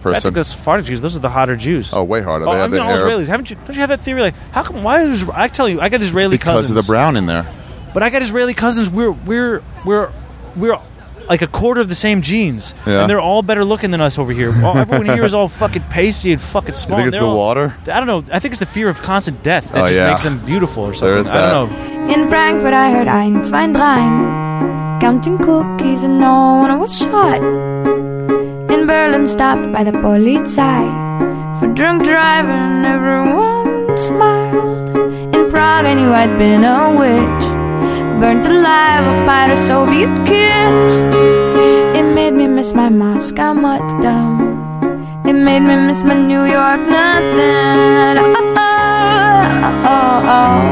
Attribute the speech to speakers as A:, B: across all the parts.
A: person.
B: I think those Sephardic Jews, those are the hotter Jews.
A: oh, way harder.
B: Oh,
A: they
B: I
A: have
B: mean,
A: the
B: all
A: Arab-
B: Israelis. Haven't you? Don't you have that theory? Like, how come? Why is I tell you? I got Israeli
A: because
B: cousins
A: of the brown in there.
B: But I got Israeli cousins. We're we're we're we're like a quarter of the same genes,
A: Yeah.
B: and they're all better looking than us over here. All, everyone here is all fucking pasty and fucking
A: You
B: small.
A: think it's
B: They're
A: the
B: all-
A: water?
B: I don't know. I think it's the fear of constant death that
A: Oh,
B: just
A: yeah.
B: makes them beautiful or something.
A: There is
B: I don't
A: that.
B: know.
C: In Frankfurt, I heard ein, zwei, and drein. Counting cookies and no one was shot. In Berlin, stopped by the Polizei. For drunk driving, everyone smiled. In Prague, I knew I'd been a witch. Burnt alive up by the Soviet kids. It made me miss my Moscow martyrdom. It made me miss my New York nothing. Oh, oh,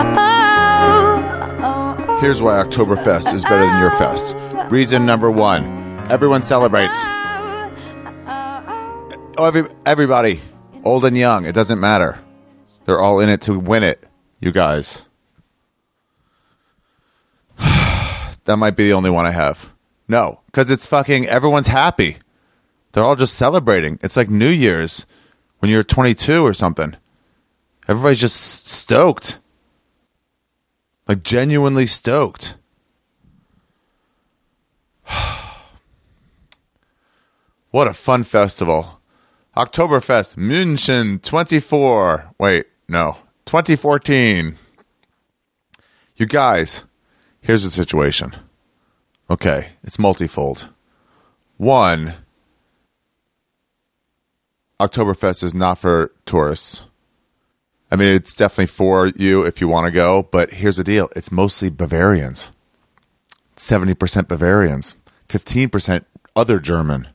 C: oh, oh, oh, oh, oh.
A: Here's why Oktoberfest is better than your fest. Reason number one: everyone celebrates. Oh, every, everybody, old and young, it doesn't matter. They're all in it to win it. You guys. that might be the only one I have. No, because it's fucking everyone's happy. They're all just celebrating. It's like New Year's when you're 22 or something. Everybody's just s- stoked. Like genuinely stoked. what a fun festival. Oktoberfest München 24. Wait, no, 2014. You guys, here's the situation. Okay, it's multifold. One, Oktoberfest is not for tourists. I mean, it's definitely for you if you want to go, but here's the deal it's mostly Bavarians 70% Bavarians, 15% other German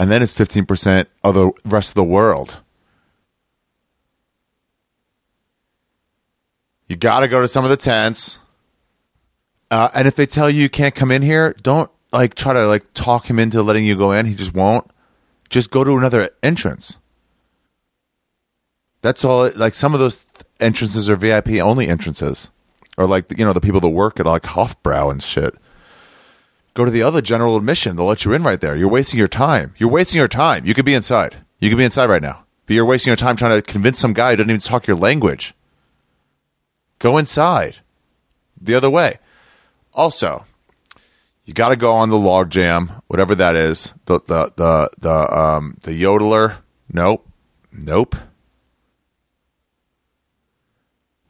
A: and then it's 15% of the rest of the world. You got to go to some of the tents. Uh, and if they tell you you can't come in here, don't like try to like talk him into letting you go in. He just won't. Just go to another entrance. That's all. Like some of those entrances are VIP only entrances, or like you know the people that work at like Hofbrau and shit go to the other general admission. They'll let you in right there. You're wasting your time. You're wasting your time. You could be inside. You could be inside right now. But you're wasting your time trying to convince some guy who doesn't even talk your language. Go inside. The other way. Also, you got to go on the log jam, whatever that is. The the the the um the yodeler. Nope. Nope.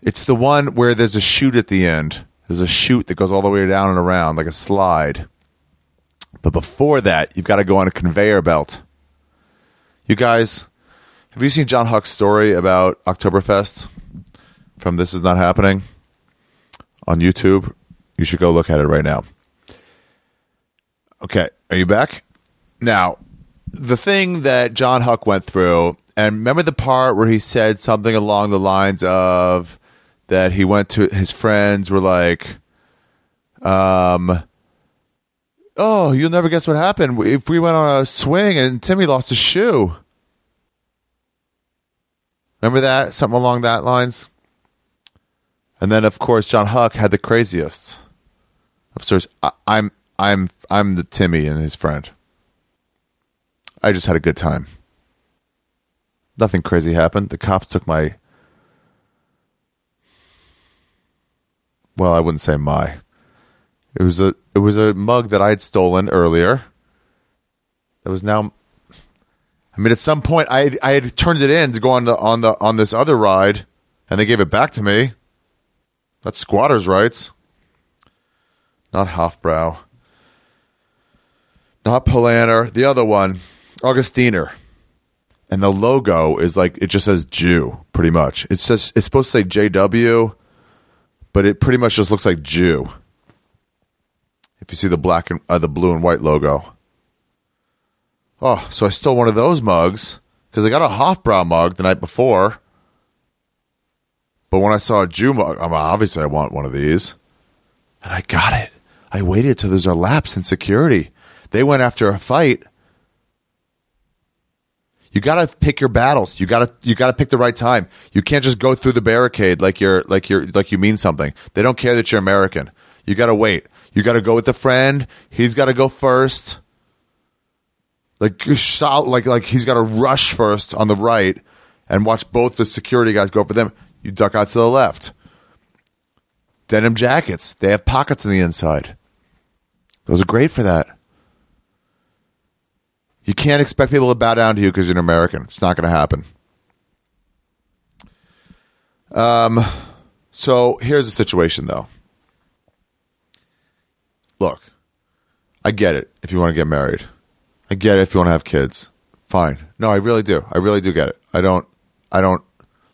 A: It's the one where there's a chute at the end. There's a chute that goes all the way down and around like a slide. But before that, you've got to go on a conveyor belt. You guys, have you seen John Huck's story about Oktoberfest from This Is Not Happening on YouTube? You should go look at it right now. Okay, are you back? Now, the thing that John Huck went through, and remember the part where he said something along the lines of that he went to his friends were like, um, oh, you'll never guess what happened if we went on a swing and Timmy lost his shoe. Remember that? Something along that lines. And then, of course, John Huck had the craziest of sorts. I, I'm, I'm, I'm the Timmy and his friend. I just had a good time. Nothing crazy happened. The cops took my. Well, I wouldn't say my. It was a it was a mug that I had stolen earlier. That was now. I mean, at some point, I had, I had turned it in to go on the on the on this other ride, and they gave it back to me. That's squatters' rights. Not Hofbrow. Not Polaner. The other one, Augustiner. And the logo is like it just says Jew, pretty much. It says it's supposed to say JW, but it pretty much just looks like Jew. If you see the black and uh, the blue and white logo. Oh, so I stole one of those mugs because I got a Hofbrow mug the night before. But when I saw a Jew mug, I'm obviously I want one of these. And I got it. I waited till there's a lapse in security. They went after a fight. You gotta pick your battles. You gotta you gotta pick the right time. You can't just go through the barricade like you're like you're like you mean something. They don't care that you're American. You gotta wait. You gotta go with a friend. He's gotta go first. like shout, like like he's got to rush first on the right and watch both the security guys go for them. You duck out to the left. Denim jackets, they have pockets on the inside. Those are great for that. You can't expect people to bow down to you because you're an American. It's not going to happen. Um, Um, so here's the situation, though. Look, I get it if you want to get married. I get it if you want to have kids. Fine. No, I really do. I really do get it. I don't, I don't,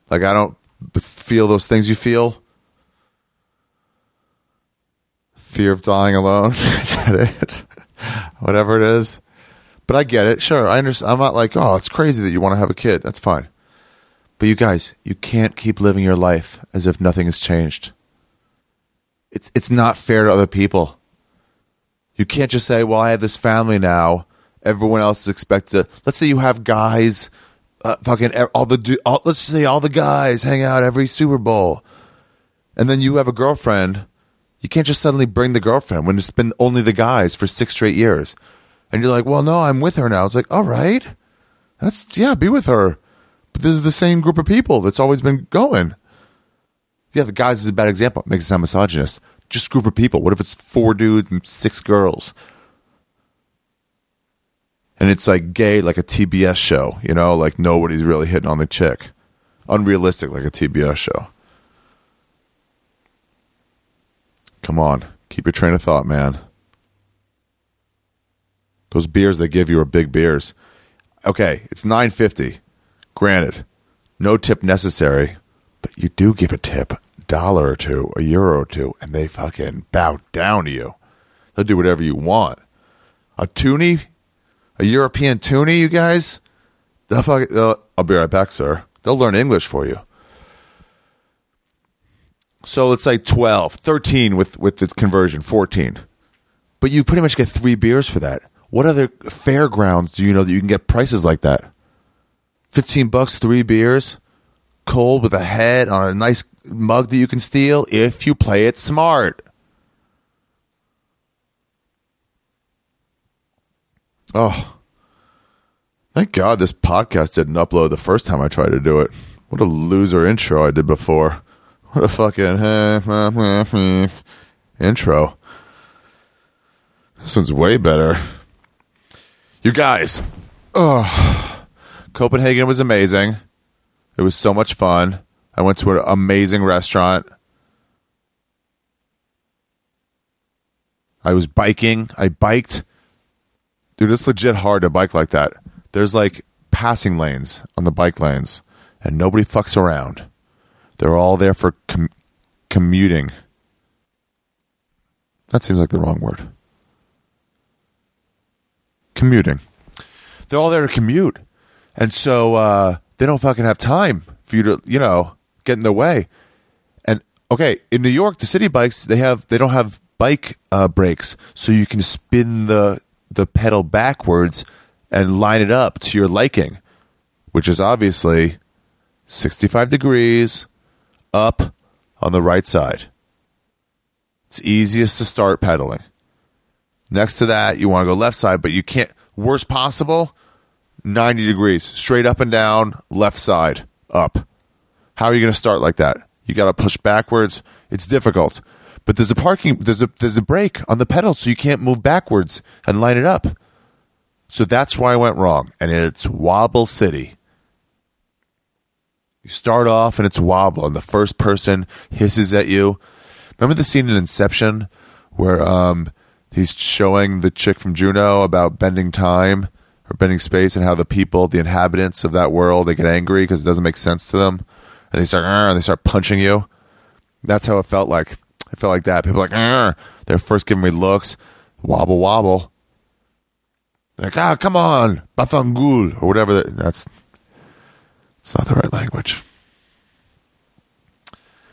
A: like, I don't b- feel those things you feel. Fear of dying alone. is that it? Whatever it is. But I get it. Sure, I understand. I'm not like, oh, it's crazy that you want to have a kid. That's fine. But you guys, you can't keep living your life as if nothing has changed. It's it's not fair to other people. You can't just say, well, I have this family now. Everyone else is expected. To, let's say you have guys, uh, fucking e- all the du- all, let's say all the guys hang out every Super Bowl, and then you have a girlfriend. You can't just suddenly bring the girlfriend when it's been only the guys for six straight years, and you're like, well, no, I'm with her now. It's like, all right, that's yeah, be with her. But this is the same group of people that's always been going. Yeah, the guys is a bad example. It makes it sound misogynist. Just group of people. What if it's four dudes and six girls? And it's like gay, like a TBS show, you know, like nobody's really hitting on the chick. Unrealistic, like a TBS show. Come on, keep your train of thought, man. Those beers they give you are big beers. Okay, it's nine fifty. Granted, no tip necessary, but you do give a tip, dollar or two, a euro or two, and they fucking bow down to you. They'll do whatever you want. A toonie, a European toonie, you guys. They'll fuck. They'll, I'll be right back, sir. They'll learn English for you. So it's like 12, 13 with, with the conversion, 14. But you pretty much get three beers for that. What other fairgrounds do you know that you can get prices like that? 15 bucks, three beers, cold with a head on a nice mug that you can steal if you play it smart. Oh, thank God this podcast didn't upload the first time I tried to do it. What a loser intro I did before. What a fucking intro. This one's way better. You guys, Copenhagen was amazing. It was so much fun. I went to an amazing restaurant. I was biking. I biked. Dude, it's legit hard to bike like that. There's like passing lanes on the bike lanes, and nobody fucks around. They're all there for com- commuting. That seems like the wrong word. Commuting they're all there to commute, and so uh, they don't fucking have time for you to you know get in their way. And okay, in New York, the city bikes they have they don't have bike uh, brakes, so you can spin the the pedal backwards and line it up to your liking, which is obviously sixty five degrees up on the right side. It's easiest to start pedaling. Next to that, you want to go left side, but you can't. Worst possible, 90 degrees, straight up and down, left side, up. How are you going to start like that? You got to push backwards. It's difficult. But there's a parking, there's a, there's a brake on the pedal, so you can't move backwards and line it up. So that's why I went wrong. And it's Wobble City. You start off and it's wobble, and the first person hisses at you. Remember the scene in Inception where um, he's showing the chick from Juno about bending time or bending space and how the people, the inhabitants of that world, they get angry because it doesn't make sense to them, and they start "Arr," and they start punching you. That's how it felt like. It felt like that. People were like "Arr." they're first giving me looks, wobble wobble. Like ah, come on, Bafangul or whatever. That, that's it's not the right language.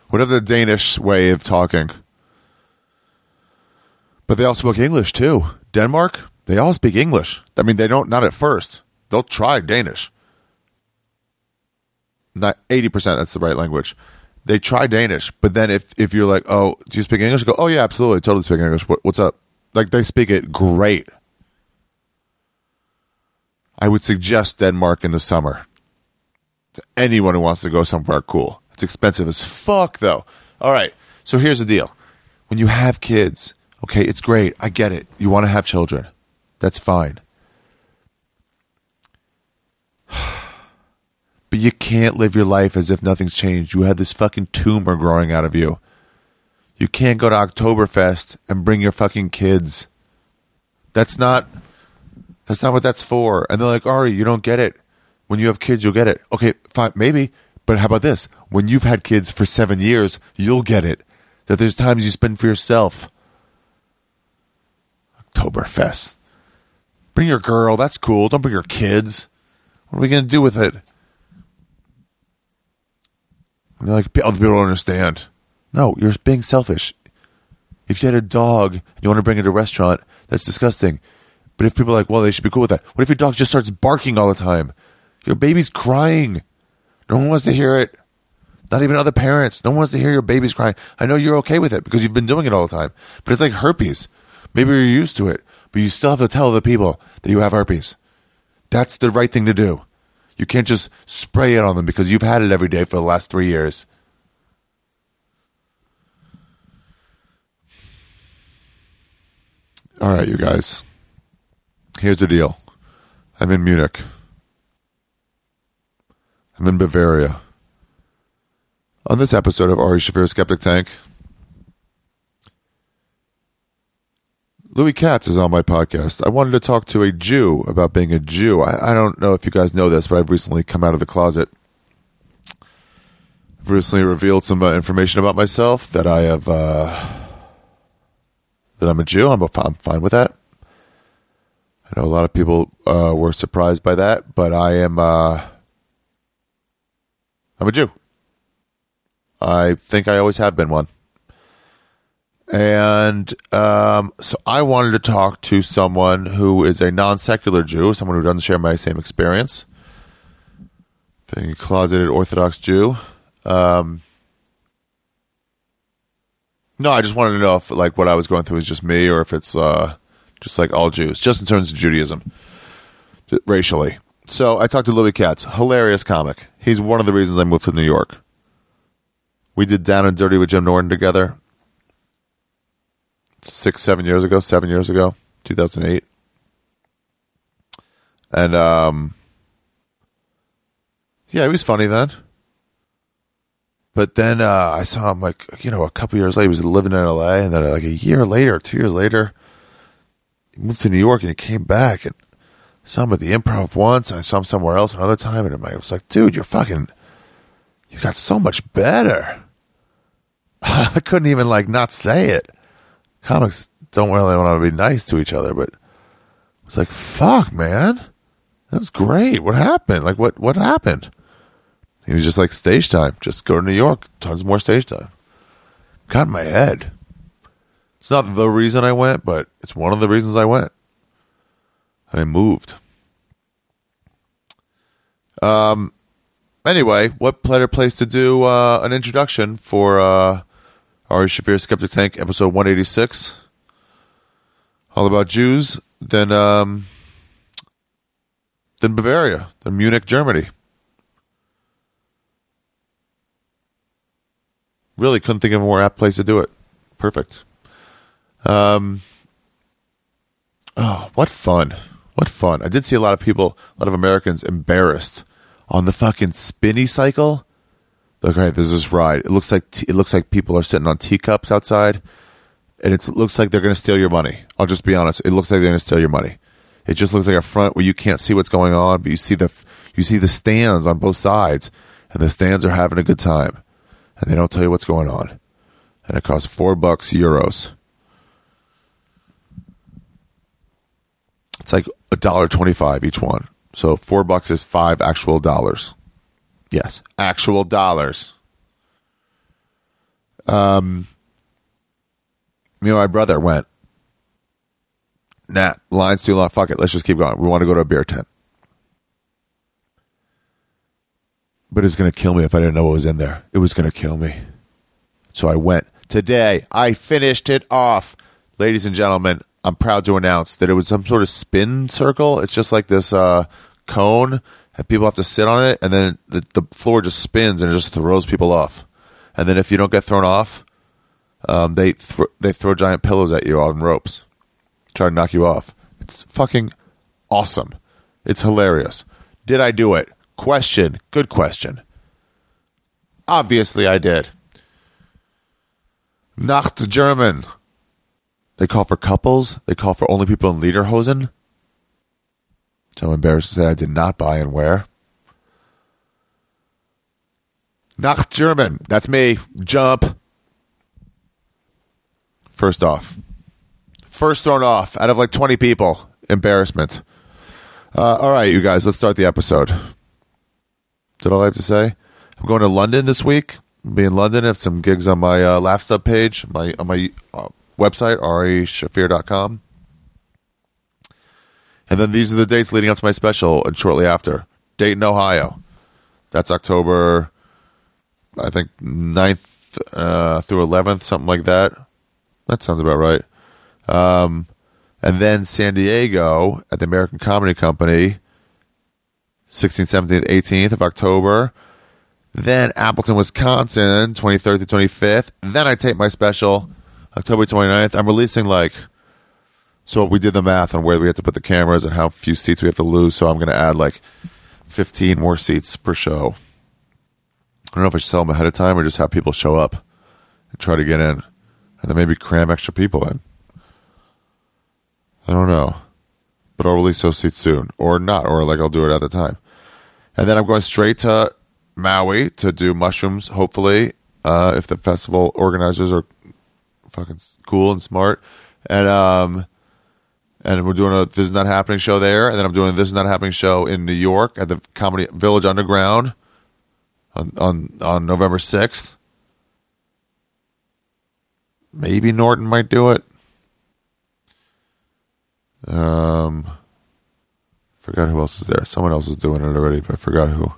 A: Whatever the Danish way of talking. But they all speak English too. Denmark, they all speak English. I mean, they don't, not at first. They'll try Danish. Not 80%, that's the right language. They try Danish, but then if, if you're like, oh, do you speak English? Go, oh, yeah, absolutely. I Totally speak English. What, what's up? Like, they speak it great. I would suggest Denmark in the summer to anyone who wants to go somewhere cool. It's expensive as fuck, though. All right. So here's the deal when you have kids, okay, it's great. I get it. You want to have children. That's fine. But you can't live your life as if nothing's changed. You had this fucking tumor growing out of you. You can't go to Oktoberfest and bring your fucking kids. That's not that's not what that's for. And they're like, Ari, you don't get it. When you have kids, you'll get it. Okay, fine, maybe. But how about this? When you've had kids for seven years, you'll get it. That there's times you spend for yourself. Oktoberfest. Bring your girl. That's cool. Don't bring your kids. What are we going to do with it? And they're like, other people don't understand. No, you're being selfish. If you had a dog and you want to bring it to a restaurant, that's disgusting. But if people are like, well, they should be cool with that. What if your dog just starts barking all the time? Your baby's crying. No one wants to hear it. Not even other parents. No one wants to hear your baby's crying. I know you're okay with it because you've been doing it all the time. But it's like herpes. Maybe you're used to it, but you still have to tell the people that you have herpes. That's the right thing to do. You can't just spray it on them because you've had it every day for the last three years. All right, you guys. Here's the deal I'm in Munich, I'm in Bavaria. On this episode of Ari Shaffir's Skeptic Tank, Louis Katz is on my podcast. I wanted to talk to a Jew about being a Jew. I, I don't know if you guys know this, but I've recently come out of the closet. I've recently revealed some uh, information about myself that I have, uh, that I'm a Jew. I'm, a, I'm fine with that. I know a lot of people uh, were surprised by that, but I am, uh, I'm a Jew. I think I always have been one. And um, so I wanted to talk to someone who is a non secular Jew, someone who doesn't share my same experience, being a closeted Orthodox Jew. Um, no, I just wanted to know if like what I was going through is just me, or if it's uh, just like all Jews, just in terms of Judaism, j- racially. So I talked to Louis Katz, hilarious comic. He's one of the reasons I moved to New York. We did Down and Dirty with Jim Norton together six, seven years ago, seven years ago, 2008. And, um, yeah, he was funny then. But then uh, I saw him, like, you know, a couple years later, he was living in LA. And then, like, a year later, two years later, he moved to New York and he came back. And I saw him at the improv once. And I saw him somewhere else another time. And I was like, dude, you're fucking, you got so much better. I couldn't even, like, not say it comics don't really want to be nice to each other, but it's like, fuck, man, that was great. What happened? Like, what what happened? He was just like stage time. Just go to New York. Tons more stage time. Got in my head. It's not the reason I went, but it's one of the reasons I went. And I moved. Um. Anyway, what better place to do uh, an introduction for uh, Ari Shafir Skeptic Tank, episode 186. All about Jews, then um then Bavaria, then Munich, Germany. Really couldn't think of a more apt place to do it. Perfect. Um Oh, what fun. What fun. I did see a lot of people, a lot of Americans embarrassed on the fucking spinny cycle. Look, all right, there's this ride. It looks like t- it looks like people are sitting on teacups outside, and it's, it looks like they're going to steal your money. I'll just be honest. It looks like they're going to steal your money. It just looks like a front where you can't see what's going on, but you see the f- you see the stands on both sides, and the stands are having a good time, and they don't tell you what's going on, and it costs four bucks euros. It's like a dollar twenty-five each one. So four bucks is five actual dollars. Yes, actual dollars. Um, me and my brother went. Nah, lines too long. Fuck it. Let's just keep going. We want to go to a beer tent. But it's gonna kill me if I didn't know what was in there. It was gonna kill me. So I went. Today, I finished it off. Ladies and gentlemen, I'm proud to announce that it was some sort of spin circle. It's just like this uh, cone and people have to sit on it and then the, the floor just spins and it just throws people off. And then if you don't get thrown off, um, they thr they throw giant pillows at you on ropes, try to knock you off. It's fucking awesome. It's hilarious. Did I do it? Question. Good question. Obviously, I did. Nacht German. They call for couples. They call for only people in Lederhosen. Which I'm embarrassed to say I did not buy and wear. Nacht German. That's me. Jump. First off. First thrown off out of like 20 people. Embarrassment. Uh, all right, you guys, let's start the episode. Did all I have to say? I'm going to London this week. I'll be in London. I have some gigs on my uh, Laugh Stub page, my on my uh, website, reshafir.com. And then these are the dates leading up to my special and shortly after. Dayton, Ohio. That's October, I think, 9th uh, through 11th, something like that. That sounds about right. Um, and then San Diego at the American Comedy Company, 16th, 17th, 18th of October. Then Appleton, Wisconsin, 23rd to 25th. Then I tape my special October 29th. I'm releasing like so we did the math on where we have to put the cameras and how few seats we have to lose. So I'm going to add like 15 more seats per show. I don't know if I should sell them ahead of time or just have people show up and try to get in, and then maybe cram extra people in. I don't know, but I'll release those seats soon, or not, or like I'll do it at the time. And then I'm going straight to Maui to do mushrooms. Hopefully, uh, if the festival organizers are fucking s- cool and smart, and um, and we're doing a this is not happening show there and then i'm doing a this is not happening show in new york at the comedy village underground on on, on november 6th maybe norton might do it um forgot who else is there someone else is doing it already but i forgot who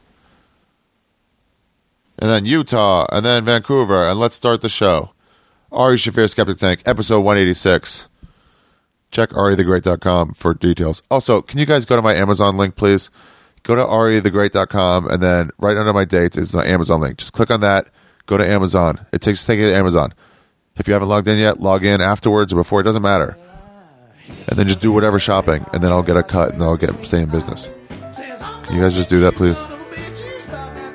A: and then utah and then vancouver and let's start the show ari shafir skeptic tank episode 186 check E arithegreat.com for details. Also, can you guys go to my Amazon link, please? Go to E arithegreat.com and then right under my dates is my Amazon link. Just click on that, go to Amazon. It takes take you to Amazon. If you haven't logged in yet, log in afterwards or before, it doesn't matter. And then just do whatever shopping, and then I'll get a cut and I'll get stay in business.
D: Can you guys just do that, please?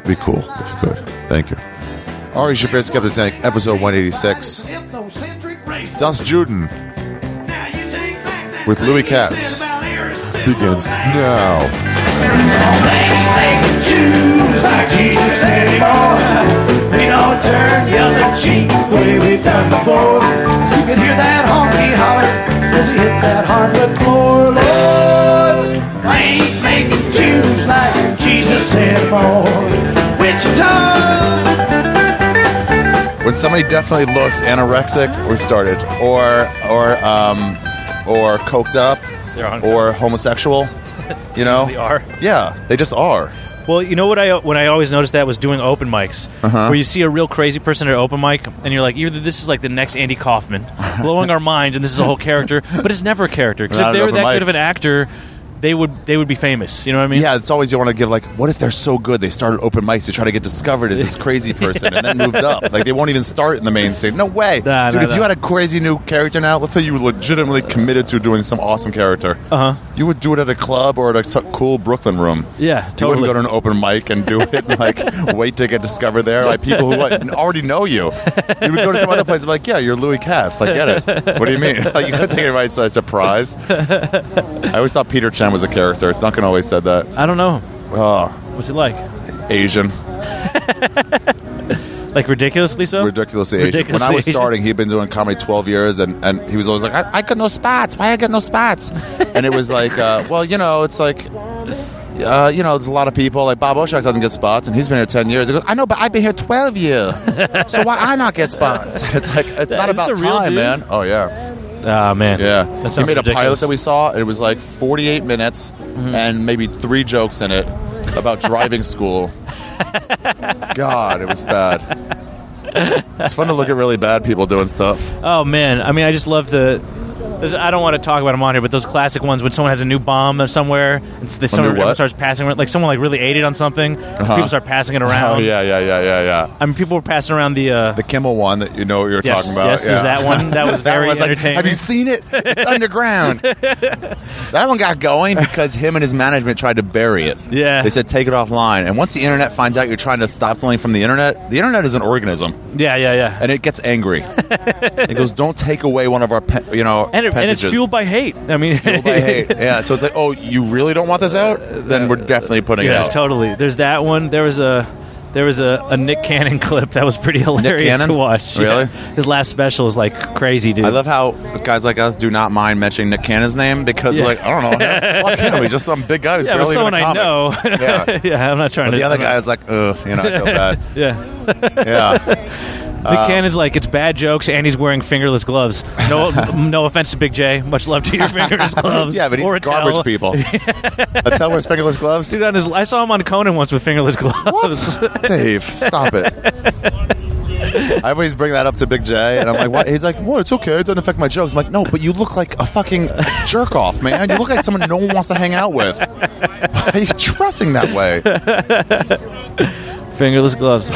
A: Be cool if you could. Thank you. Ari Shafir Skeptic Tank, episode 186. Das Juden
D: with Louis Katz
A: begins now.
E: Jews, like Jesus anymore. We don't turn the other cheek the way we've done before. You can hear that honky holler as he hit that hardwood floor. Lord, I ain't making Jews like Jesus anymore. Wichita.
A: When somebody definitely looks anorexic, we've started, or or um, or coked up,
B: They're on-
A: or homosexual, you know?
B: They are.
A: Yeah, they just are.
B: Well, you know what I when I always noticed that was doing open mics,
F: Uh-huh.
B: where you see a real crazy person at an open mic, and you're like, either this is like the next Andy Kaufman, blowing our minds, and this is a whole character, but it's never a character because
A: Not
B: if
A: an
B: they were
A: open
B: that
A: mic.
B: good of an actor, they would they would be famous. You know what I mean?
F: Yeah, it's always you want to give like, what if they're so good they started open mics to try to get discovered as this crazy person and then moved up? Like they won't even start in the main stage. No way,
B: Nah,
F: dude.
B: nah,
F: if
B: nah.
F: you had a crazy new character now, let's say you were legitimately committed to doing some awesome character,
B: Uh huh.
F: you would do it at a club or at a so- cool Brooklyn room.
B: Yeah,
F: You wouldn't
B: totally.
F: go to an open mic and do it and like wait to get discovered there by people who like, already know you. You would go to some other place and be like, yeah, you're Louis Katz. I get it. What do you mean? Like you could take everybody by surprise. I always thought Peter Chen was a character. Duncan always said that.
B: I don't know.
F: Oh,
B: What's it like?
F: Asian,
B: Like ridiculously so.
F: ridiculously Asian. when I was
B: Ridiculously Asian.
F: starting, he'd been doing comedy 12 years, and, and he was always like, I, I got no spots. Why I got no spots? and it was like, uh, well, you know, it's like, uh, you know, there's a lot of people. Like Bob Oshak doesn't get spots, and he's been here 10 years. He goes, I know, but I've been here 12 years. so why I not get spots? It's like, it's not
B: Is
F: about
B: this a real
F: time,
B: dude?
F: man. Oh, yeah.
B: Ah man.
F: Yeah,
B: That sounds
F: he made a
B: ridiculous. Mm-hmm.
F: pilot that we saw. and It was like 48 minutes and maybe three jokes in it about driving school. God, it was bad. It's fun to look at really bad people doing stuff.
B: Oh man, I mean, I just love the There's- I don't want to talk about them on here, but those classic ones when someone has a new bomb or somewhere and s- they someone
F: new what?
B: everyone starts passing around, like someone like really ate it on something. People start passing it
F: Oh
B: around.
F: yeah, yeah, yeah, yeah, yeah.
B: I mean, people were passing around the. Uh,
F: The Kimmel one that you know what you're
B: yes,
F: talking about.
B: yes,
F: yeah.
B: there's that one. That was
F: That
B: very
F: one's like,
B: entertaining.
F: Have you seen it? It's underground. that one got going because him and his management tried to bury it.
B: Yeah.
F: They said take it offline. And once the internet finds out you're trying to stop something from the internet, the internet is an organism
B: yeah, yeah, yeah.
F: and it gets angry. it goes, "Don't take away one of our, pe- you know,
B: And, it, and it's
F: appendages."
B: fueled by hate. I mean,
F: Fueled by hate. Yeah, so it's like, oh, you really don't want this out? Then we're definitely putting it
B: yeah,
F: out.
B: totally. There's that one. There was a there was a, a Nick Cannon clip that was pretty hilarious
F: Cannon?
B: to watch.
F: Really?
B: Yeah. His last special is like crazy, dude.
F: I love how guys like us do not mind mentioning Nick Cannon's name because
B: Yeah.
F: we're like, I don't know, him. fuck him, he's just some big guy who's
B: yeah, but
F: barely
B: someone
F: even a
B: I
F: comic.
B: know.
F: Yeah.
B: yeah, I'm not trying
F: But
B: to.
F: the other
B: I'm not-
F: guy is like, ugh, you know, I feel bad.
B: yeah.
F: Yeah,
B: The
F: uh,
B: cannon's like it's bad jokes, and he's wearing fingerless gloves. No, no offense to Big J. Much love to your fingerless gloves.
F: yeah, but he's
B: or a
F: garbage
B: towel.
F: people. A tell wears fingerless gloves.
B: Dude, on his, I saw him on Conan once with fingerless gloves.
F: What? Dave, stop it. I always bring that up to Big J, and I'm like, what? He's like, well, it's okay. It doesn't affect my jokes. I'm like, no, but you look like a fucking jerk off, man. You look like someone no one wants to hang out with. Why are you dressing that way?
B: fingerless gloves.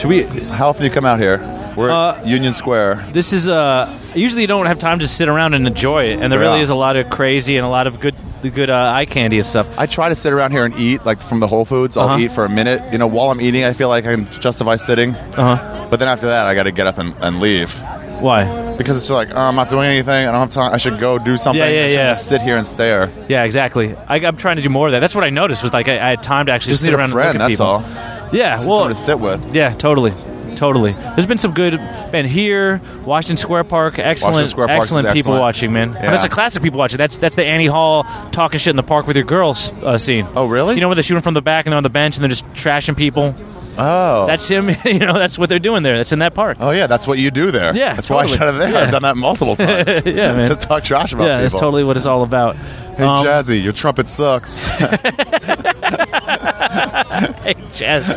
B: Should we?
F: How often do you come out here? We're
B: Uh,
F: at Union Square.
B: This is uh. Usually, you don't have time to sit around and enjoy it, and there really
F: Yeah.
B: is a lot of crazy and a lot of good, the good uh, eye candy and stuff.
F: I try to sit around here and eat, like from the Whole Foods. I'll
B: Uh-huh.
F: eat for a minute. You know, while I'm eating, I feel like I can justify sitting.
B: Uh huh.
F: But then after that, I got to get up and, and leave
B: Why?
F: because it's like oh, I'm not doing anything. I don't have time. I should go do something.
B: Yeah, yeah,
F: I should
B: yeah.
F: Just sit here and stare.
B: Yeah, exactly. I, I'm trying to do more of that. That's what I noticed was like I, I had time to actually
F: Just
B: sit
F: need a
B: around
F: friend.
B: and look at
F: That's
B: people.
F: all.
B: Yeah,
F: Just
B: well,
F: someone to sit with.
B: Yeah, totally, totally. There's been some good man here, Washington Square Park. Excellent,
F: Washington Square Park is
B: excellent people
F: excellent.
B: watching, man. And
F: Yeah.
B: that's a classic people watching. That's that's the Annie Hall talking shit in the park with your girls uh, scene.
F: Oh, really?
B: You know where they shoot them from the back and they're on the bench and they're just trashing people.
F: Oh.
B: That's him. you know that's what they're doing there. That's in that park.
F: Oh yeah, that's what you do there.
B: Yeah,
F: that's why I
B: totally.
F: shut it there. I've
B: Yeah.
F: done that multiple times.
B: Yeah, man.
F: Just talk trash about
B: yeah,
F: people.
B: that's Um, totally what it's all about.
F: hey, Jazzy, your trumpet sucks.
B: hey, Jazz.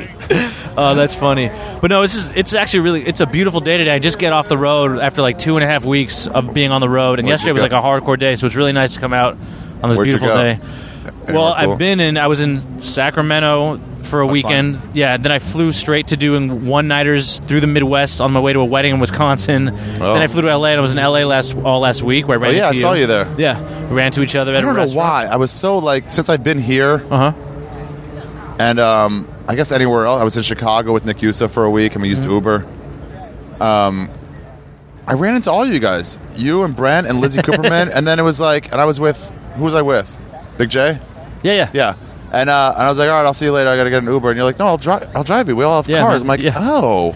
B: Oh, that's funny. But no, this is it's actually really it's a beautiful day today. I just get off the road after like two and a half weeks of being on the road, and
F: Where'd
B: yesterday
F: you
B: was like
F: go?
B: a hardcore day, so it's really nice to come out on this
F: Where'd you
B: beautiful
F: go?
B: day.
F: Anywhere
B: well,
F: cool?
B: I've been in. I was in Sacramento for a weekend. Yeah, then I flew straight to doing one nighters through the Midwest on my way to a wedding in Wisconsin. Then I flew to LA and I was in LA last all last week where I ran
F: Oh. yeah, I
B: into
F: saw you there.
B: Yeah, we ran to each other.
F: I don't know why. I was so like since I've been here.
B: Uh huh.
F: and um, I guess anywhere else. I was in Chicago with Nick Yusa for a week, and we
B: Mm-hmm.
F: used Uber. Um, I ran into all you guys, you and Brent and Lizzie Cooperman, and then it was like, and I was with who was I with? Big J,
B: Yeah, yeah,
F: yeah. And, uh, and I was like, all right, I'll see you later. I gotta get an Uber, and you're like, no, I'll drive. I'll drive you. We all have
B: Yeah, man.
F: cars. I'm like,
B: Yeah.
F: oh,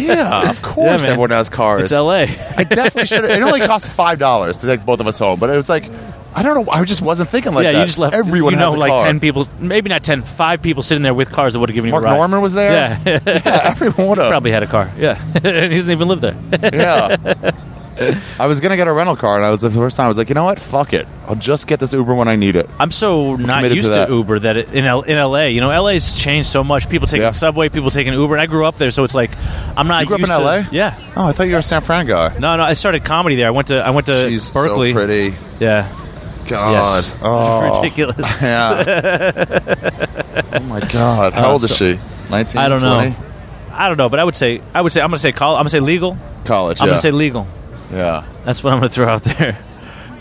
F: yeah, of course,
B: man.
F: everyone has cars.
B: It's LA.
F: I definitely should. It only cost five dollars to take both of us home, but it was like, I don't know. I just wasn't thinking like
B: yeah,
F: that.
B: you just left.
F: everyone.
B: you know,
F: has a
B: like
F: car.
B: ten people, maybe not ten, five people sitting there with cars that would have given you
F: Mark
B: a ride.
F: Norman was there.
B: Yeah,
F: Yeah, everyone would have.
B: probably had a car. Yeah, and he doesn't even live there.
F: Yeah. I was gonna get a rental car, and I was the first time. I was like, you know what? Fuck it. I'll just get this Uber when I need it.
B: I'm so not
F: committed to
B: used to,
F: that.
B: Uber that it, in L, in LA, you know, LA's changed so much. People taking
F: Yeah.
B: the subway, people taking Uber, and I grew up there, so it's like I'm not.
F: You grew up
B: used
F: in
B: to-
F: LA?
B: Yeah.
F: Oh, I thought you were a San Fran guy.
B: No, no. I started comedy there. I went to I went to
F: She's
B: Berkeley.
F: so pretty.
B: Yeah.
F: God.
B: Yes.
F: Oh.
B: Ridiculous.
F: Yeah. oh my God. How old is
B: so-
F: she? Nineteen.
B: I don't know.
F: 20?
B: I don't know, but I would say I would say I'm gonna say call. I'm gonna say legal.
F: College.
B: I'm
F: yeah.
B: gonna say legal.
F: yeah.
B: That's what I'm gonna throw out there.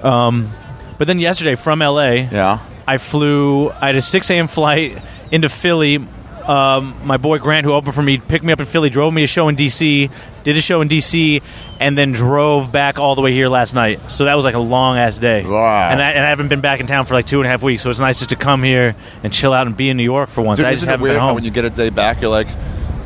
B: Um, but then yesterday from LA,
F: Yeah.
B: I flew. I had a 6 a.m. flight into Philly. Um, my boy Grant, who opened for me, picked me up in Philly, drove me to a show in D.C., did a show in D.C., and then drove back all the way here last night. So that was like a long ass day.
F: Wow.
B: And I, and I haven't been back in town for like two and a half weeks, so it's nice just to come here and chill out and be in New York for once.
F: Dude,
B: I just
F: isn't it
B: haven't
F: weird
B: been
F: how
B: home.
F: when you get a day back, you're like,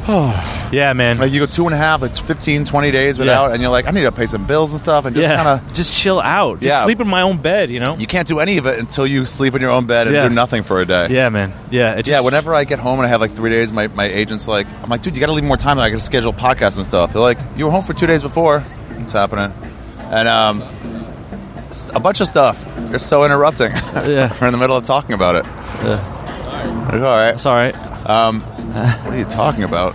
B: yeah, man.
F: like you go two and a half, like 15, 20 days without, and you're like, I need to pay some bills and stuff, and just
B: yeah.
F: kind of
B: just chill out. Just
F: Yeah.
B: sleep in my own bed, you know?
F: you can't do any of it until you sleep in your own bed and
B: Yeah.
F: do nothing for a day.
B: yeah, man. Yeah. It
F: Yeah,
B: just,
F: whenever I get home and I have like three days, my, my agent's like, I'm like, dude, you got to leave more time. I got to schedule podcasts and stuff. They're like, you were home for two days before. It's happening. And um, s- a bunch of stuff. You're so interrupting.
B: Yeah.
F: we're in the middle of talking about it. Like, all right.
B: It's all right.
F: What are you talking about?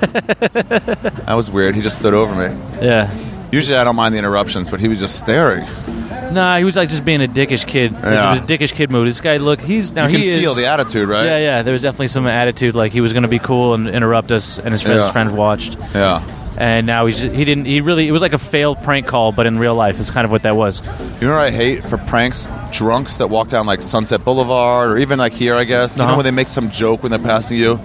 F: that was weird. He just stood over me.
B: Yeah.
F: Usually I don't mind the interruptions, but he was just staring. You
B: Nah, he was like just being a dickish kid.
F: Yeah.
B: It was a dickish kid mood. This guy, look, he's now
F: can
B: he is.
F: feel the attitude, right?
B: yeah, yeah. There was definitely some attitude like he was going to be cool and interrupt us, and his, friend-
F: Yeah.
B: his friend watched.
F: Yeah.
B: And now he's he didn't he really it was like a failed prank call, but in real life is kind of what that was.
F: You know what I hate for pranks? Drunks that walk down like Sunset Boulevard or even like here, I guess. You know
B: Uh-huh.
F: when they make some joke when they're passing you?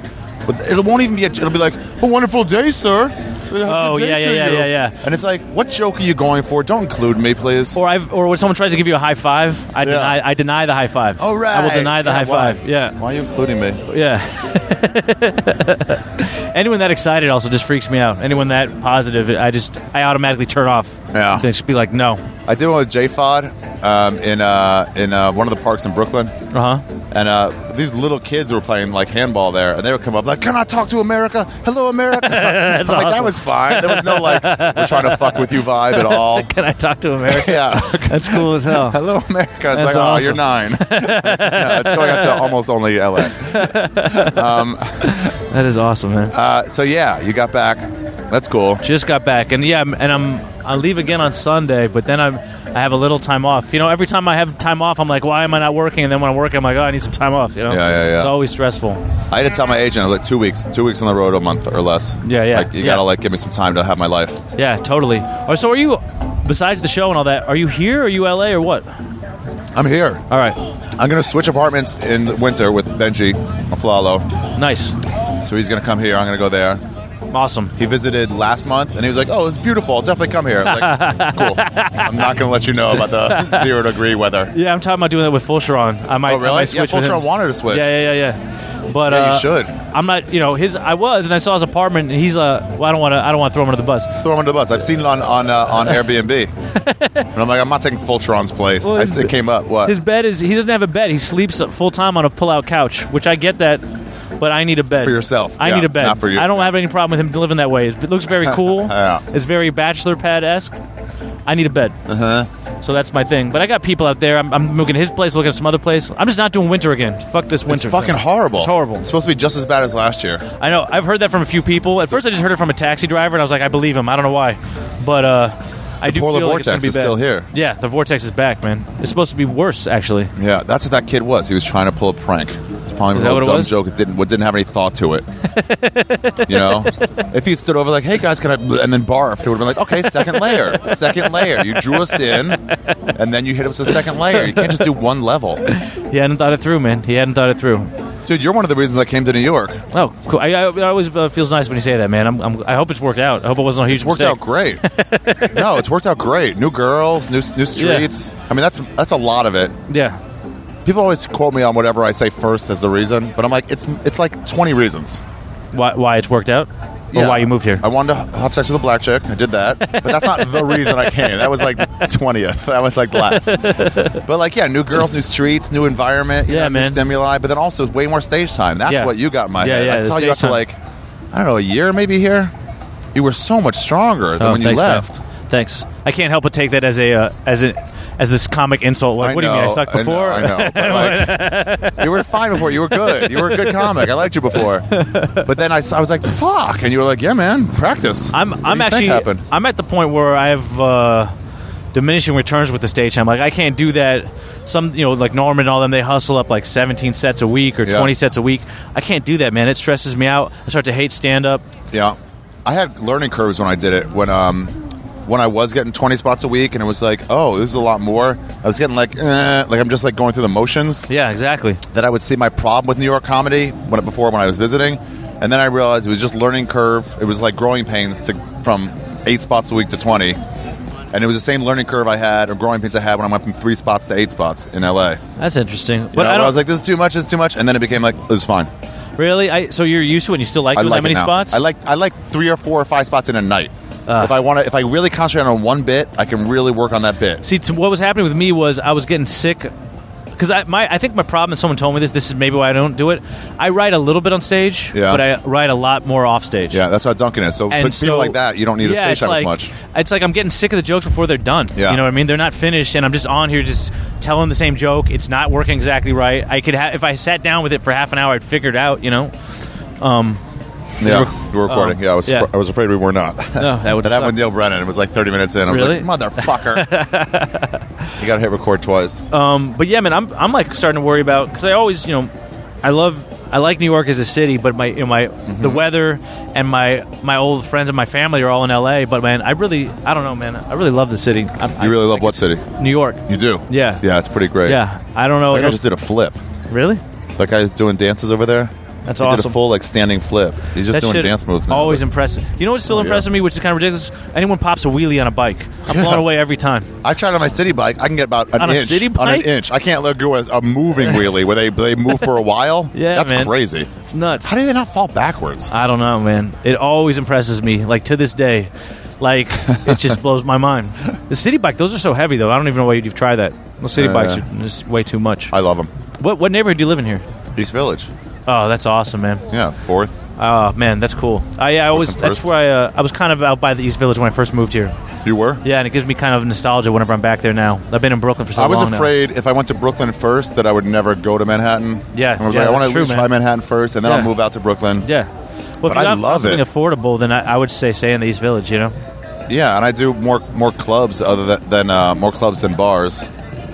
F: But it won't even be a It'll be like, a wonderful day, sir.
B: Oh, yeah, yeah, yeah, yeah, yeah.
F: And it's like, what joke are you going for? Don't include me, please.
B: Or I or when someone tries to give you a high five, I
F: Yeah.
B: deny I deny the high five.
F: Oh, right.
B: I will deny the high
F: Yeah, why?
B: five. Yeah.
F: Why are you including me?
B: Yeah. Anyone that excited also just freaks me out. Anyone that positive, I just I automatically turn off.
F: Yeah.
B: They just be like, no.
F: I did one with J Fod um, in, uh, in uh, one of the parks in Brooklyn.
B: Uh huh.
F: And uh, these little kids were playing like handball there, and they would come up like, "Can I talk to America? Hello, America." I'm like,
B: awesome.
F: "That was fine. There was no like, we're trying to fuck with you vibe at all."
B: Can I talk to America?
F: Yeah.
B: That's cool as hell.
F: Hello, America. It's
B: That's
F: like,
B: awesome.
F: oh, you're nine. yeah, it's going out to almost only LA.
B: That is awesome, man.
F: Uh, so yeah, you got back. That's cool.
B: just got back, and yeah, I'm- and I'm I leave again on Sunday, but then I'm I have a little time off. You know, every time I have time off, I'm like, why am I not working? And then when I'm working, I'm like, oh, I need some time off. You know,
F: Yeah, yeah, yeah.
B: It's always stressful.
F: I had to tell my agent like two weeks, two weeks on the road, a month or less.
B: Yeah, yeah,
F: Like, you
B: yeah.
F: gotta like give me some time to have my life.
B: Yeah, totally. Or so are you? Besides the show and all that, are you here? Or are you LA or what? All
F: I'm here.
B: right,
F: I'm gonna switch apartments in the winter with Benji Aflalo.
B: nice,
F: So he's gonna come here. I'm gonna go there.
B: awesome.
F: He visited last month, and he was like, "Oh, it's beautiful. I'll definitely come here." I was like, "Cool. I'm not going to let you know about the zero degree weather."
B: Yeah, I'm talking about doing that with Fulcheron. I might,
F: Oh, really?
B: I might
F: Yeah,
B: switch with
F: Fulcheron
B: him.
F: wanted to switch.
B: Yeah, yeah, yeah, yeah. But
F: Yeah, you
B: uh,
F: should.
B: I'm not. You know, his. I was, and I saw his apartment, and he's uh, well, I don't want to. I don't want to throw him under the bus.
F: Throw him under the bus. I've seen it on on uh, on Airbnb, and I'm like, "I'm not taking Fultron's place."
B: Well,
F: I,
B: his-
F: it came up. What?
B: His bed is. He doesn't have a bed. He sleeps full time on a pull-out couch, which I get that. But I need a bed
F: For yourself.
B: I
F: Yeah,
B: need a bed.
F: not for you.
B: I don't have any problem with him living that way. It looks very cool.
F: Yeah.
B: It's very bachelor pad esque. I need a bed. Uh
F: Uh-huh.
B: huh. So that's my thing. But I got people out there. I'm, I'm looking at his place, looking at some other place. I'm just not doing winter again. Fuck this
F: it's
B: winter.
F: fucking
B: thing.
F: horrible.
B: It's horrible.
F: It's supposed to be just as bad as last year.
B: I know. I've heard that from a few people. At first, I just heard it from a taxi driver, and I was like, I believe him. I don't know why, but uh, I do
F: polar
B: feel like it's gonna
F: vortex
B: be
F: is
B: bad.
F: still here.
B: Yeah, the vortex is back, man. It's supposed to be worse, actually.
F: Yeah, that's what that kid was. He was trying to pull a prank. It's probably
B: Is
F: a
B: that
F: real
B: what it
F: dumb
B: was?
F: joke. It didn't what didn't have any thought to it. you know, if he stood over like, "Hey guys, can I?" and then barfed, it would have been like, "Okay, second layer, second layer." You drew us in, and then you hit us with the second layer. You can't just do one level,
B: He hadn't thought it through, man. He hadn't thought it through.
F: dude. You're one of the reasons I came to New York.
B: Oh, cool. I, I, it always uh, feels nice when you say that, man. I'm, I'm, I hope it's worked out. I hope it wasn't a huge
F: It's worked out
B: mistake.
F: great. no, it's worked out great. New girls, new new streets. I mean, that's that's a lot of it.
B: Yeah,
F: People always quote me on whatever I say first as the reason, but I'm like, it's it's like 20 reasons.
B: why, why it's worked out, or
F: Yeah.
B: why Oh, you moved here.
F: I wanted to have sex with a black chick. I did that, but that's not the reason I came. That was like twentieth. That was like last. But like, yeah, new girls, new streets, new environment, you
B: Yeah,
F: know, new
B: man.
F: stimuli. But then also way more stage time. That's
B: Yeah.
F: what you got in my
B: Yeah,
F: head.
B: yeah,
F: I
B: the
F: saw you
B: stage
F: after
B: time.
F: like I don't know a year maybe here. You were so much stronger than
B: Oh,
F: when you
B: thanks, man.
F: left.
B: Thanks. I can't help but take that as a uh, as an as this comic insult. Like,
F: I
B: what do you mean? I
F: know,
B: sucked
F: know,
B: before.
F: I know. but, like, you were fine before. You were good. You were a good comic. I liked you before. But then I, s- I was like, "Fuck," and you were like, "Yeah, man, practice."
B: I'm
F: What do
B: I'm
F: you think
B: actually
F: happened?
B: I'm at the point where I have uh, diminishing returns with the stage. I'm like I can't do that. Some you know like Norman and all them they hustle up like 17 sets a week or
F: Yeah.
B: 20 sets a week. I can't do that, man. It stresses me out. I start to hate stand up.
F: Yeah, I had learning curves when I did it. When um, when I was getting twenty spots a week, and it was like, oh, this is a lot more. I was getting like, eh, like I'm just like going through the motions.
B: Yeah, exactly.
F: That I would see my problem with New York comedy when before when I was visiting, and then I realized it was just learning curve. It was like growing pains to from eight spots a week to twenty. And it was the same learning curve I had, or growing pains I had when I went from three spots to eight spots in LA. You
B: That's interesting. But I
F: know, where
B: don't
F: I was like, "This is too much. This is too much," and then it became like, "This is fine."
B: really. I so you're used to it. and You still like
F: I
B: doing
F: like
B: that many
F: it now.
B: spots. Ah.
F: I like I like three or four or five spots in a night. if I want to, if I really concentrate on one bit, I can really work on that bit.
B: See, t- what was happening with me was I was getting sick because I my I think my problem. And someone told me this. This is maybe why I don't do it. I write a little bit on stage,
F: Yeah.
B: but I write a lot more off stage.
F: yeah, that's how Duncan is. So for
B: And
F: people
B: so-
F: like that, you don't need
B: yeah,
F: a
B: it's
F: stage time
B: like,
F: as much.
B: It's like I'm getting sick of the jokes before they're done.
F: Yeah.
B: You know what I mean? They're not finished, and I'm just on here just telling the same joke. It's not working exactly right. I could ha- if I sat down with it for half an hour, I'd figure it out. You know. Um,
F: Yeah,
B: Rec-
F: we're recording.
B: Oh.
F: yeah, I was
B: Yeah.
F: I was afraid we were not.
B: No, that would
F: That happened
B: suck.
F: with Neil Brennan. It was like 30 minutes in. I was
B: Really?
F: like, motherfucker. you got to hit record twice.
B: Um, but yeah, man, I'm, I'm like starting to worry about because I always, you know, I love I like New York as a city, but my you know, my the
F: Mm-hmm.
B: weather and my my old friends and my family are all in L.A. But man, I really I don't know, man, I really love the city. I,
F: You really love what city?
B: New York.
F: You do?
B: Yeah.
F: Yeah, it's pretty great.
B: Yeah, I don't know.
F: That guy just did a flip.
B: really?
F: That guy's doing dances over there.
B: That's
F: he did
B: awesome.
F: a full like standing flip. He's just
B: That
F: doing
B: shit
F: dance moves now. Oh,
B: Always impressive. You know what's still impressive me, which is kind of ridiculous? Anyone pops a wheelie on a bike. I'm blown away every time.
F: I tried on my city bike. I can get about an
B: On a
F: inch
B: city
F: on an
B: bike?
F: inch. I can't let go of a moving wheelie where they they move for a while.
B: Yeah,
F: that's
B: man. Uh,
F: crazy.
B: It's nuts.
F: How do they not fall backwards?
B: I don't know, man. It always impresses me, like to this day. Like it just blows my mind. The city bike, those are so heavy though. I don't even know why you'd try that. Well, city
F: Yeah.
B: bikes are just way too much.
F: I love them.
B: What what neighborhood do you live in here?
F: East Village.
B: Oh, that's awesome, man.
F: Yeah, fourth.
B: Oh man, that's cool. I I always
F: Brooklyn
B: that's
F: first.
B: where I uh, I was kind of out by the East Village when I first moved here.
F: You were?
B: Yeah, and it gives me kind of nostalgia whenever I'm back there now. I've been in Brooklyn for so
F: I
B: long.
F: was
B: now.
F: afraid if I went to Brooklyn first that I would never go to Manhattan.
B: Yeah,
F: I was
B: yeah,
F: like,
B: that's
F: I want to
B: true,
F: least
B: man.
F: try Manhattan first, and then I'll
B: Yeah.
F: move out to Brooklyn.
B: Yeah. Well,
F: But
B: if you
F: I
B: got
F: love
B: something
F: it.
B: affordable, then I, I would say stay in the East Village. You know.
F: Yeah, and I do more more clubs other than, than uh, more clubs than bars,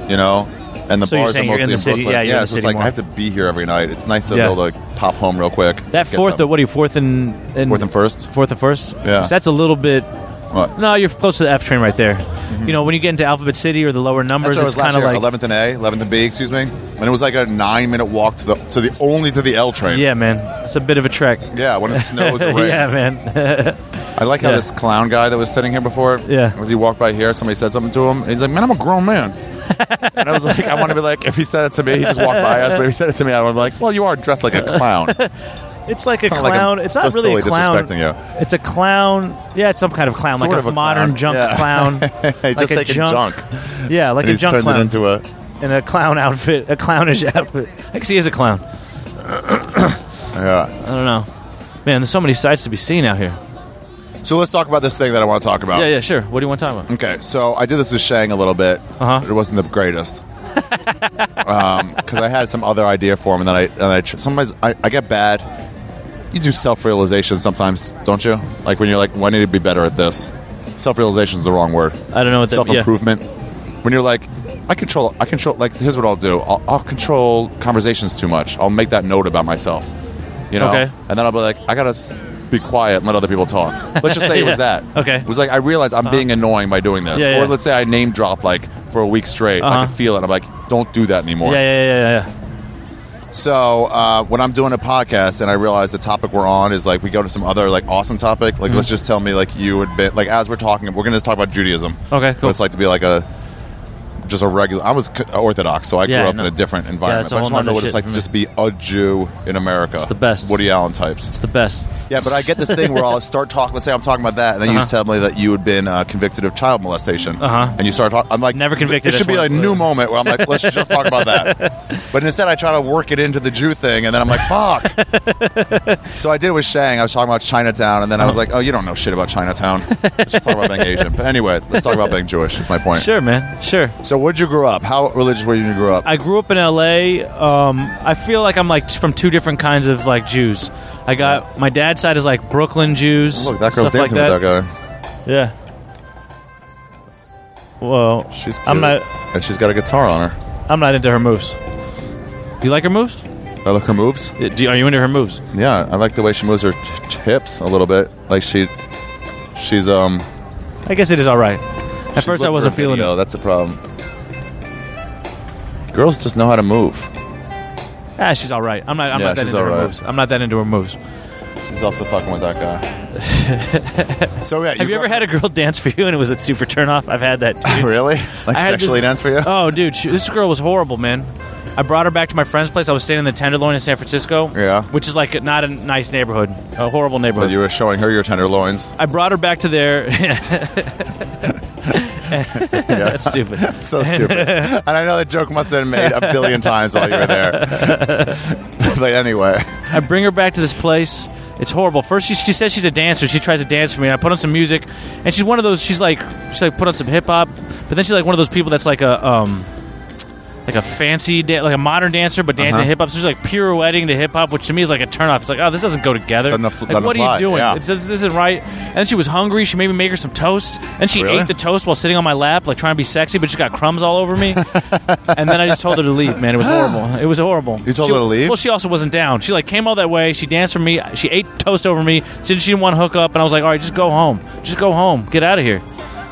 F: you know. And the
B: So you're
F: bars are
B: saying you're
F: mostly
B: in the city-
F: Brooklyn.
B: yeah, you're in the
F: so
B: city
F: it's like
B: more.
F: I have to be here every night. It's nice to
B: Yeah.
F: be able to pop home real quick.
B: That
F: get
B: fourth,
F: something.
B: or what are you fourth and, and
F: Fourth and first?
B: Fourth and first.
F: Yeah.
B: So that's a little bit.
F: What?
B: No, you're close to the F train right there. You know, when you get into Alphabet City or the lower numbers,
F: Mm-hmm. That's what it
B: it's
F: was last
B: kind of
F: year,
B: like
F: 11th and A, 11th and B, excuse me. And it was like a nine minute walk to the to the only to the L train.
B: yeah, man, it's a bit of a trek.
F: Yeah, when it snows, it rains.
B: yeah, man.
F: I like how
B: Yeah.
F: this clown guy that was sitting here before,
B: Yeah.
F: as he walked by here, somebody said something to him, and he's like, "Man, I'm a grown man." and I was like, I want to be like, if he said it to me, he just walked by us. But if he said it to me, I would be like, well, you are dressed like a clown.
B: It's like a
F: not like I'm
B: clown. it's not
F: just
B: really a
F: totally
B: clown.
F: disrespecting you.
B: It's a clown. Yeah, it's some kind of clown,
F: Sort
B: like
F: of
B: a,
F: a
B: modern
F: clown.
B: junk
F: Yeah.
B: clown.
F: Hey,
B: like
F: just
B: a
F: taking
B: junk.
F: junk.
B: Yeah, like
F: and
B: a
F: he's
B: junk
F: turned
B: clown
F: it into a.
B: in a clown outfit, a clownish outfit. Actually, he is a clown.
F: Yeah.
B: I don't know. Man, there's so many sights to be seen out here.
F: So let's talk about this thing that I want to talk about.
B: Yeah, yeah, sure. What do you want to talk about?
F: Okay, so I did this with Shang a little bit.
B: Uh-huh.
F: It wasn't the greatest. Because I had some other idea for him, and then I, and I tr- sometimes I, I get bad. You do self realization sometimes, don't you? Like when you're like, well, I need to be better at this. Self realization is the wrong word.
B: I don't know what that- yeah.
F: Self improvement. When you're like, I control, I control, like, here's what I'll do I'll, I'll control conversations too much. I'll make that note about myself. You know?
B: Okay.
F: And then I'll be like, I gotta s- be quiet and let other people talk. Let's just say it was
B: Yeah.
F: that.
B: Okay.
F: It was like, I realize I'm being annoying by doing this.
B: Uh-huh. Yeah, yeah.
F: or let's say I name drop like for a week straight.
B: Uh-huh.
F: I can feel it. I'm like, don't do that anymore.
B: Yeah, yeah, yeah, yeah, yeah.
F: So uh, when I'm doing a podcast and I realize the topic we're on is like we go to some other like awesome topic. Like
B: Mm-hmm.
F: let's just tell me like you had been like as we're talking, we're going to talk about Judaism.
B: Okay, cool.
F: What it's like to be like a just a regular. I was c- Orthodox, so I
B: Yeah,
F: grew
B: I
F: up
B: know.
F: in a different
B: Yeah,
F: environment.
B: it's a
F: but I just
B: whole
F: want to know
B: nother
F: what it's
B: shit
F: like to
B: for
F: just be a Jew in America. It's
B: the best.
F: Woody Allen types.
B: It's the best.
F: Yeah, but I get this thing where I'll start talking. Let's say I'm talking about that, and then you
B: Uh-huh.
F: tell me that you had been uh, convicted of child molestation,
B: Uh-huh.
F: and you start talking. I'm like,
B: Never convicted,
F: It should be
B: that's
F: a
B: one.
F: new moment where I'm like, let's just talk about that. But instead, I try to work it into the Jew thing, and then I'm like, fuck. so I did it with Shang. I was talking about Chinatown, and then I
B: Uh-huh.
F: was like, oh, you don't know shit about Chinatown. Let's just talk about being Asian. But anyway, let's talk about being Jewish. Is my point.
B: Sure, man. Sure.
F: So, where'd you grow up? How religious were you when you grew up?
B: I grew up in LA. Um, I feel like I'm like from two different kinds of like Jews. I got my dad's side is like Brooklyn Jews.
F: Look, that girl's
B: stuff
F: dancing
B: like that.
F: with that
B: Yeah. Well,
F: guy. She's cute.
B: I'm not.
F: and she's got a guitar on her.
B: I'm not into her moves. You like her moves?
F: I look her moves.
B: Uh, Do, are you into her moves?
F: Yeah, I like the way she moves her ch- ch- hips a little bit. Like she, she's um.
B: I guess it is all right. At first, I wasn't feeling
F: Oh,
B: it.
F: that's a problem. Girls just know how to move.
B: Ah, she's all right. I'm not. I'm
F: Yeah,
B: not that
F: she's
B: into her
F: all right.
B: moves. I'm not that into her moves.
F: She's also fucking with that guy. so yeah,
B: Have you ever had a girl dance for you and it was a super turnoff? I've had that. too.
F: really like
B: I had
F: sexually
B: this-
F: dance for you?
B: Oh, dude, she, this girl was horrible, man. I brought her back to my friend's place. I was staying in the Tenderloin in San Francisco.
F: Yeah.
B: Which is like not a nice neighborhood, a horrible
F: But
B: neighborhood.
F: you were showing her your tenderloins.
B: I brought her back to there. That's stupid.
F: So stupid. and I know that joke must have been made a billion times while you were there. but anyway,
B: I bring her back to this place. It's horrible. First, she, she says she's a dancer. She tries to dance for me, and I put on some music. And she's one of those. She's like, she's like put on some hip hop, but then she's like one of those people that's like a um, like a fancy, da- like a modern dancer, but
F: Uh-huh.
B: dancing hip hop. So she's like pirouetting to hip hop, which to me is like a turnoff. It's like, oh, this doesn't go together.
F: Doesn't fl-
B: Like,
F: doesn't
B: what are
F: fly,
B: you doing?
F: yeah.
B: It's, this, this isn't right. And then she was hungry. She made me make her some toast, and she
F: Really?
B: ate the toast while sitting on my lap, like trying to be sexy, but she got crumbs all over me. and then I just told her to leave. Man, it was horrible. It was horrible.
F: You told
B: She-
F: her to leave?
B: Well, she also wasn't down. She like came all that way. She danced for me. She ate toast over me. Since she didn't want to hook up, and I was like, all right, just go home. Just go home. Get out of here.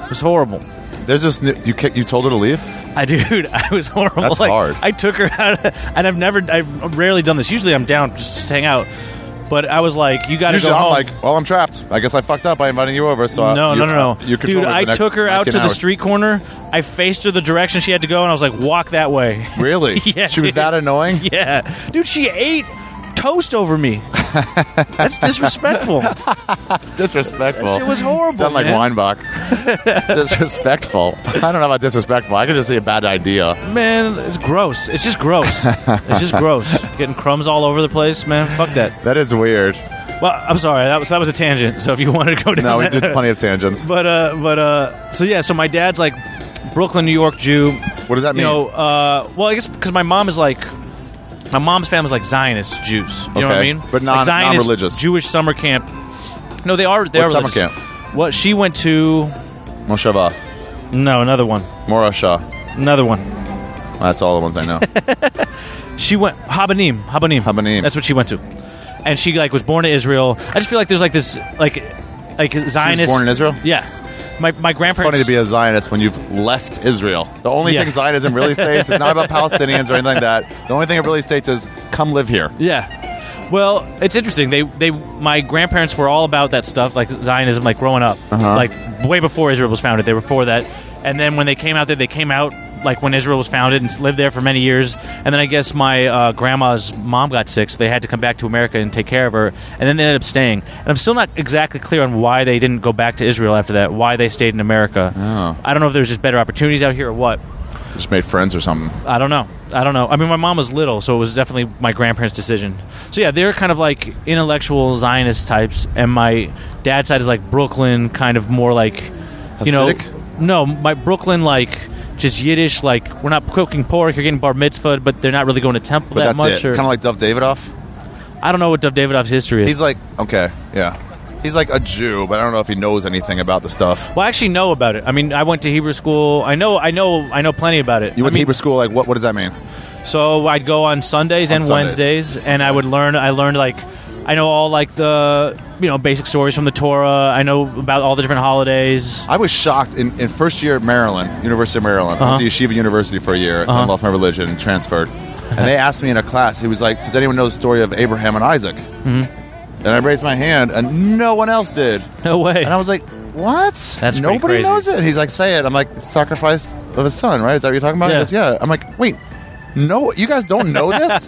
B: It was horrible.
F: There's this. New, you kick, you told her to leave.
B: I dude, I was horrible.
F: That's
B: like,
F: hard.
B: I took her out, and I've never, I've rarely done this. Usually, I'm down just to hang out. But I was like, you got to go
F: Usually I'm
B: home.
F: like, well, I'm trapped. I guess I fucked up by inviting you over. So uh,
B: no,
F: you,
B: no, no, no,
F: You
B: dude.
F: control me for
B: I
F: the next
B: took her out to
F: 19
B: the
F: hours.
B: street corner. I faced her the direction she had to go, and I was like, walk that way.
F: Really?
B: Yeah,
F: She was
B: dude.
F: that annoying.
B: yeah, dude, she ate toast over me. That's disrespectful.
F: Disrespectful.
B: It was horrible.
F: Sound like
B: man.
F: Weinbach. disrespectful. I don't know about disrespectful. I could just see a bad idea.
B: Man, it's gross. It's just gross. it's just gross. Getting crumbs all over the place, man. Fuck that.
F: That is weird.
B: Well, I'm sorry. That was that was a tangent. So if you wanted to go down,
F: No, we
B: that-
F: did plenty of tangents.
B: But uh, but uh, so yeah. So my dad's like Brooklyn, New York Jew.
F: What does that
B: You
F: mean?
B: know, uh, well, I guess because my mom is like. My mom's family's like Zionist Jews. You know what I
F: Okay,
B: mean?
F: but non-
B: like Zionist
F: non-religious.
B: Jewish summer camp. No, they are. They
F: What
B: are
F: summer
B: religious.
F: camp?
B: What she went to?
F: Mosheva,
B: No, another one.
F: Morasha.
B: Another one.
F: That's all the ones I know.
B: She went Habanim. Habanim.
F: Habanim.
B: That's what she went to. And she like was born in Israel. I just feel like there's like this like like Zionist.
F: born in Israel?
B: Yeah. My my
F: it's
B: grandparents.
F: funny to be a Zionist when you've left Israel. The only
B: Yeah.
F: thing Zionism really states is not about Palestinians or anything like that. The only thing it really states is come live here.
B: Yeah. Well, it's interesting. They they my grandparents were all about that stuff, like Zionism, like growing up, like way before Israel was founded. They were for that, and then when they came out there, they came out like when Israel was founded and lived there for many years. And then I guess my uh, grandma's mom got sick, so they had to come back to America and take care of her. And then they ended up staying. And I'm still not exactly clear on why they didn't go back to Israel after that. Why they stayed in America. I don't know if there's just better opportunities out here or what.
F: Just made friends or something.
B: I don't know. I don't know. I mean, my mom was little, so it was definitely my grandparents' decision. So yeah, they're kind of like intellectual Zionist types, and my dad's side is like Brooklyn, kind of more like, you know,
F: Hasidic?
B: no, my Brooklyn like just Yiddish. Like we're not cooking pork, you're getting bar mitzvah, but they're not really going to temple
F: But
B: that
F: that's
B: much.
F: it.
B: Or,
F: Kind of like Dov Davidoff.
B: I don't know what Dov Davidoff's history is.
F: He's like, okay, yeah. He's like a Jew, but I don't know if he knows anything about the stuff.
B: well, I actually know about it. I mean, I went to Hebrew school. I know, I know, I know plenty about it.
F: You
B: I mean,
F: went to Hebrew school, like, what, what does that mean?
B: So I'd go on Sundays
F: On
B: and
F: Sundays.
B: Wednesdays, and I would learn. I learned like I know all like the you know basic stories from the Torah. I know about all the different holidays.
F: I was shocked in, in first year at Maryland, University of Maryland. I went to Yeshiva University for a year and then lost my religion and transferred. And they asked me in a class, he was like, Does anyone know the story of Abraham and Isaac? Mm-hmm. And I raised my hand and no one else did.
B: No way.
F: And I was like, What?
B: That's pretty
F: Nobody
B: crazy.
F: knows it. And he's like, Say it. I'm like, Sacrifice of his son, right? Is that what you're talking about? He
B: Yeah.
F: goes, yeah. I'm like, Wait, no, you guys don't know this?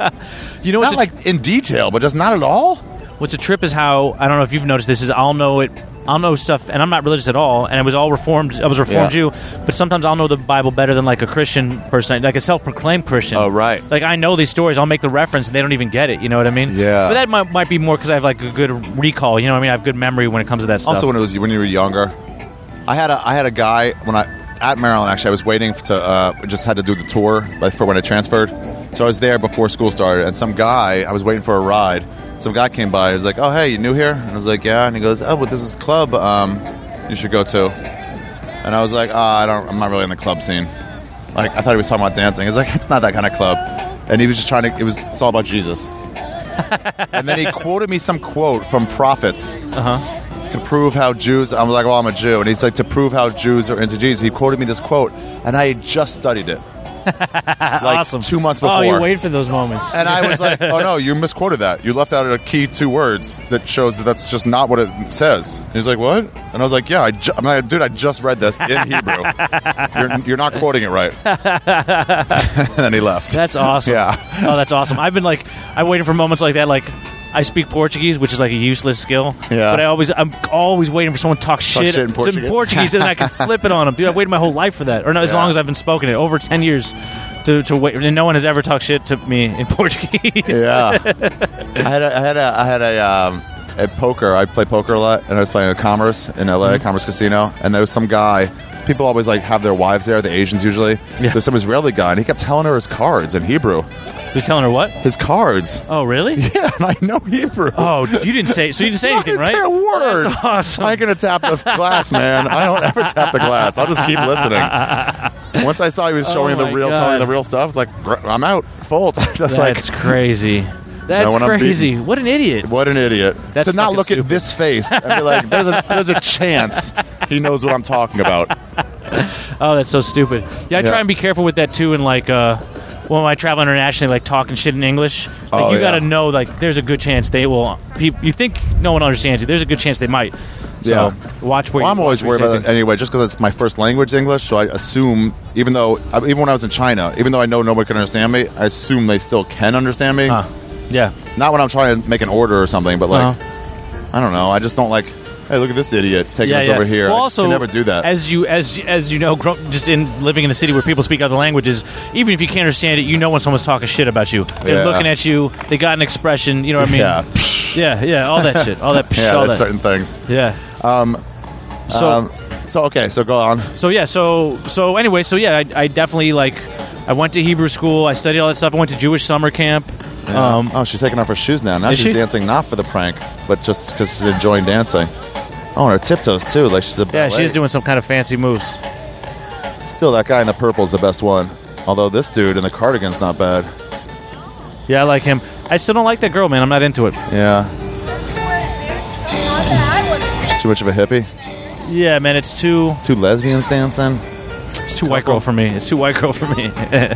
B: you know what's
F: not
B: a,
F: like in detail, but just not at all?
B: what's a trip is how I don't know if you've noticed this is I'll know it. I'll know stuff, and I'm not religious at all. And it was all reformed. I was a reformed
F: Yeah.
B: Jew, but sometimes I'll know the Bible better than like a Christian person, like a self-proclaimed Christian.
F: Oh, right.
B: Like I know these stories. I'll make the reference, and they don't even get it. You know what I mean?
F: Yeah.
B: But that might, might be more because I have like a good recall. You know what I mean? I have good memory when it comes to that stuff.
F: Also, when it was when you were younger, I had a I had a guy when I at Maryland actually I was waiting to uh, just had to do the tour like, for when I transferred, so I was there before school started, and some guy I was waiting for a ride. Some guy came by. He was like, "Oh, hey, you new here?" And I was like, "Yeah." And he goes, "Oh, but this is club. Um, you should go to." And I was like, "Ah, I don't. I'm not really in the club scene." Like I thought he was talking about dancing. He's like, "It's not that kind of club." And he was just trying to. It was. It's all about Jesus. and then he quoted me some quote from prophets
B: Uh-huh.
F: to prove how Jews. I'm like, well, I'm a Jew, and he's like, to prove how Jews are into Jesus. He quoted me this quote, and I had just studied it, like
B: awesome.
F: two months before.
B: Oh, you wait for those moments.
F: and I was like, oh no, you misquoted that. You left out a key two words that shows that that's just not what it says. He's like, what? And I was like, yeah, I ju- I'm like, dude, I just read this in Hebrew. you're, you're not quoting it right. and then he left.
B: That's awesome.
F: Yeah.
B: Oh, that's awesome. I've been like, I waited for moments like that. Like, I speak Portuguese, which is like a useless skill.
F: Yeah.
B: But I always, I'm always waiting for someone to talk, shit,
F: shit in
B: to
F: Portuguese.
B: Portuguese, and then I can flip it on them. Dude, I've waited my whole life for that. Or no, as
F: Yeah.
B: long as I've been spoken it, over ten years. To, to wait, and no one has ever talked shit to me in Portuguese.
F: Yeah, I had a, I had a, I had a, um,
B: Mm-hmm.
F: a poker. I play poker a lot, and I was playing a Commerce in LA, Commerce Casino, and there was some guy people always like have their wives there. The Asians usually.
B: Yeah.
F: There's some Israeli guy, and he kept telling her his cards in Hebrew.
B: Who's telling her what?
F: His cards.
B: Oh, really?
F: Yeah, and I know Hebrew.
B: Oh, you didn't say. So you didn't say
F: I
B: anything, right?
F: didn't say a word.
B: That's awesome.
F: I ain't gonna tap the glass, man. I don't ever tap the glass. I'll just keep listening. Once I saw he was showing
B: Oh my
F: the real,
B: God.
F: telling the real stuff, I was like, "Gr- I'm out, full. That's like,
B: That's crazy. That's
F: when I'm beaten-
B: crazy. What an idiot.
F: what an idiot
B: That's
F: to not
B: fucking
F: look
B: stupid.
F: at this face. I mean, like, there's a there's a chance he knows what I'm talking about.
B: Oh, that's so stupid. Yeah, I
F: Yeah.
B: try and be careful with that too. And like, uh, when I travel internationally, like talking shit in English, like
F: Oh,
B: you
F: yeah.
B: gotta know, like, there's a good chance they will. Peop you think no one understands you? There's a good chance they might. So
F: Yeah.
B: watch where.
F: Well,
B: you-
F: I'm always
B: watch where
F: worried
B: you
F: about
B: say
F: that anyway, just because it's my first language, English. So I assume, even though, uh, even when I was in China, even though I know nobody can understand me, I assume they still can understand me.
B: things. Yeah. Uh-huh.
F: Not when I'm trying to make an order or something, but like, I don't know. I just don't like. Hey, look at this idiot taking
B: yeah,
F: us
B: yeah.
F: over here.
B: Well,
F: I just
B: also,
F: can never do that.
B: As you as as you know, grow, just in living in a city where people speak other languages, even if you can't understand it, you know when someone's talking shit about you. They're
F: Yeah.
B: looking at you. They got an expression. You know what I mean?
F: yeah,
B: yeah, yeah, All that shit. All that. psh,
F: yeah,
B: all
F: that's
B: that.
F: certain things.
B: Yeah. Um. So.
F: um, so okay, so go on.
B: So yeah, so so anyway, so yeah, I, I definitely like. I went to Hebrew school. I studied all that stuff. I went to Jewish summer camp. Um,
F: oh, she's taking off her shoes now. Now
B: Is
F: she's
B: she?
F: dancing not for the prank, but just because she's enjoying dancing. Oh, and her tiptoes too. Like she's a
B: yeah,
F: ballet.
B: she's doing some kind of fancy moves.
F: Still, that guy in the purple is the best one. Although this dude in the cardigan's not bad.
B: Yeah, I like him. I still don't like that girl, man. I'm not into it.
F: Yeah. Too much of a hippie.
B: Yeah, man, it's too
F: Two lesbians dancing.
B: it's too white girl for me. It's too white girl for me.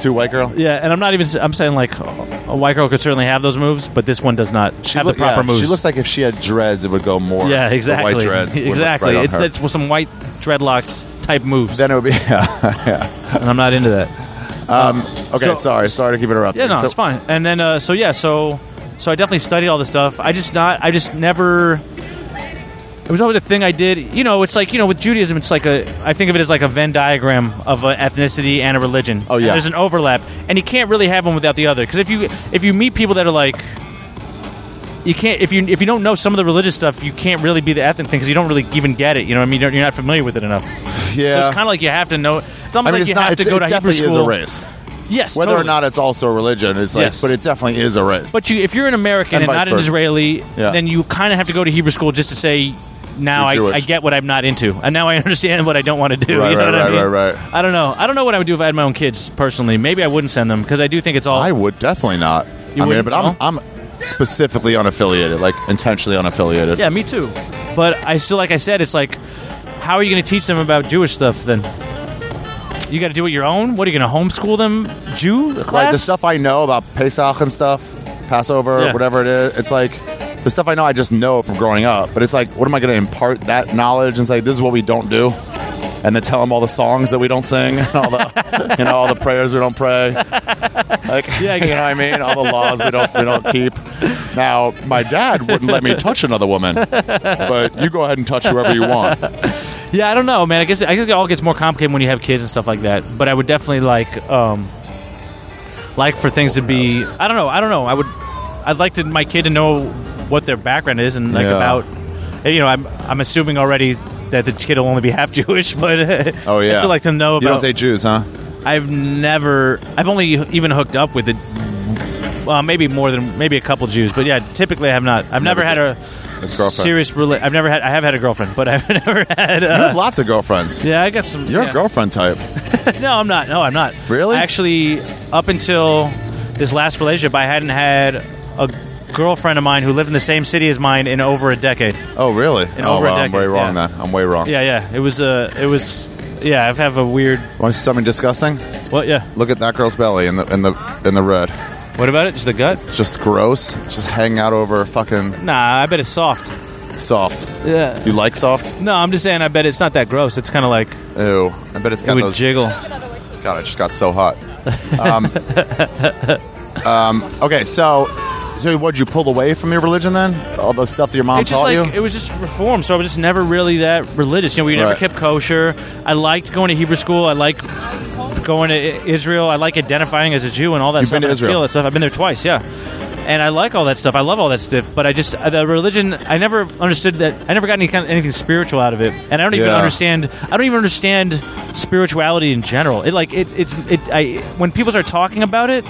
F: Two white girl.
B: yeah, and I'm not even. s- I'm saying like a white girl could certainly have those moves, but this one does not have
F: look-
B: the proper
F: yeah,
B: moves.
F: She looks like if she had dreads, it would go more.
B: yeah, exactly.
F: The white dreads. would look
B: exactly.
F: right on
B: it's
F: her.
B: that's with some white dreadlocks type moves,
F: then it would be. Yeah, yeah.
B: and I'm not into that.
F: Okay,
B: So-
F: sorry, sorry to keep interrupting.
B: Yeah, no,
F: So-
B: it's fine. And then uh, so yeah, so so I definitely studied all this stuff. I just not I just never it was always a thing I did. You know, it's like you know with Judaism, it's like a I think of it as like a Venn diagram of an ethnicity and a religion.
F: Oh, yeah.
B: And there's an overlap, and you can't really have one without the other. Because if you if you meet people that are like you can't if you if you don't know some of the religious stuff, you can't really be the ethnic thing because you don't really even get it. You know, what I mean, you're, you're not familiar with it enough.
F: Yeah.
B: So it's kind of like you have to know. It's almost
F: I mean,
B: like
F: it's
B: you
F: not.
B: have to
F: it's-
B: go
F: it
B: to Hebrew
F: definitely
B: school.
F: is a race.
B: Yes,
F: Whether or
B: totally.
F: not it's also a religion, it's like.
B: Yes.
F: But it definitely is a race.
B: But you, if you're an American and,
F: And vice
B: not an
F: versa.
B: Israeli,
F: Yeah.
B: then you kind of have to go to Hebrew school just to say, now
F: You're
B: I,
F: Jewish.
B: I get what I'm not into, and now I understand what I don't want to do.
F: Right,
B: you know
F: right,
B: what I
F: right,
B: mean?
F: right, right.
B: I don't know. I don't know what I would do if I had my own kids personally. Maybe I wouldn't send them because I do think it's all.
F: I would definitely not.
B: You
F: I mean,
B: wouldn't?
F: but I'm,
B: No?
F: I'm specifically unaffiliated, like intentionally unaffiliated.
B: yeah, me too. But I still, like I said, it's like, how are you going to teach them about Jewish stuff then? You got to do it your own. What are you going to homeschool them? Jew class?
F: Like the stuff I know about Pesach and stuff, Passover,
B: Yeah.
F: whatever it is. It's like the stuff I know I just know from growing up. But it's like, what am I going to impart that knowledge and say this is what we don't do, and then tell them all the songs that we don't sing, and all the you know all the prayers we don't pray. Like
B: Yeah, I
F: you know what I mean? All the laws we don't we don't keep. Now my dad wouldn't let me touch another woman, but you go ahead and touch whoever you want.
B: Yeah, I don't know, man. I guess I guess it all gets more complicated when you have kids and stuff like that. But I would definitely like um like for things to be I don't know, I don't know. I would I'd like to my kid to know what their background is and like
F: Yeah.
B: about eh, you know, I'm I'm assuming already that the kid will only be half Jewish, but
F: Oh yeah,
B: I still like to know
F: You don't
B: about
F: date Jews, huh?
B: I've never I've only even hooked up with it well, maybe more than maybe a couple Jews, but yeah, typically I have not. I've never, had a
F: girlfriend.
B: serious rela- I've never had I have had a girlfriend, but I've never had
F: You
B: uh,
F: have lots of girlfriends.
B: yeah, I got some.
F: You're
B: yeah.
F: a girlfriend type.
B: No, I'm not. No, I'm not.
F: Really?
B: Actually, up until this last relationship, I hadn't had a girlfriend of mine who lived in the same city as mine in over a decade.
F: Oh, really? oh,
B: over a
F: wow, I'm
B: decade,
F: way wrong
B: yeah.
F: then. I'm way wrong.
B: Yeah, yeah. It was uh, it was. Yeah, I have a weird.
F: Want to see something disgusting?
B: What? Yeah.
F: Look at that girl's belly in the in the in the red.
B: What about it? Just the gut?
F: It's just gross. It's Just hanging out over fucking
B: Nah, I bet it's soft.
F: soft.
B: Yeah.
F: You like soft?
B: No, I'm just saying. I bet it's not that gross. It's kind of like
F: Ew. I bet it's
B: it
F: got
B: would
F: those.
B: jiggle.
F: God, I just got so hot. Um, um, okay, so so what? Did you pull away from your religion then? All the stuff that your mom
B: It's just
F: taught
B: like
F: you.
B: it was just reform, so I was just never really that religious. You know, we never
F: Right.
B: kept kosher. I liked going to Hebrew school. I liked going to I- Israel. I like identifying as a Jew and all that
F: You've
B: stuff.
F: been to
B: and I
F: Israel?
B: feel that stuff. I've been there twice. Yeah, and I like all that stuff. I love all that stuff, but I just uh, the religion. I never understood that. I never got any kind of anything spiritual out of it, and I don't even
F: Yeah.
B: understand. I don't even understand spirituality in general. It like it it's it. I when people start talking about it,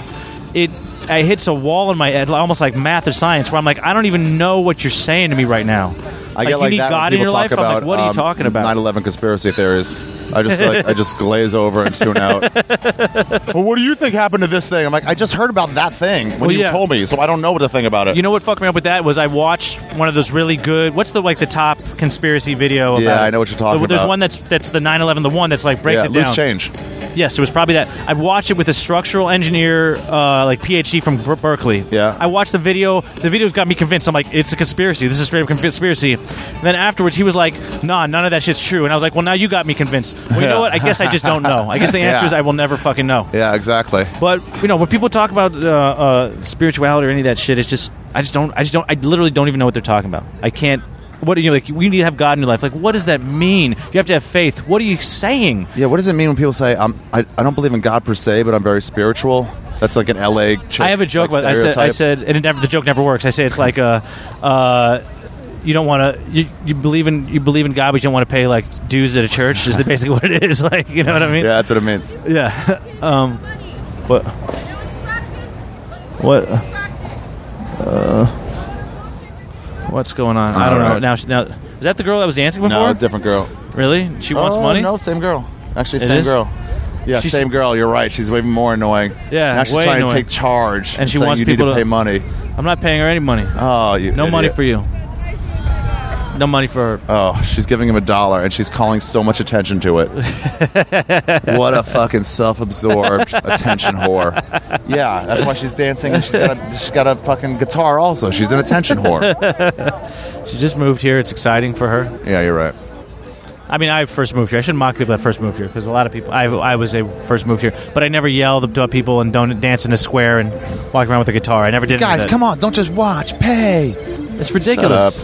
B: it I hits a wall in my head, almost like math or science, where I'm like, I don't even know what you're saying to me right now.
F: I
B: like,
F: get
B: you
F: like
B: need
F: that
B: God
F: when
B: in
F: people
B: your
F: talk
B: life.
F: about
B: I'm like, what are you
F: um,
B: talking about?
F: 9/11 conspiracy theories. I just like I just glaze over and tune out. well, what do you think happened to this thing? I'm like, I just heard about that thing when
B: Well,
F: you
B: yeah.
F: told me, so I don't know what to think about it.
B: You know what fucked me up with that was I watched one of those really good. What's the like the top conspiracy video? About
F: Yeah,
B: it?
F: I know what you're talking
B: There's
F: about.
B: one that's that's the 9/11, the one that's like breaks
F: yeah,
B: it
F: loose
B: down.
F: change.
B: Yes, it was probably that. I watched it with a structural engineer, uh, like PhD from Ber- Berkeley.
F: Yeah.
B: I watched the video. The video's got me convinced. I'm like, it's a conspiracy. This is straight up conspiracy. And then afterwards, he was like, Nah, none of that shit's true. And I was like, Well, now you got me convinced. Well, you know what? I guess I just don't know. I guess the answer
F: Yeah.
B: is I will never fucking know.
F: Yeah, exactly.
B: But you know, when people talk about uh, uh, spirituality or any of that shit, it's just I just don't I just don't I literally don't even know what they're talking about. I can't. What do you like? We need to have God in your life. Like, what does that mean? You have to have faith. What are you saying?
F: Yeah, what does it mean when people say I'm, I I don't believe in God per se, but I'm very spiritual? That's like an LA. Chick,
B: I have a joke
F: like,
B: about. I said, I
F: stereotype.
B: said, and it never, the joke never works. I say it's like uh, uh, you don't want to. You, you believe in you believe in God, but you don't want to pay like dues at a church. Is basically what it is. Like, you know what I mean?
F: Yeah, that's what it means.
B: Yeah. um, what? What? Uh, what's going on? I don't
F: All
B: know.
F: right.
B: Now, now, is that the girl that was dancing before?
F: No, different girl.
B: Really? She wants
F: Oh,
B: money.
F: No, same girl. Actually,
B: It
F: same
B: is?
F: girl. Yeah,
B: She's-
F: same girl. You're right. She's way more annoying.
B: Yeah,
F: now she's
B: way
F: trying
B: annoying.
F: to take charge.
B: And she
F: saying
B: wants
F: you
B: people
F: need
B: to-
F: to pay money.
B: I'm not paying her any money.
F: Oh, you
B: no
F: idiot.
B: money for you. No money for her.
F: Oh, she's giving him a dollar, and she's calling so much attention to it. what a fucking self-absorbed attention whore. Yeah, that's why she's dancing. And she's got a, she's got a fucking guitar. Also, she's an attention whore.
B: She just moved here. It's exciting for her.
F: Yeah, you're right.
B: I mean, I first moved here. I shouldn't mock people that first moved here because a lot of people. I, I was a first moved here, but I never yelled about people and don't dance in a square and walk around with a guitar. I never did.
F: Guys, come on! Don't just watch. Pay.
B: on, it's ridiculous.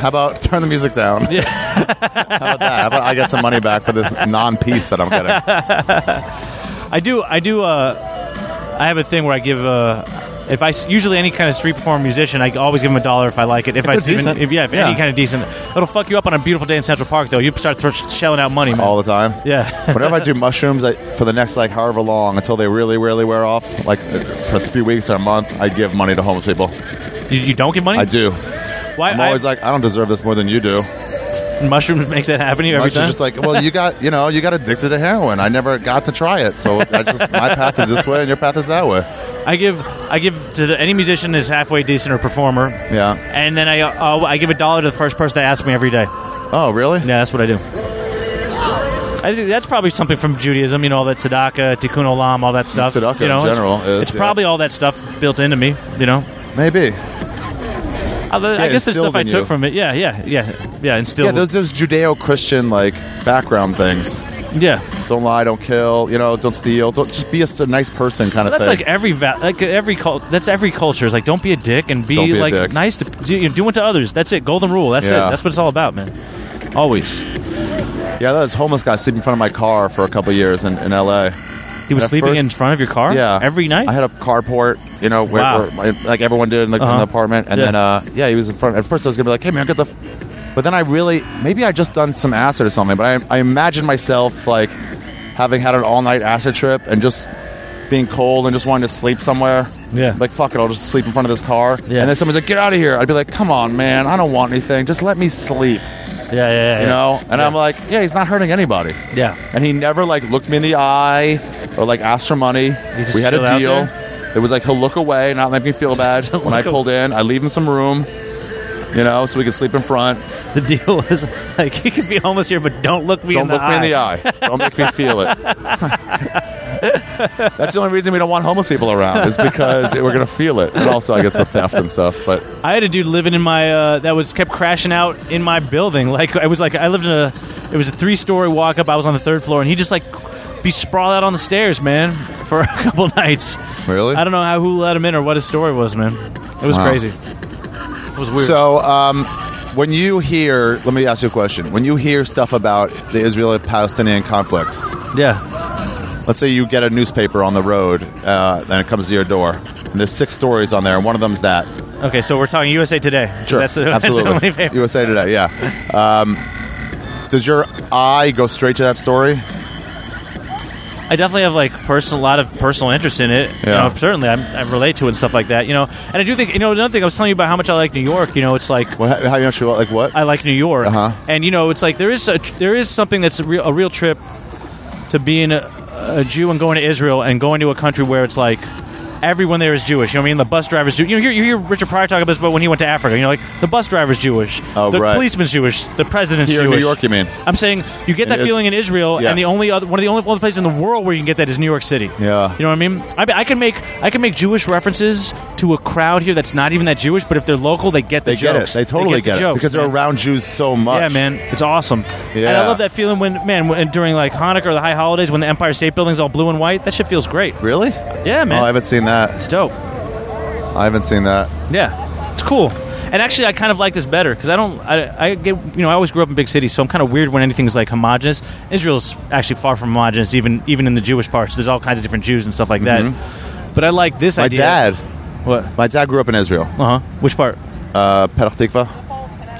F: How about turn the music down? Yeah. How about that? How about I get some money back for this non-piece that I'm getting?
B: I do. I do. Uh, I have a thing where I give. Uh, if I s- usually any kind of street performer musician, I always give them a dollar if I like it. If, I even,
F: decent.
B: if yeah, if
F: Yeah.
B: any kind of decent, it'll fuck you up on a beautiful day in Central Park though. You start thro- shelling out money, man.
F: all the time.
B: yeah,
F: Whenever I do mushrooms, I, for the next like however long until they really, really wear off, like uh, for a few weeks or a month, I give money to homeless people.
B: you, you don't give money.
F: I do.
B: Why?
F: I'm always like, I don't deserve this more than you do.
B: like mushrooms makes that happen to you every
F: Much is
B: time.
F: just like, well, you got, you know, you got addicted to heroin. I never got to try it, so I just my path is this way and your path is that way.
B: I give. I give to the, any musician that's halfway decent or performer.
F: Yeah.
B: And then I uh, I give a dollar to the first person that asks me every day.
F: Oh, really?
B: Yeah, that's what I do. I think that's probably something from Judaism, you know, all that tzedakah, tikkun olam, all that stuff.
F: Mm, Tzedakah
B: you know,
F: in
B: it's-
F: general is,
B: it's
F: yeah.
B: probably all that stuff built into me, you know.
F: Maybe.
B: Although, I
F: Yeah,
B: guess the
F: instilled
B: stuff I
F: in
B: took
F: you.
B: from it, yeah, yeah, yeah, yeah, and still,
F: Yeah, those those Judeo-Christian like background things.
B: yeah.
F: Don't lie, don't kill. You know, don't steal. Don't just be a, s- a nice person kind of
B: That's
F: thing.
B: like every va- like every cult. That's every culture. Is like, don't be a dick and be,
F: Don't be a
B: like
F: dick.
B: nice to do, you know, do unto others. That's it. Golden rule. That's
F: Yeah.
B: it. That's what it's all about, man. Always.
F: yeah, that was homeless guy sleeping in front of my car for a couple years in, in L.A.
B: He was
F: At
B: sleeping
F: first-
B: in front of your car.
F: Yeah,
B: Every night.
F: I had a carport, you know, where,
B: Wow.
F: where my- like everyone did in the, in
B: Uh-huh.
F: the apartment, and
B: Yeah.
F: then uh, yeah, he was in front. At first, I was gonna be like, "Hey man, get the," f-. but then I really maybe I just done some acid or something. But I I imagined myself like having had an all night acid trip and just being cold and just wanting to sleep somewhere.
B: Yeah.
F: Like fuck it, I'll just sleep in front of this car.
B: Yeah.
F: And then someone's like, "Get out of here!" I'd be like, "Come on, man, I don't want anything. Just let me sleep,"
B: yeah, yeah, yeah.
F: you know. And I'm like, "Yeah, he's not hurting anybody."
B: yeah.
F: and he never like looked me in the eye or like asked for money.
B: just
F: We had
B: chill
F: a
B: out
F: deal. It was like he'll look away, not make me feel bad.
B: don't
F: When I
B: look
F: pulled in, I leave him some room, you know, so we could sleep in front.
B: The deal was like, you could be homeless here, but don't look me
F: Don't
B: in the
F: look
B: eye.
F: me in the eye. Don't make me feel it. That's the only reason we don't want homeless people around is because we're gonna feel it, and also I guess the theft and stuff. But
B: I had a dude living in my uh, that was kept crashing out in my building. Like I was like I lived in a it was a three story walk up. I was on the third floor, and he just like be sprawled out on the stairs, man, for a couple nights.
F: really,
B: I don't know how who let him in or what his story was, man. It was
F: Wow.
B: crazy. It was weird.
F: So, um, when you hear, let me ask you a question. When you hear stuff about the Israeli-Palestinian conflict,
B: yeah,
F: Let's say you get a newspaper on the road, uh, and it comes to your door, and there's six stories on there, and one of them's that.
B: Okay, so we're talking USA Today. 'cause
F: Sure,
B: That's the, that's the
F: absolutely.
B: only favorite.
F: USA Today, yeah. Um, does your eye go straight to that story?
B: I definitely have like personal, lot of personal interest in it. You
F: Yeah.
B: know, certainly, I'm, I relate to it and stuff like that. You know, and I do think you know another thing. I was telling you about how much I like New York. You know, it's like
F: What, how you actually like what?
B: I like New York,
F: Uh-huh.
B: and you know, it's like there is a, there is something that's a real, a real trip to being a, a Jew and going to Israel and going to a country where it's like everyone there is Jewish. You know what I mean? The bus driver's Jew. You know, you hear, you hear Richard Pryor talk about this, but when he went to Africa, you know, like the bus driver's Jewish,
F: Oh,
B: the
F: right.
B: policeman's Jewish, the president's
F: Here in
B: Jewish.
F: New York, you mean?
B: I'm saying you get that
F: It is-
B: feeling in Israel,
F: Yes.
B: and the only other, one of the only other places in the world where you can get that is New York City.
F: Yeah.
B: you know what I mean? I, mean, I can make I can make Jewish references to a crowd here that's not even that Jewish, but if they're local, they get the
F: They get
B: jokes.
F: it. They totally
B: get,
F: get,
B: the
F: it
B: jokes,
F: because they're
B: man.
F: around Jews so much.
B: Yeah, man, it's awesome. And I
F: Yeah.
B: love that feeling when, man, when, during like Hanukkah or the high holidays, when the Empire State Building's all blue and white, that shit feels great.
F: Really?
B: Yeah, man,
F: Oh, I haven't seen that.
B: it's dope.
F: I haven't seen that.
B: Yeah, it's cool. And actually, I kind of like this better because I don't. I, I get you know I always grew up in big cities, so I'm kind of weird when anything's like homogenous. Israel's actually far from homogenous, even even in the Jewish parts. There's all kinds of different Jews and stuff like that. But I like this
F: Mm-hmm. My
B: idea.
F: dad,
B: What?
F: my dad grew up in Israel,
B: Uh huh. Which part?
F: uh, Petah Tikva.
B: Oh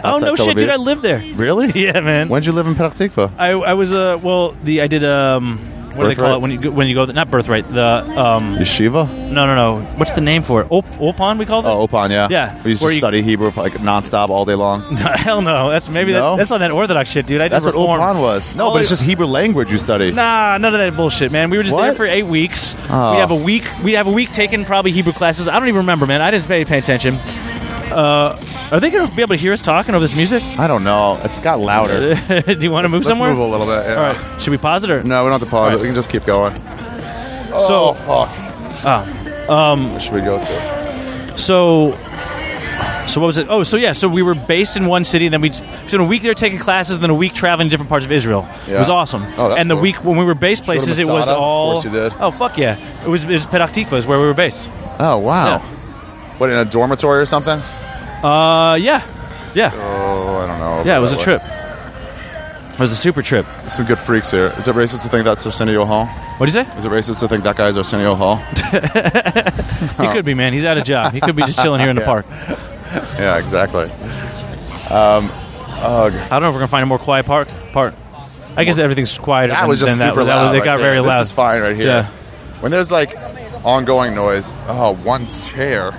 F: outside
B: no,
F: Tel
B: shit,
F: Aviv.
B: dude! I lived there.
F: Really?
B: Yeah, man.
F: When'd you live in Petah Tikva?
B: I, I was uh well the I did um what do they call
F: Birthright?
B: it when you go, when you go not birthright the um
F: Yeshiva?
B: no no no what's the name for it Op- Opon we call it
F: Oh, Opan, yeah.
B: Yeah.
F: We used
B: Where
F: to
B: you-
F: study Hebrew like nonstop all day long.
B: hell no that's maybe
F: No?
B: that, that's not that orthodox shit dude I
F: That's
B: did
F: what
B: reform
F: Opan was. No,
B: All
F: but it's
B: it-
F: just Hebrew language you study.
B: Oh, nah none of that bullshit man we were just there
F: What?
B: for eight weeks
F: Oh.
B: we'd have a week we'd have a week taking probably Hebrew classes I don't even remember man I didn't pay, pay attention uh are they gonna be able to hear us talking over this music
F: I don't know. It's got louder.
B: do you want to move
A: Let's
B: somewhere
A: move a little bit. yeah.
B: all right should we pause it or
A: No, we don't have to pause. it. We can just keep going.
B: so
A: fuck. Where should we go to?
B: So, so what was it? Oh, so yeah, so we were based in one city, and then we spent a week there taking classes, and then a week traveling to different parts of Israel. It was
A: Yeah.
B: awesome.
A: Oh, that's
B: and the
A: cool.
B: week when we were based places, it was
A: Masada? Of
B: all.
A: course you did.
B: Oh fuck yeah! It was it was Petah Tikva is where we were based.
A: Oh wow. What in a dormitory or something?
B: Uh, yeah, yeah,
A: Oh, I don't know.
B: yeah. It
A: about
B: was a
A: that
B: trip. It was a super trip.
A: one. Some good freaks here. Is it racist to think that's Arsenio Hall?
B: What do you say?
A: Is it racist to think that guy's Arsenio Hall?
B: He could be man. He's out of job. He could be just chilling here in the park.
A: yeah, exactly.
B: I don't know if we're gonna find a more quiet park. Park. I guess everything's quieter.
A: That
B: than,
A: was just
B: than
A: super
B: that. That
A: loud.
B: was, it
A: right
B: got
A: there.
B: very loud.
A: This is fine right here.
B: Yeah.
A: When there's like ongoing noise, oh, one chair.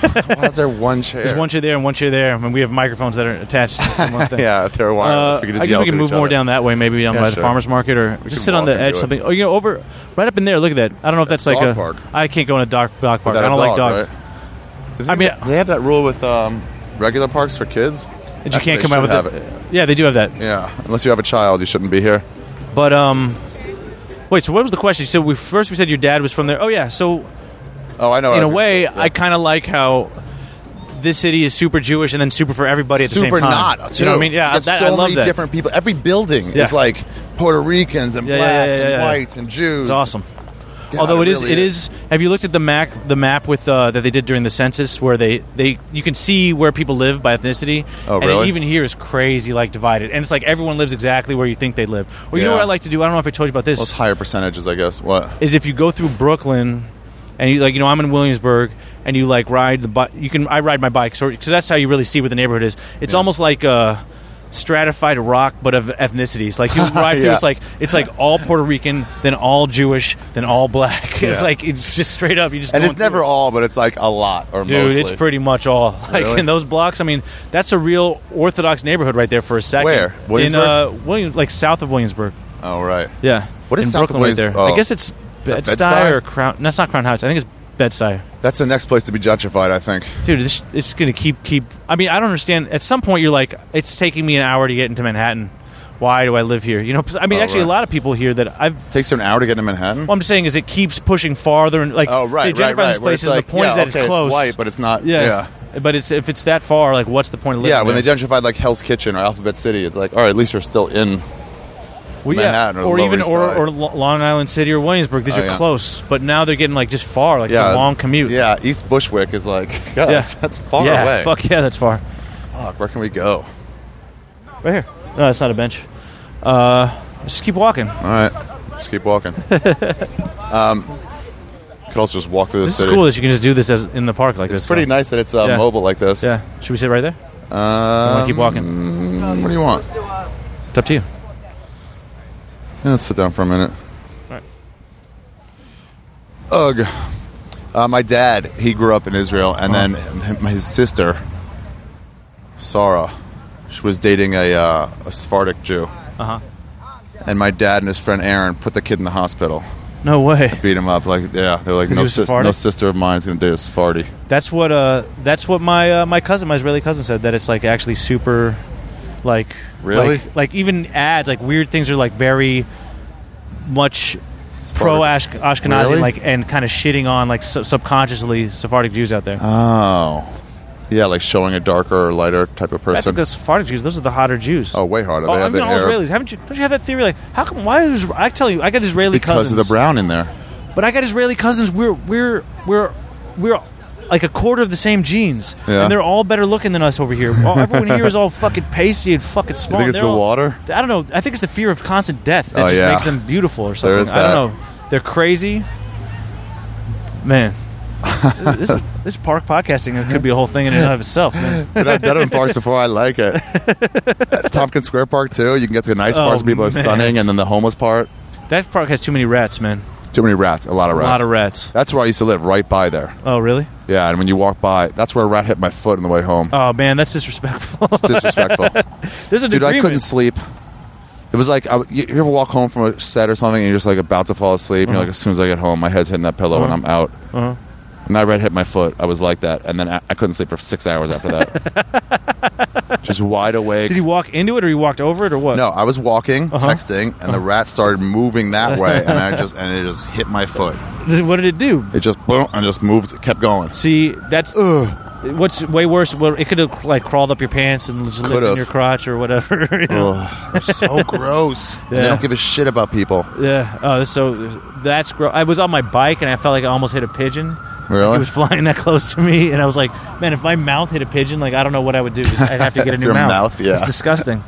A: Why is there one chair?
B: There's one chair there and one chair there, and we have microphones that are attached. to one thing.
A: yeah, they're
B: Uh,
A: wireless. we can just
B: I guess
A: yell
B: we can
A: to
B: move
A: each
B: more
A: other.
B: down that way, maybe down
A: Yeah,
B: by the
A: sure.
B: farmer's market, or
A: We
B: just
A: can
B: sit on
A: walk
B: the
A: and
B: edge
A: do it.
B: something. Oh, you know, over right up in there. Look at that. I don't know if that's, like
A: dog
B: a.
A: park.
B: I can't go in a dog dog park.
A: Without
B: I
A: a
B: don't like
A: dog,
B: dogs.
A: right? Do they
B: I mean-
A: have- they have that rule with um, regular parks for kids.
B: That you
A: Actually,
B: can't
A: they
B: come out
A: should
B: with
A: have
B: it. Yeah, they do have that.
A: Yeah, unless you have a child, you shouldn't be here.
B: But um, wait. So what was the question? So we first we said your dad was from there. Oh yeah. So
A: Oh, I know.
B: in
A: I
B: a
A: was-
B: way, I kind of like how. This city is super Jewish and then super for everybody at the
F: Super
B: same time.
F: not.
B: you know what I
F: too.
B: mean? Yeah,
F: That's
B: that,
F: so
B: I love
F: many
B: that.
F: different people. Every building
B: Yeah.
F: is like Puerto Ricans and
B: Yeah, yeah, yeah,
F: blacks
B: yeah, yeah.
F: and whites and Jews.
B: It's awesome.
F: God,
B: Although it
F: it
B: is,
F: really
B: it
F: is.
B: is. Have you looked at the map? The map with uh, that they did during the census, where they they you can see where people live by ethnicity.
A: Oh,
B: and
A: really?
B: It even here is crazy, like divided, and it's like everyone lives exactly where you think they live. Or you know
A: Yeah.
B: what I like to do? I don't know if I told you about this.
A: Well, it's higher percentages, I guess. What?
B: is if you go through Brooklyn, and you like you know I'm in Williamsburg, and you like ride the bike. You can I ride my bike, so because that's how you really see what the neighborhood is. It's almost like a stratified rock, but of ethnicities. Like you ride through,
A: Yeah.
B: it's like it's like all Puerto Rican, then all Jewish, then all black. It's
A: Yeah.
B: like it's just straight up. You just
A: And
B: going
A: it's never
B: through.
A: all, but it's like a lot or
B: Dude,
A: mostly.
B: it's pretty much all like
A: Really?
B: in those blocks. I mean, that's a real Orthodox neighborhood right there for a second.
A: Where? Williamsburg?
B: In, uh, William, like south of Williamsburg.
A: Oh, right.
B: Yeah.
A: What is
B: in
A: south of
B: Brooklyn right there?
A: Williams- oh.
B: I guess it's
A: that
B: Bed-Stuy
A: Bed-Stuy?
B: or Crown. That's not Crown Heights. I think it's Bed-Stuy.
A: That's the next place to be gentrified, I think.
B: Dude, this it's going to keep keep I mean, I don't understand. At some point you're like it's taking me an hour to get into Manhattan. Why do I live here? You know, 'cause- I mean,
A: Oh,
B: actually a
A: right.
B: lot of people here that I've
A: takes you an hour to get to Manhattan.
B: what I'm saying is it keeps pushing farther and like
A: oh, right,
B: they gentrify
A: right, right.
B: these
A: Where it's
B: places. and
A: like,
B: the point
A: yeah,
B: is that
A: okay,
B: it's close.
A: white, but it's not.
B: yeah.
A: yeah.
B: But it's if it's that far, like what's the point of living?
A: Yeah, when
B: there?
A: they gentrified like Hell's Kitchen or Alphabet City, it's like, all right, at least you're still in.
B: Well,
A: Manhattan or the Lower
B: even
A: East
B: or,
A: Side.
B: or Lo- Long Island City or Williamsburg. These
A: Oh,
B: are
A: yeah.
B: close, but now they're getting like just far, like
A: Yeah,
B: it's a long commute.
A: Yeah, East Bushwick is like, God,
B: Yeah.
A: that's far
B: Yeah,
A: away.
B: Fuck yeah, that's far.
A: Fuck, where can we go?
B: Right here. No, that's not a bench. Uh, just keep walking.
A: All right,
F: Just keep walking. um,
A: Um,
F: could also just walk through the
B: This is
F: city.
B: cool that you can just do this as, in the park like this.
F: It's pretty
B: so-
F: nice that it's uh,
B: Yeah.
F: mobile like this.
B: Yeah. Should we sit right there? Um, keep walking.
F: Mm, What do you want?
B: It's up to you.
F: Yeah, Eh, let's sit down for a minute.
B: Alright.
F: Ugh. Uh, my dad, he grew up in Israel, and
B: Uh-huh.
F: then him- his sister, Sarah, she was dating a, uh, a Sephardic Jew.
B: Uh huh.
F: And my dad and his friend Aaron put the kid in the hospital,
B: No way.
F: beat him up. Like, yeah, they're like,
B: 'Cause he
F: no,
B: was
F: sis-
B: Sephardic?
F: no sister of mine is going to date a Sephardi.
B: That's what uh, that's what my uh, my cousin, my Israeli cousin, said that it's like actually super, like
F: Really?
B: like, like even ads, like weird things are like very much pro Ashkenazi,
F: Really?
B: like and kind of shitting on like sub- subconsciously Sephardic Jews out there.
F: Oh. Yeah, like showing a darker or lighter type of
B: I think
F: person.
B: the Sephardic Jews, those are the hotter Jews.
F: Oh, way harder.
B: Oh,
F: they
B: I
F: have
B: mean,
F: that
B: all
F: Arab-
B: Israelis. Haven't you? Don't you have that theory? Like, how come? Why is I tell you? I got Israeli
F: because
B: cousins
F: of the brown in there.
B: But I got Israeli cousins. We're we're we're we're like a quarter of the same genes,
F: Yeah.
B: and they're all better looking than us over here. All, everyone here is all fucking pasty and fucking small.
F: think it's
B: They're
F: the
B: all-
F: water?
B: I don't know. I think it's the fear of constant death that
F: Oh,
B: just
F: yeah.
B: makes them beautiful or something.
F: is
B: I don't know. They're crazy, man. this, this park podcasting could be a whole thing in and of itself. Man.
F: Dude, I've done it in parks before. I like it. At Tompkins Square Park too. You can get to the nice
B: Oh,
F: parts. where People are
B: man.
F: sunning, and then the homeless part.
B: That park has too many rats, man.
F: Too many rats. A lot of
B: A
F: rats.
B: lot of rats.
F: That's where I used to live, right by there.
B: Oh, really?
F: Yeah, and when you walk by, that's where a rat hit my foot on the way home.
B: Oh man, that's disrespectful.
F: It's disrespectful,
B: There's a
F: dude. I
B: disagreement.
F: couldn't sleep. It was like I, you you ever walk home from a set or something, and you're just like about to fall asleep. And you're
B: Uh-huh.
F: like, as soon as I get home, my head's hitting that pillow, and I'm out. And that rat hit my foot. I was like that, and then I, I couldn't sleep for six hours after that. just wide awake.
B: Did he walk into it or he walked over it or what?
F: No, I was walking,
B: Uh-huh.
F: texting, and the rat started moving that way, and I just and it just hit my foot.
B: Th- What did it do?
F: It just boom, and just moved, kept going.
B: See, that's what's way worse. Well, it could have like crawled up your pants and just lived in
F: Could've.
B: your crotch or whatever. you know?
F: Ugh, so gross. And They
B: Yeah.
F: don't give a shit about people.
B: Yeah. Oh, so that's gross. I was on my bike and I felt like I almost hit a pigeon.
F: Really?
B: He was flying that close to me, and I was like, "Man, if my mouth hit a pigeon, like I don't know what I would do. Just- I'd have to get a new
F: Your
B: mouth.
F: mouth, yeah.
B: It's disgusting.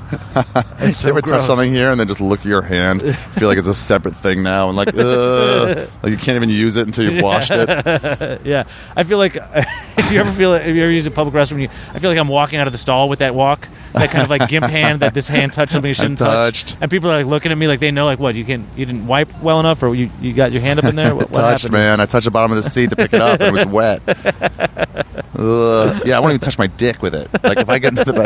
B: it's so
F: you ever touch
B: gross.
F: something here and then just look at your hand, feel like it's a separate thing now, and like, ugh, like you can't even use it until you've washed it.
B: Yeah, I feel like if you ever feel if you ever use a public restroom, you, I feel like I'm walking out of the stall with that walk, that kind of like gimp hand that this hand touched something it shouldn't touch,
F: touched.
B: and people are like looking at me like they know like what you can you didn't wipe well enough or you, you got your hand up in there. What, what
F: touched,
B: happened?
F: man. I touched the bottom of the seat to pick it up, and it was wet. Ugh. Yeah, I won't even touch my dick with it. Like if I get into the,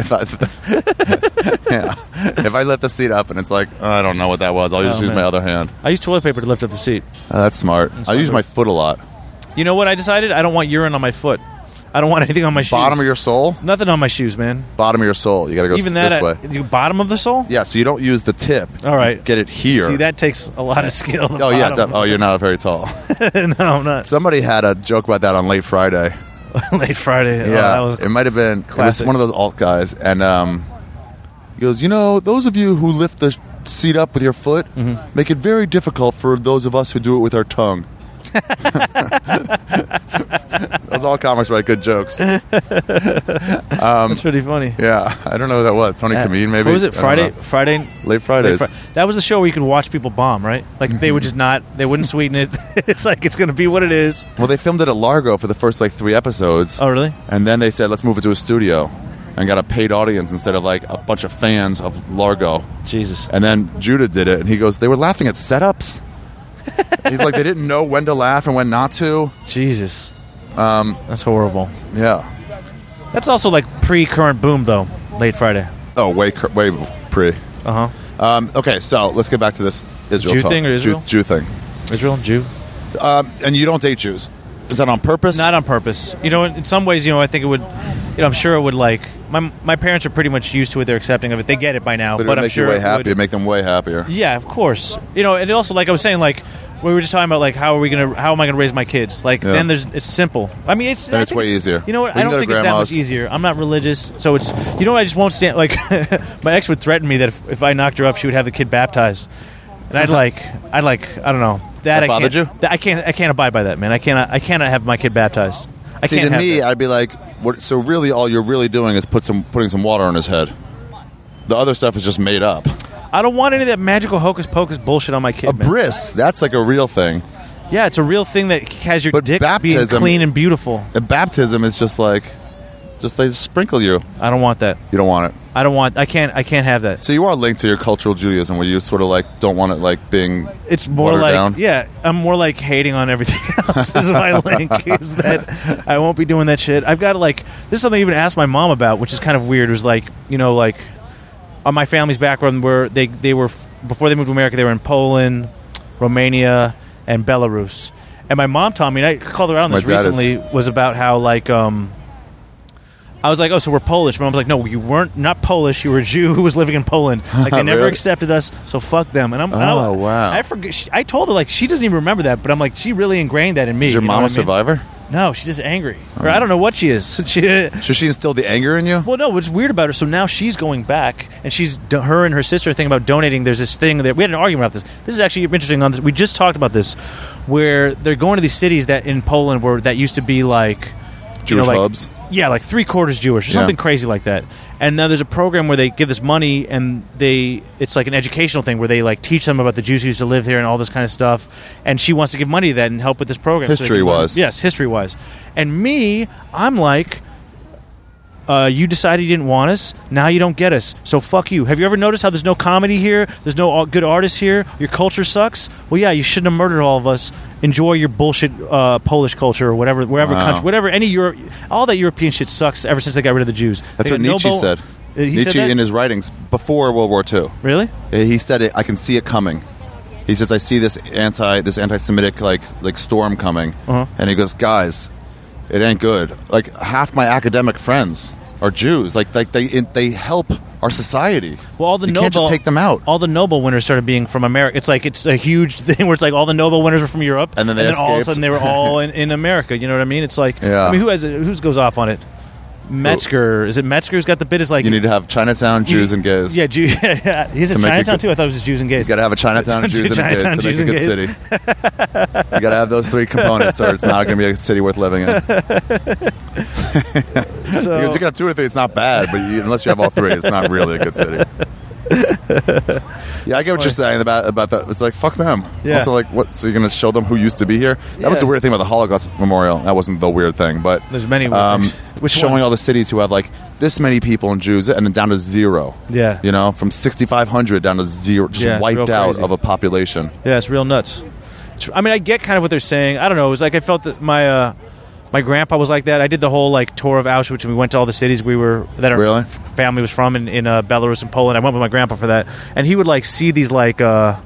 F: if I, yeah, if I let the seat up and it's like "Oh, I don't know what that was, I'll just use
B: Oh, man.
F: my other hand.
B: I used toilet paper to lift up the seat.
F: Uh, that's smart. I use my foot a lot.
B: You know what I decided? I don't want urine on my foot. I don't want anything on my shoes.
F: Bottom of your sole,
B: nothing on my shoes, man.
F: bottom of your sole. You got to go
B: Even
F: s-
B: that uh,
F: this
B: I-
F: way.
B: the bottom of the sole.
F: Yeah, so you don't use the tip.
B: All right.
F: get it here.
B: See that takes a lot of skill. the
F: Oh yeah.
B: bottom.
F: def- oh, you're not very tall.
B: no, I'm not.
F: Somebody had a joke about that on late Friday.
B: Late Friday. Oh,
F: Yeah,
B: that was-
F: it might have been
B: classic.
F: It was one of those alt guys, and um, he goes, "You know, those of you who lift the seat up with your foot
B: Mm-hmm.
F: make it very difficult for those of us who do it with our tongue." those all comics write good jokes. Um,
B: that's pretty funny.
F: Yeah, I don't know who that was. Tony Kameen, maybe.
B: Uh, What was
F: I
B: it?
F: don't
B: Friday.
F: know.
B: Friday.
F: Late Fridays.
B: Fri- That was the show where you could watch people bomb, right? Like they
F: Mm-hmm.
B: would just not, they wouldn't sweeten it. it's like it's going to be what it is.
F: well, they filmed it at Largo for the first like three episodes.
B: Oh, really?
F: And then they said, let's move it to a studio and got a paid audience instead of like a bunch of fans of Largo.
B: Jesus.
F: And then Judah did it and he goes, they were laughing at setups. He's like, they didn't know when to laugh and when not to.
B: Jesus. Um, That's horrible.
F: Yeah.
B: That's also like pre current boom, though, late Friday.
F: Oh, way, cr- way pre.
B: Uh huh.
F: Um, okay, so let's get back to this Israel
B: Jew
F: talk.
B: thing or Israel?
F: Jew, Jew thing.
B: Israel, Jew.
F: Um, and you don't date Jews. Is that on purpose?
B: Not on purpose. You know, in in some ways, you know, I think it would, you know, I'm sure it would like, my, my parents are pretty much used to it. They're accepting of it. They get it by now.
F: but
B: But,
F: it would
B: I'm
F: make
B: sure
F: you way
B: it
F: happy.
B: would-
F: It'd make them way happier.
B: Yeah, of course. You know, and also like I was saying, like we were just talking about like how are we gonna how am I gonna raise my kids? Like
F: Yeah.
B: then there's it's simple. I mean, it's
F: Then
B: I
F: it's
B: think
F: way easier.
B: You know what?
F: We
B: I
F: can
B: don't
F: go to
B: think it's that much
F: grandma's.
B: easier. I'm not religious, so it's you know what? I just won't stand. Like my ex would threaten me that if, if I knocked her up, she would have the kid baptized, and I'd like I'd like I don't know that, I
F: bothered
B: can't,
F: you?
B: that- I can't I can't abide by that man. I cannot I cannot have my kid baptized. I
F: See,
B: can't
F: to
B: have
F: me,
B: that.
F: I'd be like, what, so really, all you're really doing is put some putting some water on his head. The other stuff is just made up.
B: I don't want any of that magical hocus pocus bullshit on my kid.
F: uh, A
B: man.
F: bris, that's like a real thing.
B: Yeah, it's a real thing that has your
F: But
B: dick being
F: baptism-
B: clean and beautiful.
F: And baptism is just like, just they sprinkle you.
B: I don't want that.
F: You don't want it.
B: I don't want. I can't. I can't have that.
F: So you are linked to your cultural Judaism, where you sort of like don't want it like being.
B: It's more
F: watered
B: like
F: down.
B: yeah. I'm more like hating on everything else is my link. Is that I won't be doing that shit. I've got to like this is something I even asked my mom about, which is kind of weird. It was like you know like on my family's background where they they were before they moved to America they were in Poland, Romania, and Belarus. And my mom taught me, and I called her out on
F: That's
B: this
F: my dad is.
B: recently, was about how like um. I was like, oh, so we're Polish. My mom's like, no, you weren't not Polish. You were a Jew who was living in Poland. Like they never
F: Really?
B: accepted us, so fuck them. And I'm, and I-
F: Oh, wow.
B: I forget. She, I told her like she doesn't even remember that, but I'm like, she really ingrained that in me.
F: Is your
B: you know
F: mom a
B: what I mean?
F: survivor?
B: No, she's just angry, or I don't know what she is. She,
F: So she instilled the anger in you.
B: well, no, what's weird about her, so now she's going back, and she's, do- her and her sister are thinking about donating. There's this thing that, we had an argument about this. This is actually interesting on this. We just talked about this, where they're going to these cities that in Poland where that used to be like, you know,
F: Jewish
B: like-
F: hubs?
B: Yeah, like three quarters Jewish or
F: Yeah.
B: something crazy like that. And now there's a program where they give this money and they, it's like an educational thing where they like teach them about the Jews who used to live here and all this kind of stuff. And she wants to give money to that and help with this program. so they can learn-
F: History-wise.
B: Yes, history wise. And me, I'm like, uh, you decided you didn't want us. Now you don't get us. So fuck you. Have you ever noticed how there's no comedy here? There's no all- good artists here. Your culture sucks. Well, yeah, you shouldn't have murdered all of us. Enjoy your bullshit uh, Polish culture or whatever, wherever
F: Wow.
B: country, whatever any Europe, all that European shit sucks ever since they got rid of the Jews.
F: That's
B: They got
F: what
B: no
F: Nietzsche
B: bul-
F: said.
B: Uh, He
F: Nietzsche
B: said that?
F: in his writings before World War II.
B: really?
F: He said it. I can see it coming. He says, "I see this anti this anti-Semitic like like storm coming,"
B: Uh-huh.
F: and he goes, "Guys, it ain't good. Like half my academic friends are Jews. Like like they it, they help our society.
B: Well, all the
F: you
B: Nobel
F: can't just take them out.
B: All the Nobel winners started being from America. It's like it's a huge thing where it's like all the Nobel winners were from Europe,
F: And then they
B: all of a
F: escaped.
B: sudden they were all in, in America. You know what I mean? It's like
F: Yeah.
B: I mean, who has it, who's goes off on it? Metzger is it Metzger who's got the bit? Is like
F: you need to have Chinatown Jews and gays.
B: Yeah, Jew, yeah, he's in
F: To make it
B: Chinatown
F: good.
B: too. I thought it was just Jews and gays.
F: You got to have a Chinatown, Jews, and
B: Chinatown,
F: a gays
B: Jews
F: to
B: and
F: make a good
B: gays.
F: city. you got to have those three components, or it's not going to be a city worth living in.
B: So-
F: Because you got two or three, it's not bad, but you, unless you have all three, it's not really a good city. Yeah, I get what you're saying about about that. It's like fuck them.
B: Yeah.
F: Also, like, what? So you're gonna show them who used to be here? That was a
B: Yeah.
F: weird thing about the Holocaust Memorial. That wasn't the weird thing, but um,
B: There's many weird things. Which
F: showing
B: one?
F: all the cities who have like this many people and Jews, and then down to zero.
B: Yeah.
F: you know, from 6,500 down to zero, just
B: Yeah, it's
F: wiped
B: real
F: out
B: crazy.
F: of a population.
B: Yeah, it's real nuts. It's- I mean, I get kind of what they're saying. I don't know. It was like I felt that my uh, my grandpa was like that. I did the whole like tour of Auschwitz, and we went to all the cities we were that our
F: Really?
B: family was from in, in uh, Belarus and Poland. I went with my grandpa for that, and he would like see these like. Uh,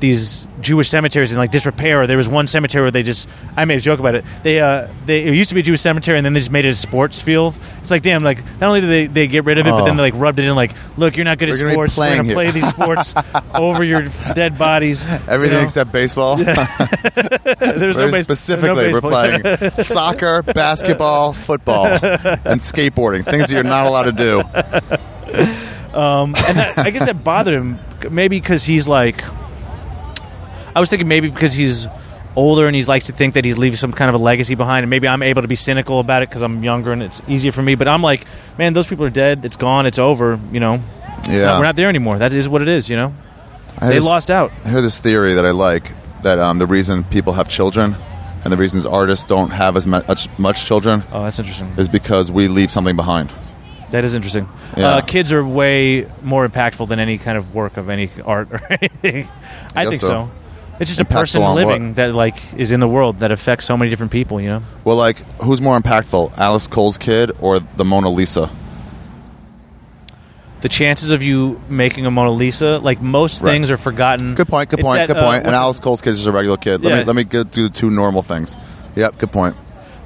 B: these Jewish cemeteries in like disrepair. There was one cemetery where they just I made a joke about it. They uh they it used to be a Jewish cemetery and then they just made it a sports field. It's like damn, like not only did they, they get rid of it, but then they like rubbed it in like, look, you're not good
F: Oh. We're
B: at
F: gonna be
B: sports. We're
F: playing
B: gonna
F: here."
B: play these sports over your dead bodies. you
F: Everything
B: know?
F: except baseball.
B: There's
F: Very
B: no base-
F: specifically,
B: no
F: we're
B: baseball.
F: playing soccer, basketball, football, and skateboarding. Things that you're not allowed to do.
B: and that, I guess that bothered him. Maybe because he's like, I was thinking maybe because he's older and he likes to think that he's leaving some kind of a legacy behind, and maybe I'm able to be cynical about it because I'm younger and it's easier for me. But I'm like, man, those people are dead. It's gone. It's over. You know, It's
F: Yeah.
B: not- we're not there anymore. That is what it is. You know,
F: I
B: they
F: just-
B: lost out.
F: I heard this theory that I like that um, the reason people have children and the reasons artists don't have as much, much children
B: Oh, that's interesting.
F: is because we leave something behind.
B: That is interesting.
F: Yeah.
B: Uh, kids are way more impactful than any kind of work of any art or anything. I,
F: guess
B: think
F: so.
B: so. It's just a
F: Impactful
B: person
F: on what?
B: living that like is in the world that affects so many different people. You know.
F: Well, like, who's more impactful, Alex Cole's kid or the Mona Lisa?
B: the chances of you making a Mona Lisa, like most
F: Right.
B: things, are forgotten.
F: Good point. Good
B: It's
F: point.
B: that,
F: good
B: uh,
F: point. and
B: what's-
F: Alice Cole's kid is just a regular kid. Let
B: Yeah.
F: me let me go do two normal things. Yep. Good point.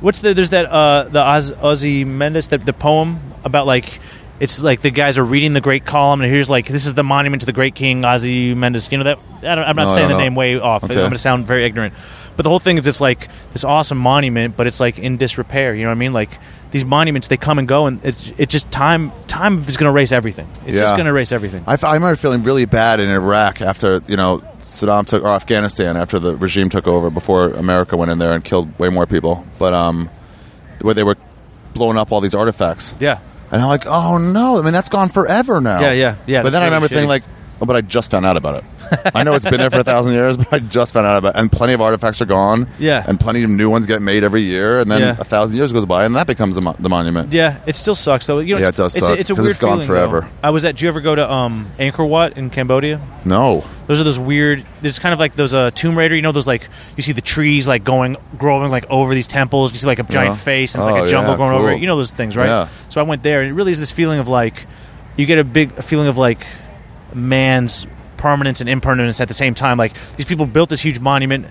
B: What's the there's that uh the Oz, Ozzy Mendes the, the poem about like it's like the guys are reading the Great Column and here's like this is the monument to the Great King Ozzy Mendes. You know that I don't, I'm not
F: No, I
B: saying the
F: don't know.
B: name way off.
F: Okay.
B: I'm going to sound very ignorant, but the whole thing is it's like this awesome monument, but it's like in disrepair. You know what I mean? Like these monuments they come and go, and it it just time time is going to erase everything. It's just
F: Yeah.
B: going to erase everything.
F: I, f- I remember feeling really bad in Iraq after you know Saddam took or Afghanistan after the regime took over before America went in there and killed way more people. But um, where they were blowing up all these artifacts.
B: yeah.
F: And I'm like, oh no! I mean, that's gone forever now.
B: Yeah, yeah, yeah, that's
F: But then
B: really
F: I remember thinking
B: shitty.
F: like, Oh, but I just found out about it. I know it's been there for a thousand years, but I just found out about it. And plenty of artifacts are gone.
B: Yeah.
F: And plenty of new ones get made every year. And then
B: Yeah.
F: a thousand years goes by, and that becomes the, mo- the monument.
B: Yeah, it still sucks though. You know,
F: Yeah,
B: it's-
F: it does
B: it's,
F: suck,
B: It's a
F: 'cause
B: weird
F: it's gone
B: feeling,
F: forever.
B: though. I was at. Do you ever go to um, Angkor Wat in Cambodia?
F: No.
B: Those are those weird. There's kind of like those uh, Tomb Raider. You know those like you see the trees like going growing like over these temples. You see like a giant
F: Yeah.
B: face and it's like
F: Oh,
B: a jungle
F: yeah,
B: going over
F: cool.
B: it. You know those things, right?
F: Yeah.
B: So I went there, and it really is this feeling of like you get a big a feeling of like man's permanence and impermanence at the same time. Like these people built this huge monument.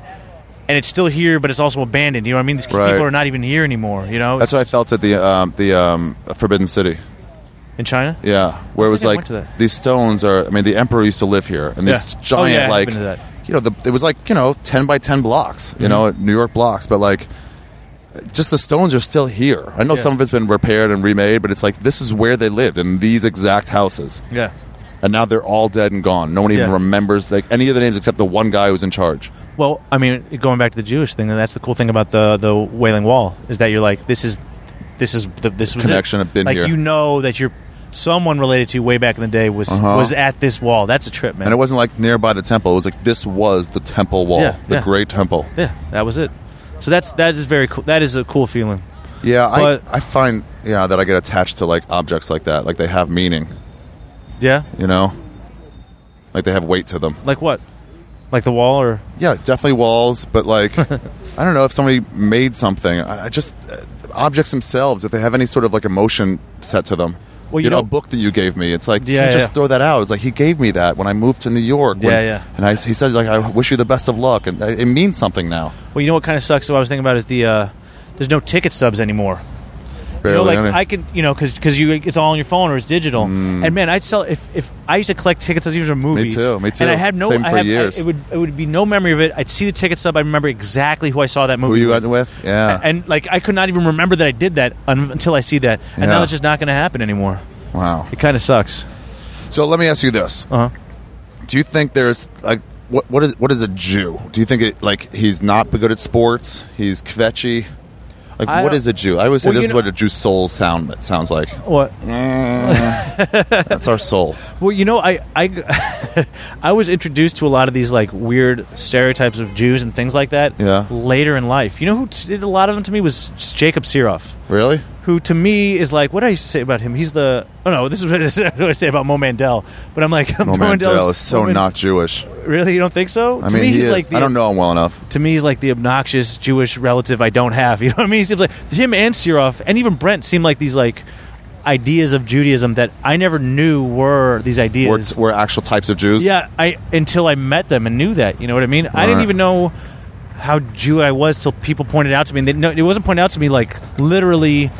B: And it's still here, but it's also abandoned. You know what I mean? These
F: Right.
B: people are not even here anymore. You know,
F: That's what I felt at the um, the um, Forbidden City.
B: in China.
F: Yeah, where it was
B: think I
F: like
B: went to that.
F: these stones are. I mean, the emperor used to live here, and these
B: Yeah. Oh,
F: giant
B: yeah, I have
F: like,
B: been to that. Mm-hmm.
F: you know, the, it was like you know ten by ten blocks, you know, New York blocks, but like. Just the stones are still here. I know
B: Yeah.
F: some of it's been repaired and remade, but it's like this is where they lived in these exact houses,
B: Yeah.
F: and now they're all dead and gone. No one even
B: Yeah.
F: remembers like any of the names except the one guy who was in charge.
B: Well, I mean, going back to the Jewish thing, and that's the cool thing about the the Wailing Wall is that you're like, this is, this is the this was it.
F: Connection, I've been
B: like
F: here.
B: you know that you're someone related to way back in the day was was at this wall. That's a trip, man.
F: Uh-huh. And it wasn't like nearby the temple. It was like this was the temple wall,
B: Yeah,
F: the
B: yeah.
F: great temple.
B: yeah, that was it. So that's that is very cool. That is a cool feeling.
F: Yeah,
B: But-
F: I, I find yeah that I get attached to like objects like that, like they have meaning.
B: Yeah,
F: you know like they have weight to them
B: like what, like the wall or
F: yeah definitely walls but like i don't know if somebody made something i I just uh, objects themselves if they have any sort of like emotion set to them
B: Well,
F: you,
B: you
F: know, a
B: know-
F: book that you gave me it's like you
B: Yeah,
F: can't just
B: yeah.
F: throw that out it's like he gave me that when i moved to new york when-
B: Yeah, yeah.
F: and I, he said like i wish you the best of luck and uh, it means something now
B: well, you know what kind of sucks. What I was thinking about is the uh, there's no ticket subs anymore. You know,
F: barely
B: like
F: any.
B: I could, you know, because you it's all on your phone or it's digital. And man, I'd sell if, if I used to collect tickets as even movies.
F: too, Mm. me too.
B: And I had no,
F: Same
B: I
F: for
B: have- I-
F: years.
B: it would it would be no memory of it. I'd see the ticket stub. I remember exactly who I saw that
F: who
B: movie.
F: you got with yeah
B: And like I could not even remember that I did that un- until I see that. And now
F: Yeah.
B: it's just not going to happen anymore.
F: wow
B: It kind of sucks.
F: so let me ask you this
B: Uh huh.
F: do you think there's like what what is what is a Jew? Do you think it like he's not good at sports? He's kvetchy. Like
B: I
F: what
B: don't-
F: is a Jew? I always say
B: Well,
F: this
B: you
F: is
B: know-
F: what a Jew's soul sound that sounds like. Eh,
B: What?
F: That's our soul.
B: Well, you know, I I I was introduced to a lot of these like weird stereotypes of Jews and things like that.
F: Yeah.
B: Later in life, you know who t- did a lot of them to me was Jacob Siroff.
F: Really?
B: who to me is like, what did I say about him? He's the oh no, this is what I said- what did I say about Mo Mandel, but I'm like Mo
F: Oh, Mandel
B: Mandel's-
F: is so
B: Mo Man-
F: not Jewish.
B: really. You don't think so?
F: I
B: to
F: mean,
B: me,
F: he
B: he's
F: is.
B: like the,
F: I don't know him well enough.
B: To me, he's like the obnoxious Jewish relative I don't have. You know what I mean? He seems like him and Siroff and even Brent seem like these like ideas of Judaism that I never knew were these
F: We're,
B: ideas.
F: we're actual types of Jews.
B: yeah, I until I met them and knew that. You know what I mean? I didn't
F: Right.
B: even know. How Jew I was till people pointed out to me. And they, no, it wasn't pointed out to me like literally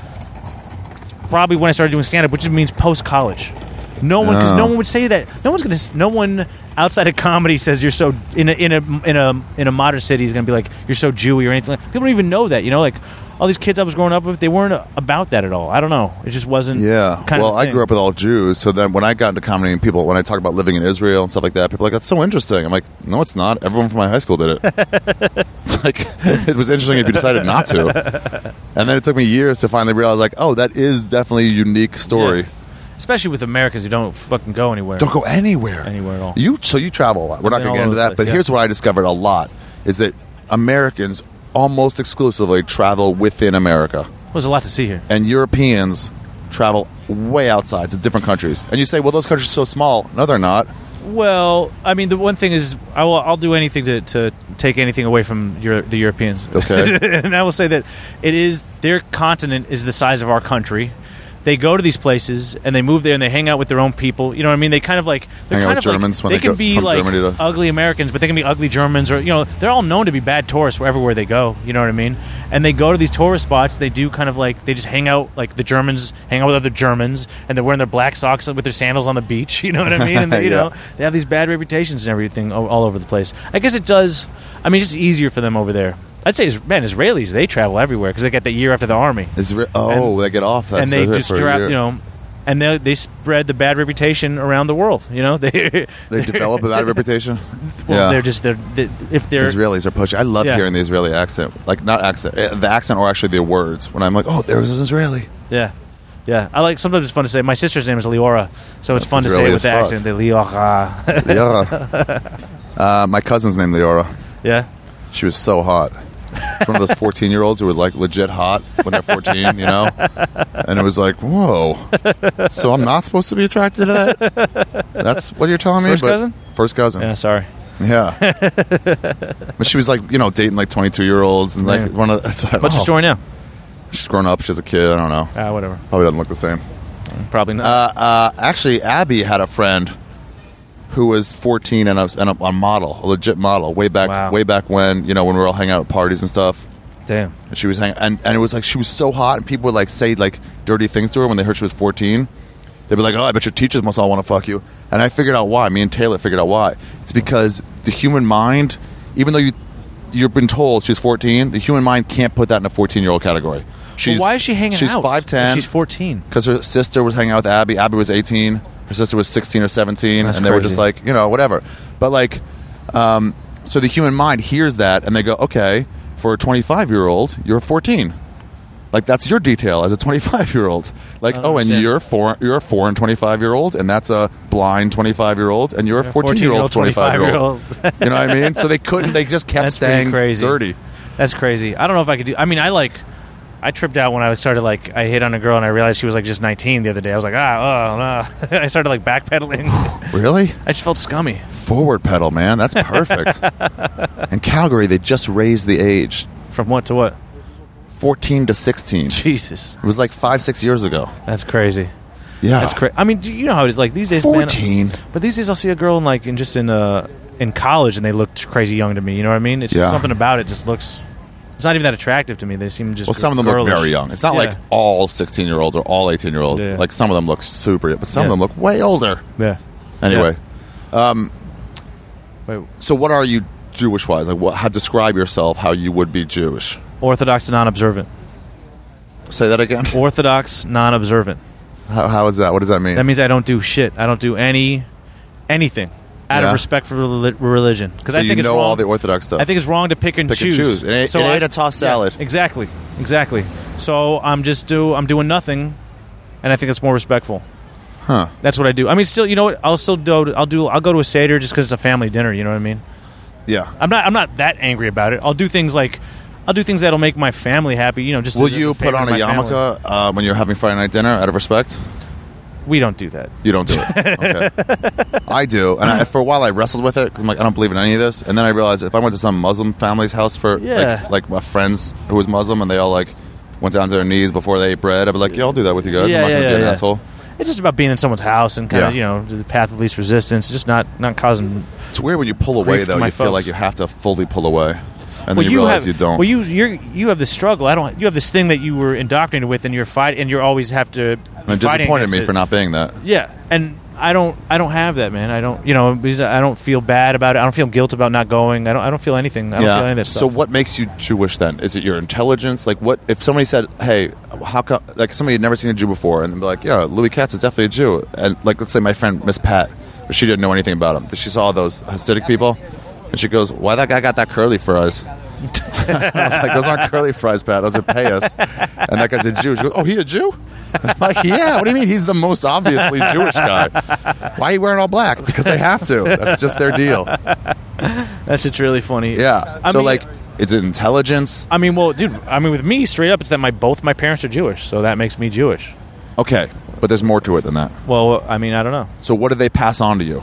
B: probably when I started doing stand up, which means post college. No one, because no
F: Oh.
B: one would say that. No one's gonna. s- No one outside of comedy says you're so in a in a in a in a modern city is gonna be like you're so Jewy or anything. Like, people don't even know that. You know, like all these kids I was growing up with, they weren't uh, about that at all. I don't know. It just wasn't.
F: Yeah.
B: Kind
F: well,
B: of a
F: I
B: thing.
F: grew up with all Jews, so then when I got into comedy and people, when I talk about living in Israel and stuff like that, people are like, that's so interesting. I'm like, no, it's not. Everyone from my high school did it. it's like, it was interesting if you decided not to. And then it took me years to finally realize, like, oh, that is definitely a unique story.
B: Yeah. especially with Americans who don't fucking go anywhere.
F: Don't go anywhere.
B: Anywhere at all.
F: You so you travel a lot. We're not
B: Been
F: going to
B: all
F: get into
B: over the
F: that,
B: place,
F: but
B: yeah.
F: here's what I discovered a lot is that Americans almost exclusively travel within America.
B: There's a lot to see here.
F: and Europeans travel way outside to different countries. And you say, well, those countries are so small. No, they're not.
B: Well, I mean, the one thing is, I will, I'll do anything to, to take anything away from Euro- the Europeans.
F: Okay.
B: and I will say that it is their continent is the size of our country. They go to these places and they move there and they hang out with their own people. You know what I mean? They kind of like they're kind
F: Hang out with
B: of like-
F: Germans when
B: they
F: they
B: can
F: go
B: be
F: from
B: like
F: Germany to-
B: ugly Americans, but they can be ugly Germans or you know they're all known to be bad tourists wherever they go. You know what I mean? And they go to these tourist spots. They do kind of like they just hang out like the Germans hang out with other Germans and they're wearing their black socks with their sandals on the beach. You know what I mean? And they, you
F: Yeah.
B: know they have these bad reputations and everything o- all over the place. I guess it does. I mean, it's just easier for them over there. I'd say, is- man, Israelis they travel everywhere because they get that year after the army,
F: It's re- oh,
B: And-
F: they get off.
B: and
F: That's
B: they
F: for-
B: just
F: for a
B: dra-
F: year.
B: you know, and they they spread the bad reputation around the world. You know, they
F: They develop a bad reputation.
B: well,
F: yeah.
B: they're just they're, they if they're
F: Israelis are pushing. I love
B: Yeah.
F: hearing the Israeli accent, like not accent, eh, the accent or actually their words. When I'm like, "Oh, there's an Israeli,"
B: yeah. Yeah, I like. Sometimes it's fun to say. My sister's name is Leora, so it's fun to say
F: Israeli
B: it with
F: as
B: the
F: fuck.
B: accent. The Leora.
F: Leora. uh, my cousin's named Leora.
B: yeah,
F: She was so hot. One of those 14 year olds who were like legit hot when they're 14, you know? And it was like, whoa. So I'm not supposed to be attracted to that? That's what you're telling me?
B: First
F: But-
B: cousin?
F: First cousin.
B: yeah. Sorry.
F: Yeah. but she was like, you know, dating like 22 year olds and like
B: Yeah.
F: one of the. it's like,
B: What's
F: oh,
B: your story now?
F: She's grown up. She has a kid. I don't know.
B: Ah, whatever.
F: Probably doesn't look the same.
B: Probably not.
F: Uh, uh, actually, Abby had a friend who was 14 and a, and a, a model, a legit model, way back,
B: Wow.
F: way back when, you know, when we were all hanging out at parties and stuff.
B: Damn.
F: And she was hanging, and, and it was like she was so hot, and people would like say like dirty things to her when they heard she was 14. They'd be like, "Oh, I bet your teachers must all want to fuck you." And I figured out why. Me and Taylor figured out why. It's because the human mind, even though you you've been told she was 14, the human mind can't put that in a 14 year old category. She's
B: why is she hanging
F: She's
B: out?
F: 5'10"
B: She's 14.
F: because her sister was hanging out with Abby. Abby was 18. Her sister was 16 or 17,
B: That's
F: and they were just
B: crazy.
F: like, you know, whatever. But like, um, so the human mind hears that and they go, okay, for a 25 year old, you're 14. Like that's your detail as a 25 year old. Like,
B: don't
F: oh, and
B: understand.
F: you're four, you're a foreign 25 year old, and that's a blind 25 year old, and you're a 14 year old 25 year old. You know what I mean? So they couldn't. They just kept
B: That's pretty
F: staying
B: crazy.
F: dirty.
B: That's crazy. I don't know if I could do. I mean, I like. I tripped out when I started like I hit on a girl and I realized she was like just 19 the other day. I was like, ah, oh, no. I started like backpedaling.
F: Really?
B: I just felt scummy.
F: Forward pedal, man. That's perfect. In Calgary, they just raised the age
B: From what to what?
F: 14 to 16. It
B: Jesus,
F: was like five, six years ago.
B: that's crazy.
F: Yeah.
B: That's crazy. I mean, do you know how it is. Like these days, man-
F: 14.
B: But these days, I'll see a girl in like in just in uh in college, and they look crazy young to me. You know what I mean? It's
F: Yeah.
B: just something about it just looks. It's not even that attractive to me. They seem just
F: Well, some of them
B: girlish.
F: look very young. It's not
B: Yeah.
F: like all 16 year olds or all 18 year olds.
B: Yeah.
F: Like some of them look super, but some
B: Yeah.
F: of them look way older.
B: yeah.
F: Anyway,
B: Wait,
F: so what are you Jewish wise? Like, what, how describe yourself how you would be Jewish?
B: orthodox and non-observant.
F: Say that again.
B: Orthodox, non-observant.
F: How, how is that? What does that mean?
B: That means I don't do shit. I don't do any anything out
F: Yeah.
B: of respect for reli- religion because I
F: you
B: think it's
F: know
B: wrong.
F: all the Orthodox stuff.
B: I think it's wrong to pick and
F: Pick and
B: choose.
F: choose. It ain't- it ain't a tossed
B: yeah,
F: salad.
B: exactly, exactly. So I'm just do I'm doing nothing, and I think it's more respectful.
F: huh.
B: That's what I do. I mean, still, you know what? I'll still do. I'll do. I'll go to a seder just because it's a family dinner. You know what I mean?
F: Yeah.
B: I'm not. I'm not that angry about it. I'll do things like, I'll do things that'll make my family happy. You know, just
F: Will
B: as- as
F: you
B: favor
F: put on
B: to
F: a
B: my family.
F: yarmulke uh, when you're having Friday night dinner out of respect?
B: We don't do that.
F: You don't do it. Okay. I do, and I, for a while I wrestled with it because I'm like, I don't believe in any of this. And then I realized if I went to some Muslim family's house for
B: Yeah.
F: like, like my friends who was Muslim, and they all like went down to their knees before they ate bread, I'd be like, yeah, I'll do that with you guys.
B: Yeah,
F: I'm not
B: yeah,
F: gonna be
B: yeah,
F: an
B: yeah.
F: asshole.
B: It's just about being in someone's house and kind of
F: Yeah.
B: you know the path of least resistance. Just not not causing.
F: It's weird when you pull away
B: Grief to
F: though.
B: my
F: You feel like
B: folks.
F: you have to fully pull away, and
B: well,
F: then you, realize
B: have,
F: you don't.
B: Well, you you you have the struggle. I don't. You have this thing that you were indoctrinated with, and you're fight, and you always have to.
F: and it
B: fight
F: disappointed
B: against
F: me
B: it.
F: for not being that.
B: Yeah, and I don't. I don't have that, man. I don't. You know, because I don't feel bad about it. I don't feel guilt about not going. I don't. I don't feel anything. I don't feel any of that stuff.
F: So what makes you Jewish then? Is it your intelligence? Like what if somebody said, "Hey, how come?" Like somebody had never seen a Jew before, and they'd be like, "Yeah, Louis Katz is definitely a Jew." And like let's say my friend Miss Pat, she didn't know anything about him. She saw those Hasidic people, and she goes, "Why that guy got that curly fries?" I was like, "Those aren't curly fries, Pat. Those are payas." And that guy's a Jew. She goes, "Oh, he a Jew?" I'm like, "Yeah. What do you mean? He's the most obviously Jewish guy. Why are you wearing all black? Because they have to. That's just their deal."
B: That shit's really funny.
F: Yeah.
B: I
F: so
B: mean-
F: like, it's intelligence.
B: I mean, well, dude. I mean, with me, straight up, it's that my both my parents are Jewish, so that makes me Jewish.
F: Okay, but there's more to it than that.
B: Well, I mean, I don't know.
F: So what do they pass on to you?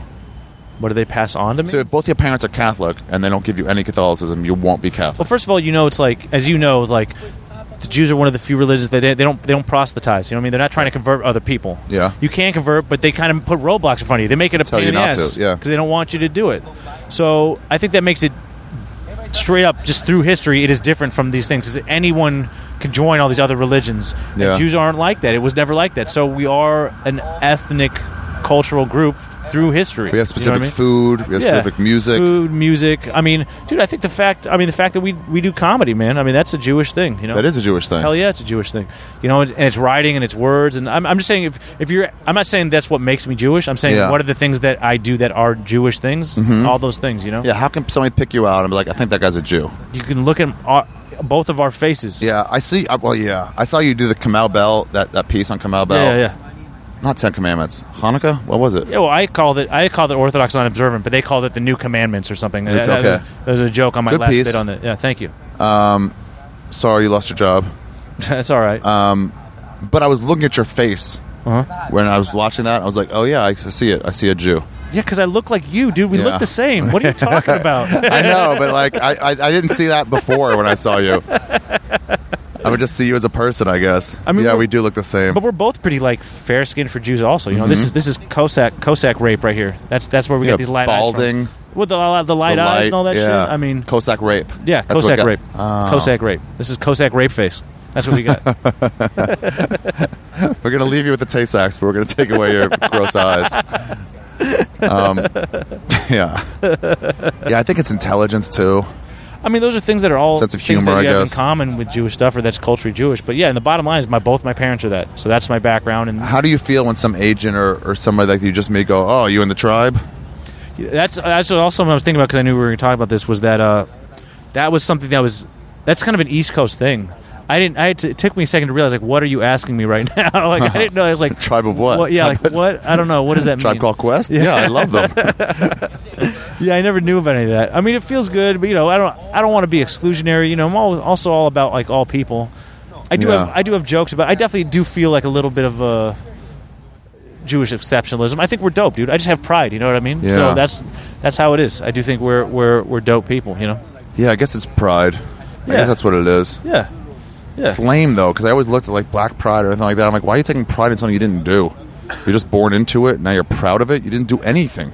B: What do they pass on to me?
F: So if both your parents are Catholic and they don't give you any Catholicism, you won't be Catholic.
B: Well, first of all, you know, it's like as you know, like the Jews are one of the few religions that they, they don't they don't proselytize. You know what I mean? They're not trying to convert other people.
F: Yeah.
B: you can convert, but they kind of put roadblocks in front of you. They make it a
F: Tell
B: pain
F: you
B: in
F: not
B: the ass
F: to, yeah.
B: because they don't want you to do it. So I think that makes it straight up just through history it is different from these things because anyone can join all these other religions and
F: Yeah.
B: jews aren't like that it was never like that so we are an ethnic cultural group through history
F: we
B: You
F: have
B: know
F: specific
B: what I mean?
F: food. We have specific music.
B: food, music. I mean, dude, I think the fact, I mean, the fact that we we do comedy, man. I mean, that's a Jewish thing, you know.
F: That is a Jewish thing.
B: Hell yeah, it's a Jewish thing, you know. And, and it's writing and it's words, and I'm, I'm just saying if if you're, I'm not saying that's what makes me Jewish. I'm saying
F: Yeah. Mm-hmm.
B: what are the things that I do that are Jewish things? All those things, you know.
F: Yeah, How can somebody pick you out and be like, "I think that guy's a Jew"?
B: You can look at. Uh, both of our faces.
F: Yeah, I see. uh, Well, yeah, I saw you do the Kamau Bell that, that piece on Kamau Bell.
B: yeah, yeah.
F: Not Ten Commandments. Hanukkah. What was it?
B: Yeah, well, I called it I called it Orthodox non-observant, but they called it the New Commandments or something. That, that-
F: okay.
B: that was a joke on my
F: Good
B: last
F: piece.
B: bit on it. Yeah, thank you.
F: Sorry, you lost your job.
B: That's all
F: Uh,
B: right.
F: But I was looking at your face
B: Uh-huh.
F: when I was watching that. I was like, oh yeah, I see it. I see a Jew.
B: yeah, because I look like you, dude. We
F: yeah.
B: look the same. What are you talking about?
F: I know, but like I, I, I didn't see that before when I saw you. I would just see you as a person, I guess.
B: I mean,
F: yeah,
B: we're-
F: we do look the same.
B: But we're both pretty like fair skinned for Jews, also. You know, this is this is Cossack Cossack rape right here. That's that's where we
F: Mm-hmm.
B: get
F: Yeah,
B: these light eyes
F: balding,
B: from. with the, all the light
F: the
B: eyes
F: light,
B: and all that
F: yeah.
B: shit. I mean,
F: Cossack rape.
B: yeah,
F: That's what
B: Cossack
F: got-
B: rape,
F: Oh.
B: Cossack rape. This is Cossack rape face. That's what we got.
F: We're gonna leave you with the Tay Sacks, but we're gonna take away your gross eyes. Um, yeah, yeah. I think it's intelligence too.
B: I mean, those are things that are all
F: Sense of
B: things
F: humor,
B: that
F: I
B: you have
F: guess.
B: in common with Jewish stuff, or that's culturally Jewish. But yeah, and the bottom line is, my both my parents are that, so that's my background, and
F: How do you feel when some agent or, or somebody like you just may go, "Oh, you in the tribe?"
B: that's that's also something I was thinking about because I knew we were going to talk about this. Was that uh, that was something that was that's kind of an East Coast thing. I didn't. I had to, it took me a second to realize like, what are you asking me right now? like I didn't know. I was like,
F: Tribe of what?
B: yeah, like what? I don't know. What does that
F: Tribe
B: mean?
F: Called Quest. Yeah, I love them.
B: Yeah, I never knew of any of that. I mean, it feels good, but you know, I don't. I don't want to be exclusionary. You know, I'm al- also all about like all people. I do
F: Yeah.
B: have. I do have jokes about. I definitely do feel like a little bit of a Jewish exceptionalism. I think we're dope, dude. I just have pride. You know what I mean?
F: Yeah.
B: So that's that's how it is. I do think we're we're we're dope people. You know?
F: yeah, I guess it's pride. I
B: Yeah.
F: guess that's what it is.
B: Yeah.
F: It's lame though, because I always looked at like Black Pride or anything like that. I'm like, why are you taking pride in something you didn't do? You're just born into it. Now you're proud of it. You didn't do anything.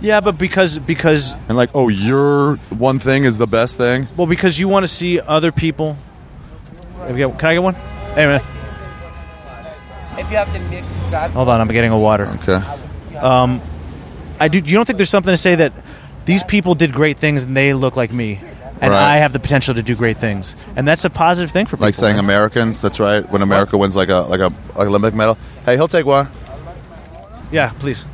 B: Yeah, but because because
F: And like, oh, your one thing is the best thing.
B: well because you want to see other people. Have you got- Can I get one? Anyway,
G: If you have the mix, that
B: hold on. I'm getting a water.
F: Okay.
B: I do. You don't think there's something to say that these people did great things and they look like me, and
F: Right.
B: I have the potential to do great things, and that's a positive thing for people.
F: like saying
B: right?
F: Americans. That's right. When America wins like a like a like an Olympic medal, hey, he'll take one.
B: yeah, please.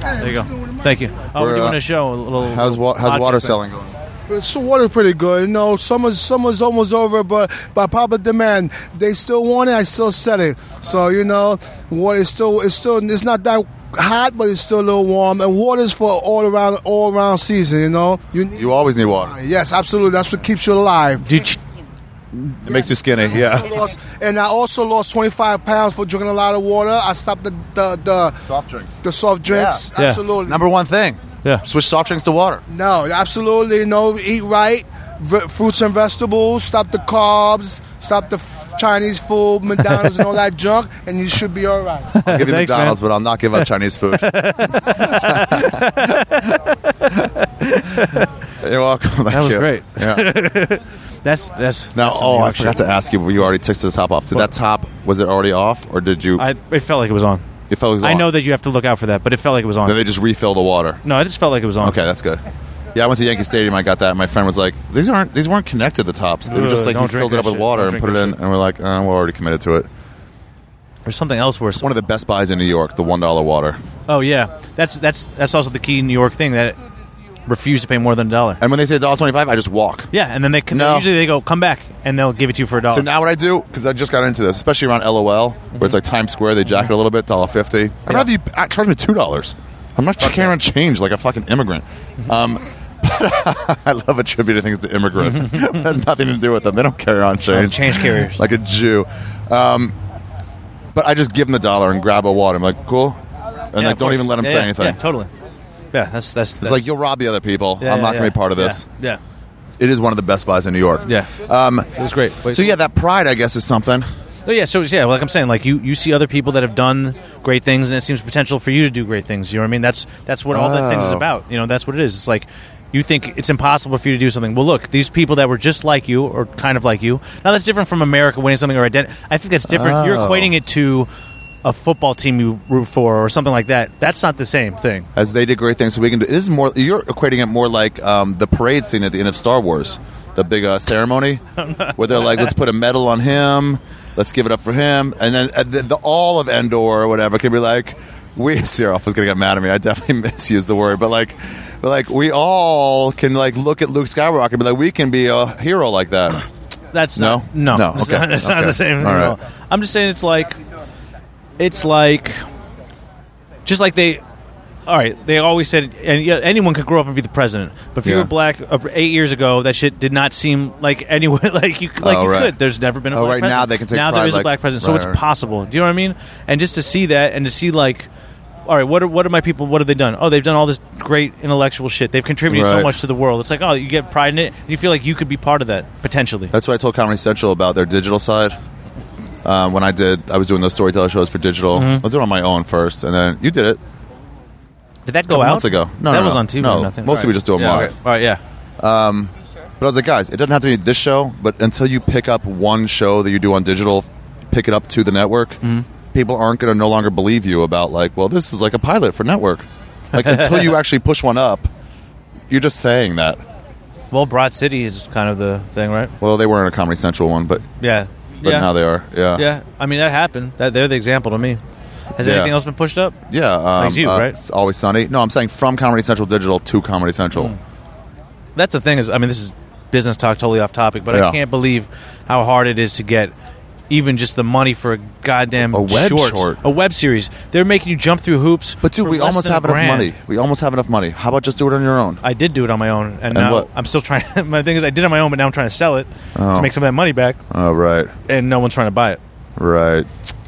B: There you go. Thank you. Oh, we're,
F: We're,
B: doing
F: uh,
B: a show. A little,
F: How's wa- how's
B: podcast
F: water
B: thing.
F: selling going?
H: So water's pretty good. You know, summer's summer's almost over, but by popular demand, they still want it. I still said it. So you know, water is still it's still it's not that hot, but it's still a little warm. And water's for all around all around season. You know, you need
F: You always need water.
H: yes, absolutely. That's what keeps you alive.
B: Do you ch-
F: It makes you skinny.
H: I
F: Yeah.
H: lost- and I also lost 25 pounds for drinking a lot of water. I stopped the the the,
F: Soft drinks.
H: the soft drinks.
B: Yeah. Yeah.
H: Absolutely.
F: Number one thing.
B: yeah.
F: Switch soft drinks to water.
H: No, absolutely no. Eat right. V- fruits and vegetables. Stop the carbs. Stop the f- Chinese food, McDonald's, and all that junk, and you should be all right.
F: I'll give you
B: Thanks, man.
F: McDonald's, but I'll not give up Chinese food. You're welcome. Thank
B: was
F: you.
B: great.
F: Yeah.
B: That's that's
F: Now,
B: that's some
F: oh,
B: New
F: I
B: York
F: forgot
B: shit.
F: to ask you. but You already took the top off. Did
B: What?
F: that top was it already off, or did you?
B: I, it felt like it was on.
F: it felt
B: I know that you have to look out for that, but it felt like it was on.
F: Then they just refill the water.
B: no, I just felt like it was on.
F: Okay, that's good. Yeah, I went to Yankee Stadium. I got that. And my friend was like, "These aren't these weren't connected. The tops. They were just
B: Ugh,
F: like
B: don't
F: you
B: drink
F: filled it up
B: that
F: with
B: shit.
F: water
B: Don't
F: and
B: drink
F: put
B: that
F: it in."
B: shit.
F: And we're like, uh, "We're already committed to it."
B: There's something else worse.
F: It's one of the best buys in New York. The one dollar water.
B: Oh yeah, that's that's that's also the key New York thing that refuse to pay more than a dollar.
F: And when they say dollar twenty five, I just walk.
B: Yeah, and then they can,
F: No.
B: usually they go come back and they'll give it to you for a dollar.
F: So now what I do because I just got into this, especially around LOL,
B: Mm-hmm.
F: where it's like Times Square. They jack it a little bit, dollar fifty. I'd rather you uh, charge me two dollars. I'm not carrying around change like a fucking immigrant.
B: Mm-hmm.
F: Um, but I love attributing things to immigrant. it
B: Mm-hmm.
F: has nothing to do with them. They don't carry on change.
B: change carriers.
F: like a Jew. Um, but I just give them the dollar and grab a water. I'm like, cool. And
B: Yeah,
F: like,
B: of
F: don't
B: course.
F: even let them
B: Yeah,
F: say
B: yeah,
F: anything.
B: Yeah, totally. Yeah, that's that's.
F: It's like you'll rob the other people. I'm not going to be part of this.
B: Yeah,
F: It is one of the best buys in New York.
B: yeah.
F: Um,
B: it was great.
F: so yeah, that pride, I guess, is something.
B: Oh, yeah. So yeah, like I'm saying, like you, you see other people that have done great things, and it seems potential for you to do great things. You know what I mean? That's that's what all that thing is
F: Oh.
B: about. You know, that's what it is. It's like you think it's impossible for you to do something. Well, look, these people that were just like you or kind of like you. Now that's different from America winning something or identity. I think that's different. You're
F: Oh.
B: equating it to a football team you root for or something like that. That's not the same thing.
F: As they did great things, so we can do. This is more. You're equating it more like um, the parade scene at the end of Star Wars, the big uh, ceremony, where they're like, "Let's put a medal on him. Let's give it up for him." And then uh, the, the all of Endor or whatever can be like, we Sierra was gonna get mad at me. I definitely misused the word, but like, but like we all can like look at Luke Skywalker and be like, we can be a hero like that.
B: That's
F: No?
B: not, no,
F: No,
B: It's,
F: okay,
B: not, it's not
F: okay.
B: the same. thing
F: All
B: at
F: right.
B: all. I'm just saying it's like, it's like, just like they, all right. They always said, and yeah, anyone could grow up and be the president. But if you
F: Yeah.
B: were black uh, eight years ago, that shit did not seem like anyone like you like
F: Oh,
B: you
F: right.
B: could. There's never been a
F: Oh,
B: black
F: right, now
B: president.
F: they can take
B: now
F: pride,
B: there is a
F: like-
B: black president, so
F: right,
B: it's
F: right.
B: possible. Do you know what I mean? And just to see that, and to see like. All right, what are, what are my people? What have they done? Oh, they've done all this great intellectual shit. They've contributed so
F: Right.
B: much to the world. It's like, oh, you get pride in it. And you feel like you could be part of that potentially.
F: That's why I told Comedy Central about their digital side. Uh, when I did, I was doing those storyteller shows for digital.
B: Mm-hmm.
F: I was doing it on my own first, and then you did it
B: Did that go out
F: months ago. No,
B: that
F: no,
B: was
F: no.
B: on TV.
F: No,
B: or nothing.
F: mostly we just do them
B: yeah,
F: live.
B: okay. All right, yeah.
F: But I was like, guys, it doesn't have to be this show, but until you pick up one show that you do on digital, pick it up to the network,
B: Mm-hmm.
F: people aren't going to no longer believe you about like, well, this is like a pilot for network. Like until you actually push one up, you're just saying that.
B: Well, Broad City is kind of the thing, right?
F: Well, they weren't a Comedy Central one, but
B: Yeah.
F: but
B: yeah.
F: now they are. Yeah,
B: Yeah. I mean, that happened. That they're the example to me. Has
F: Yeah.
B: anything else been pushed up?
F: yeah. Um,
B: Like you,
F: uh,
B: right?
F: it's Always Sunny. No, I'm saying from Comedy Central Digital to Comedy
B: Hmm.
F: Central.
B: That's the thing is, I mean, this is business talk, totally off topic, but I
F: Yeah.
B: can't believe how hard it is to get even just the money for a goddamn
F: A web
B: short,
F: short.
B: a web series. They're making you jump through hoops.
F: But dude,
B: for
F: we
B: less
F: almost
B: than a
F: have enough
B: grand. Uh,
F: money. We almost have enough money. How about just do it on your own?
B: I did do it on my own, and, now
F: what?
B: I'm still trying. my thing is, I did it on my own, but now I'm trying to sell it to make some of that money back,
F: Oh, right,
B: and no one's trying to buy it.
F: right.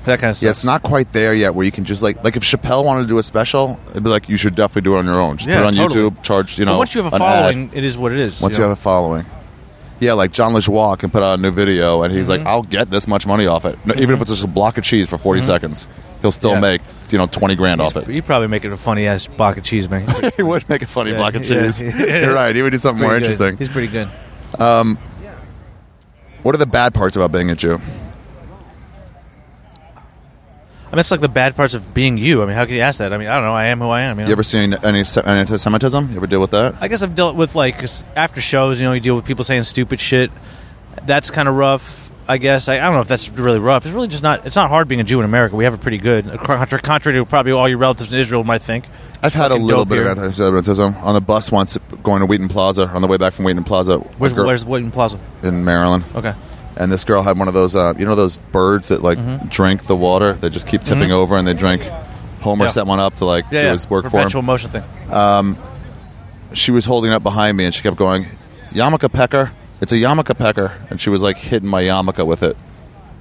B: That kind of stuff.
F: Yeah, it's not quite there yet where you can just like like if Chappelle wanted to do a special, it'd be like you should definitely do it on your own. Just
B: Yeah,
F: put it on
B: totally.
F: YouTube, charge you know.
B: But once you have a
F: an ad.
B: following, it is what it is.
F: once you have a following. Yeah, like John LeJoie can put out a new video and he's
B: Mm-hmm.
F: like, I'll get this much money off it. No, Even if it's just a block of cheese for 40 seconds, he'll still
B: Mm-hmm. Yeah.
F: make, you know, 20 grand off
B: have
F: it.
B: you probably make it a funny ass block of cheese, man. He's pretty-
F: he would make a funny
B: Yeah,
F: block of
B: yeah.
F: cheese. You're right. He would do something more
B: pretty good.
F: interesting.
B: He's pretty good.
F: What are the bad parts about being a Jew?
B: I mean, that's like the bad parts of being you. I mean, how can you ask that? I mean, I don't know. I am who I am. You, know?
F: You ever seen any se- anti-Semitism? You ever deal with that?
B: I guess I've dealt with like 'cause after shows. You know, you deal with people saying stupid shit. That's kind of rough. I guess I, I don't know if that's really rough. It's really just not. It's not hard being a Jew in America. We have it pretty good. Contra- Contrary to probably all your relatives in Israel might think.
F: I've had a
B: Fucking
F: little
B: dope
F: bit of
B: here.
F: anti-Semitism on the bus once going to Wheaton Plaza on the way back from Wheaton Plaza. a
B: Where's
F: girl-
B: Where's Wheaton Plaza?
F: in Maryland?
B: Okay.
F: And this girl had one of those, uh, you know, those birds that like
B: Mm-hmm.
F: drink the water. They just keep tipping over and they drink. Homer
B: Yeah.
F: set one up to like
B: Yeah,
F: do
B: yeah.
F: his work
B: Perpetual
F: for
B: motion thing.
F: him. She was holding up behind me and she kept going, "Yarmulke pecker." It's a yarmulke pecker, and she was like hitting my yarmulke with it.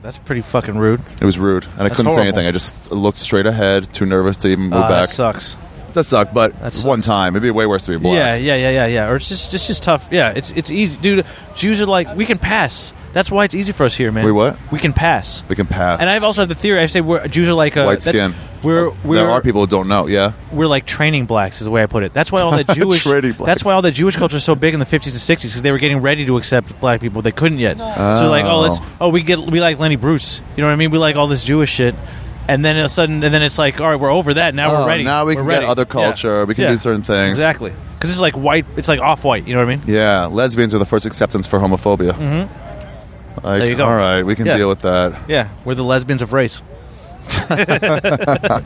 B: That's pretty fucking rude.
F: It was rude, and I
B: That's
F: couldn't say
B: horrible.
F: anything. I just looked straight ahead, too nervous to even move
B: Ah,
F: back.
B: That sucks.
F: That sucked, but
B: That
F: one
B: sucks.
F: time it'd be way worse to be black.
B: Yeah, yeah, yeah, yeah, yeah. Or it's just, it's just tough. Yeah, it's, it's easy, dude. Jews are like, we can pass. That's why it's easy for us here, man.
F: We what?
B: We can pass.
F: We can pass.
B: And I've also had the theory. I say we're Jews are like uh,
F: White
B: that's-
F: skin.
B: We're we're
F: there are people who don't know. Yeah.
B: we're like training blacks is the way I put it. That's why all that Jewish
F: Training blacks.
B: that's why all that Jewish culture is so big in the 50s and 60s because they were getting ready to accept black people they couldn't yet. So like oh let's oh we get we like Lenny Bruce you know what I mean we like all this Jewish shit and then all of a sudden and then it's like all right we're over that now
F: Oh,
B: we're ready
F: now we
B: We're
F: can
B: ready.
F: get other
B: Yeah.
F: culture. We can
B: Yeah.
F: do certain things.
B: exactly because it's like white it's like off white you know what I mean
F: Yeah, lesbians are the first acceptance for homophobia. Mm-hmm. Like,
B: There you go.
F: All right, we can
B: Yeah.
F: deal with that.
B: Yeah, we're the lesbians of race.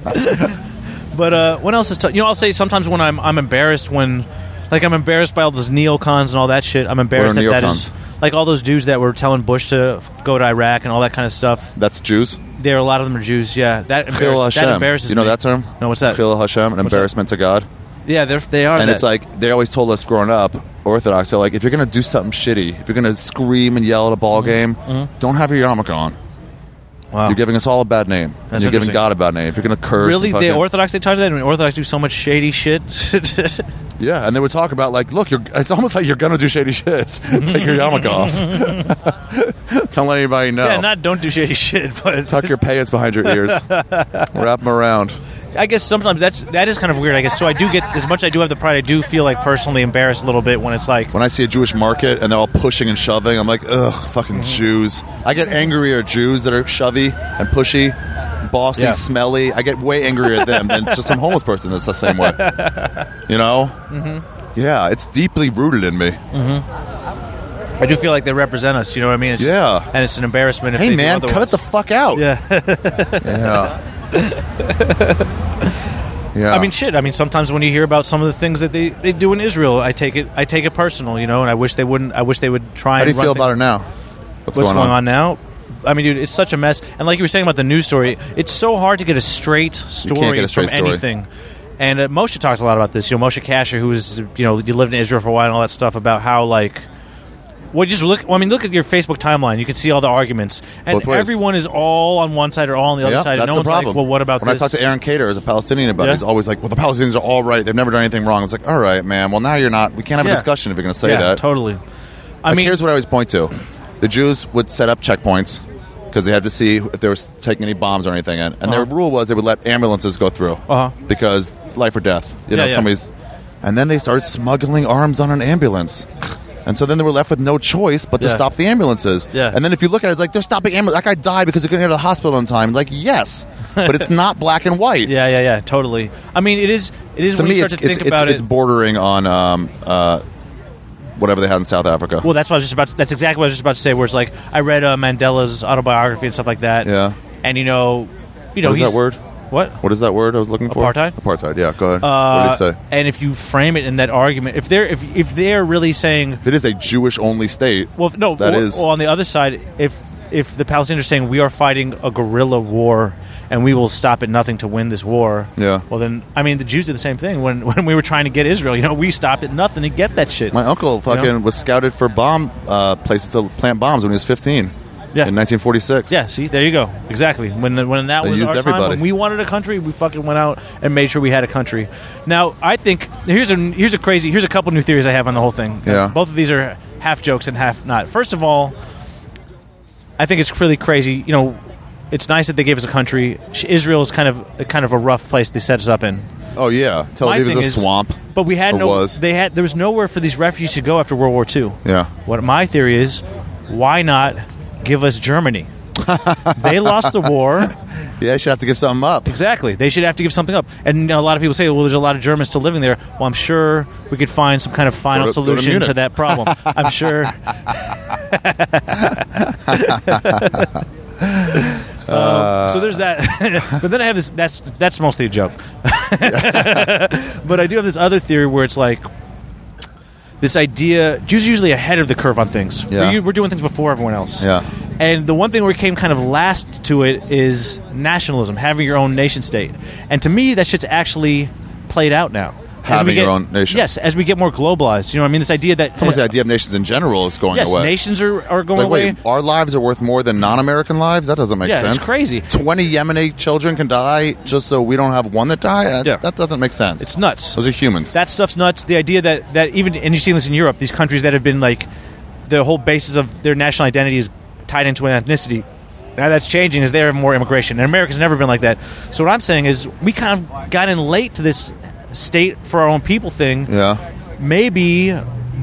B: but uh, what else is? T- you know, I'll say sometimes when I'm I'm embarrassed when, like, I'm embarrassed by all those neocons and all that shit. I'm embarrassed
F: What
B: that
F: are
B: that is like all those dudes that were telling Bush to f- go to Iraq and all that kind of stuff.
F: That's Jews.
B: There, a lot of them are Jews. Yeah, that
F: Chil
B: embarrass-
F: Hashem.
B: that embarrasses
F: you know
B: me.
F: that term?
B: No, what's that?
F: Chil Hashem, an
B: that?
F: embarrassment to God.
B: yeah, they're, they are.
F: And
B: that.
F: it's like they always told us growing up, Orthodox, they're like, if you're gonna do something shitty, if you're gonna scream and yell at a ball game, don't have your yarmulke on.
B: Mm-hmm. wow.
F: You're giving us all a bad name, and
B: That's
F: you're giving
B: interesting.
F: God a bad name. If you're gonna curse,
B: really
F: and fucking,
B: the Orthodox they talk to that. I mean, Orthodox do so much shady shit.
F: yeah, and they would talk about like, look, you're, it's almost like you're gonna do shady shit. Take your yarmulke off. Don't let anybody know.
B: yeah, not don't do shady shit, but
F: Tuck your pants behind your ears. Wrap them around.
B: I guess sometimes that's that is kind of weird. I guess so. I do get as much. as I do have the pride. I do feel like personally embarrassed a little bit when it's like
F: When I see a Jewish market and they're all pushing and shoving, I'm like, ugh, fucking Jews. I get angrier at Jews that are shovey and pushy, bossy,
B: Yeah.
F: smelly. I get way angrier at them than just some homeless person that's the same way. You know?
B: Mm-hmm.
F: Yeah, it's deeply rooted in me.
B: I do feel like they represent us. You know what I mean? It's
F: Yeah.
B: and it's an embarrassment. If
F: Hey
B: they do
F: man, cut it
B: otherwise.
F: the fuck out.
B: yeah.
F: Yeah. Yeah.
B: I mean, shit. I mean, sometimes when you hear about some of the things that they, they do in Israel, I take it I take it personal, you know. And I wish they wouldn't. I wish they would try.
F: How do
B: and
F: you feel about it now? What's,
B: What's going, on? now? I mean, dude, it's such a mess. And like you were saying about the news story, it's so hard to get a straight story
F: get a straight
B: from
F: story.
B: anything. And uh, Moshe talks a lot about this. You know, Moshe Kasher, who was you know you lived in Israel for a while and all that stuff about how like. Well, just look. Well, I mean, look at your Facebook timeline. You can see all the arguments, and
F: Both ways.
B: everyone is all on one side or all on the other
F: Yeah,
B: side. and
F: that's
B: no
F: the
B: one's
F: problem.
B: like, "Well, what about
F: when
B: this?"
F: I talk to Aaron Cater as a Palestinian about it,
B: Yeah.
F: he's always like, "Well, the Palestinians are all right; they've never done anything wrong." It's like, "All right, man. Well, now you're not. We can't have
B: Yeah.
F: a discussion if you're going to say
B: yeah,
F: that."
B: totally. I
F: Like,
B: mean,
F: here's what I always point to: the Jews would set up checkpoints because they had to see if they were taking any bombs or anything in, and their rule was they would let ambulances go through
B: Uh-huh.
F: because life or death. You know,
B: Yeah, yeah.
F: somebody's. And then they started smuggling arms on an ambulance. And so then they were left with no choice but to
B: Yeah.
F: stop the ambulances.
B: Yeah.
F: And then if you look at it, it's like they're stopping ambulance. That guy died because he couldn't get to the hospital in time. Like yes, but it's not black and white.
B: yeah, yeah, yeah, totally. I mean, it is. It is
F: To
B: when
F: me,
B: you
F: it's,
B: start to
F: it's,
B: think
F: it's,
B: about
F: it's
B: it.
F: bordering on um, uh, whatever they had in South Africa.
B: Well, that's what I was just about. To, that's exactly what I was just about to say. Where it's like I read uh, Mandela's autobiography and stuff like that.
F: Yeah.
B: and you know, you know,
F: What is that
B: he's-
F: word?
B: What?
F: What is that word I was looking for?
B: Apartheid?
F: Apartheid. Yeah. Go ahead.
B: Uh,
F: what did he say?
B: And if you frame it in that argument, if they're if if they're really saying,
F: If it is a Jewish-only state,
B: well, if- no,
F: that
B: well,
F: is
B: well, on the other side, if if the Palestinians are saying we are fighting a guerrilla war and we will stop at nothing to win this war,
F: Yeah.
B: Well, then I mean, the Jews did the same thing when when we were trying to get Israel. You know, we stopped at nothing to get that shit.
F: My uncle fucking
B: You know?
F: was scouted for bomb uh, places to plant bombs when he was 15.
B: Yeah.
F: In 1946.
B: Yeah, see, there you go. Exactly. When when that
F: They
B: was
F: used
B: our time,
F: everybody.
B: when we wanted a country, we fucking went out and made sure we had a country. Now, I think here's a here's a crazy here's a couple new theories I have on the whole thing.
F: Yeah.
B: Both of these are half jokes and half not. First of all, I think it's really crazy. You know, it's nice that they gave us a country. Sh- Israel is kind of kind of a rough place they set us up in.
F: Oh yeah. Tel
B: My
F: Aviv is
B: thing
F: a
B: is-
F: swamp.
B: But we had
F: Or
B: no
F: was.
B: they had there was nowhere for these refugees to go after World War II.
F: Yeah.
B: What my theory is, why not give us Germany? they lost the war.
F: Yeah. You should have to give something up.
B: Exactly. They should have to give something up. And a lot of people say, well, there's a lot of Germans still living there. Well, I'm sure we could find some kind of final
F: Go to- go to
B: solution to,
F: Munich.
B: that problem. I'm sure. Uh, so there's that, but then I have this. That's that's mostly a joke, but I do have this other theory where it's like this idea. Jews are usually ahead of the curve on things.
F: Yeah.
B: We're, we're doing things before everyone else.
F: Yeah.
B: And the one thing we came kind of last to it is nationalism, having your own nation state. And to me, that shit's actually played out now. As we
F: Having your
B: get-
F: own nation.
B: Yes, as we get more globalized. You know what I mean? This idea that. uh,
F: Almost the idea of nations in general is going
B: yes,
F: away.
B: nations are, are going
F: Like,
B: away.
F: wait, our lives are worth more than non-American lives? That doesn't make
B: Yeah, it's
F: sense.
B: crazy.
F: Twenty Yemeni children can die just so we don't have one that die. Uh,
B: Yeah.
F: That doesn't make sense.
B: It's nuts.
F: Those are humans.
B: That stuff's nuts. The idea that, that even, and you're seeing this in Europe, these countries that have been like, the whole basis of their national identity is tied into an ethnicity. Now that's changing as there are more immigration. And America's never been like that. So what I'm saying is we kind of got in late to this state for our own people thing.
F: yeah.
B: Maybe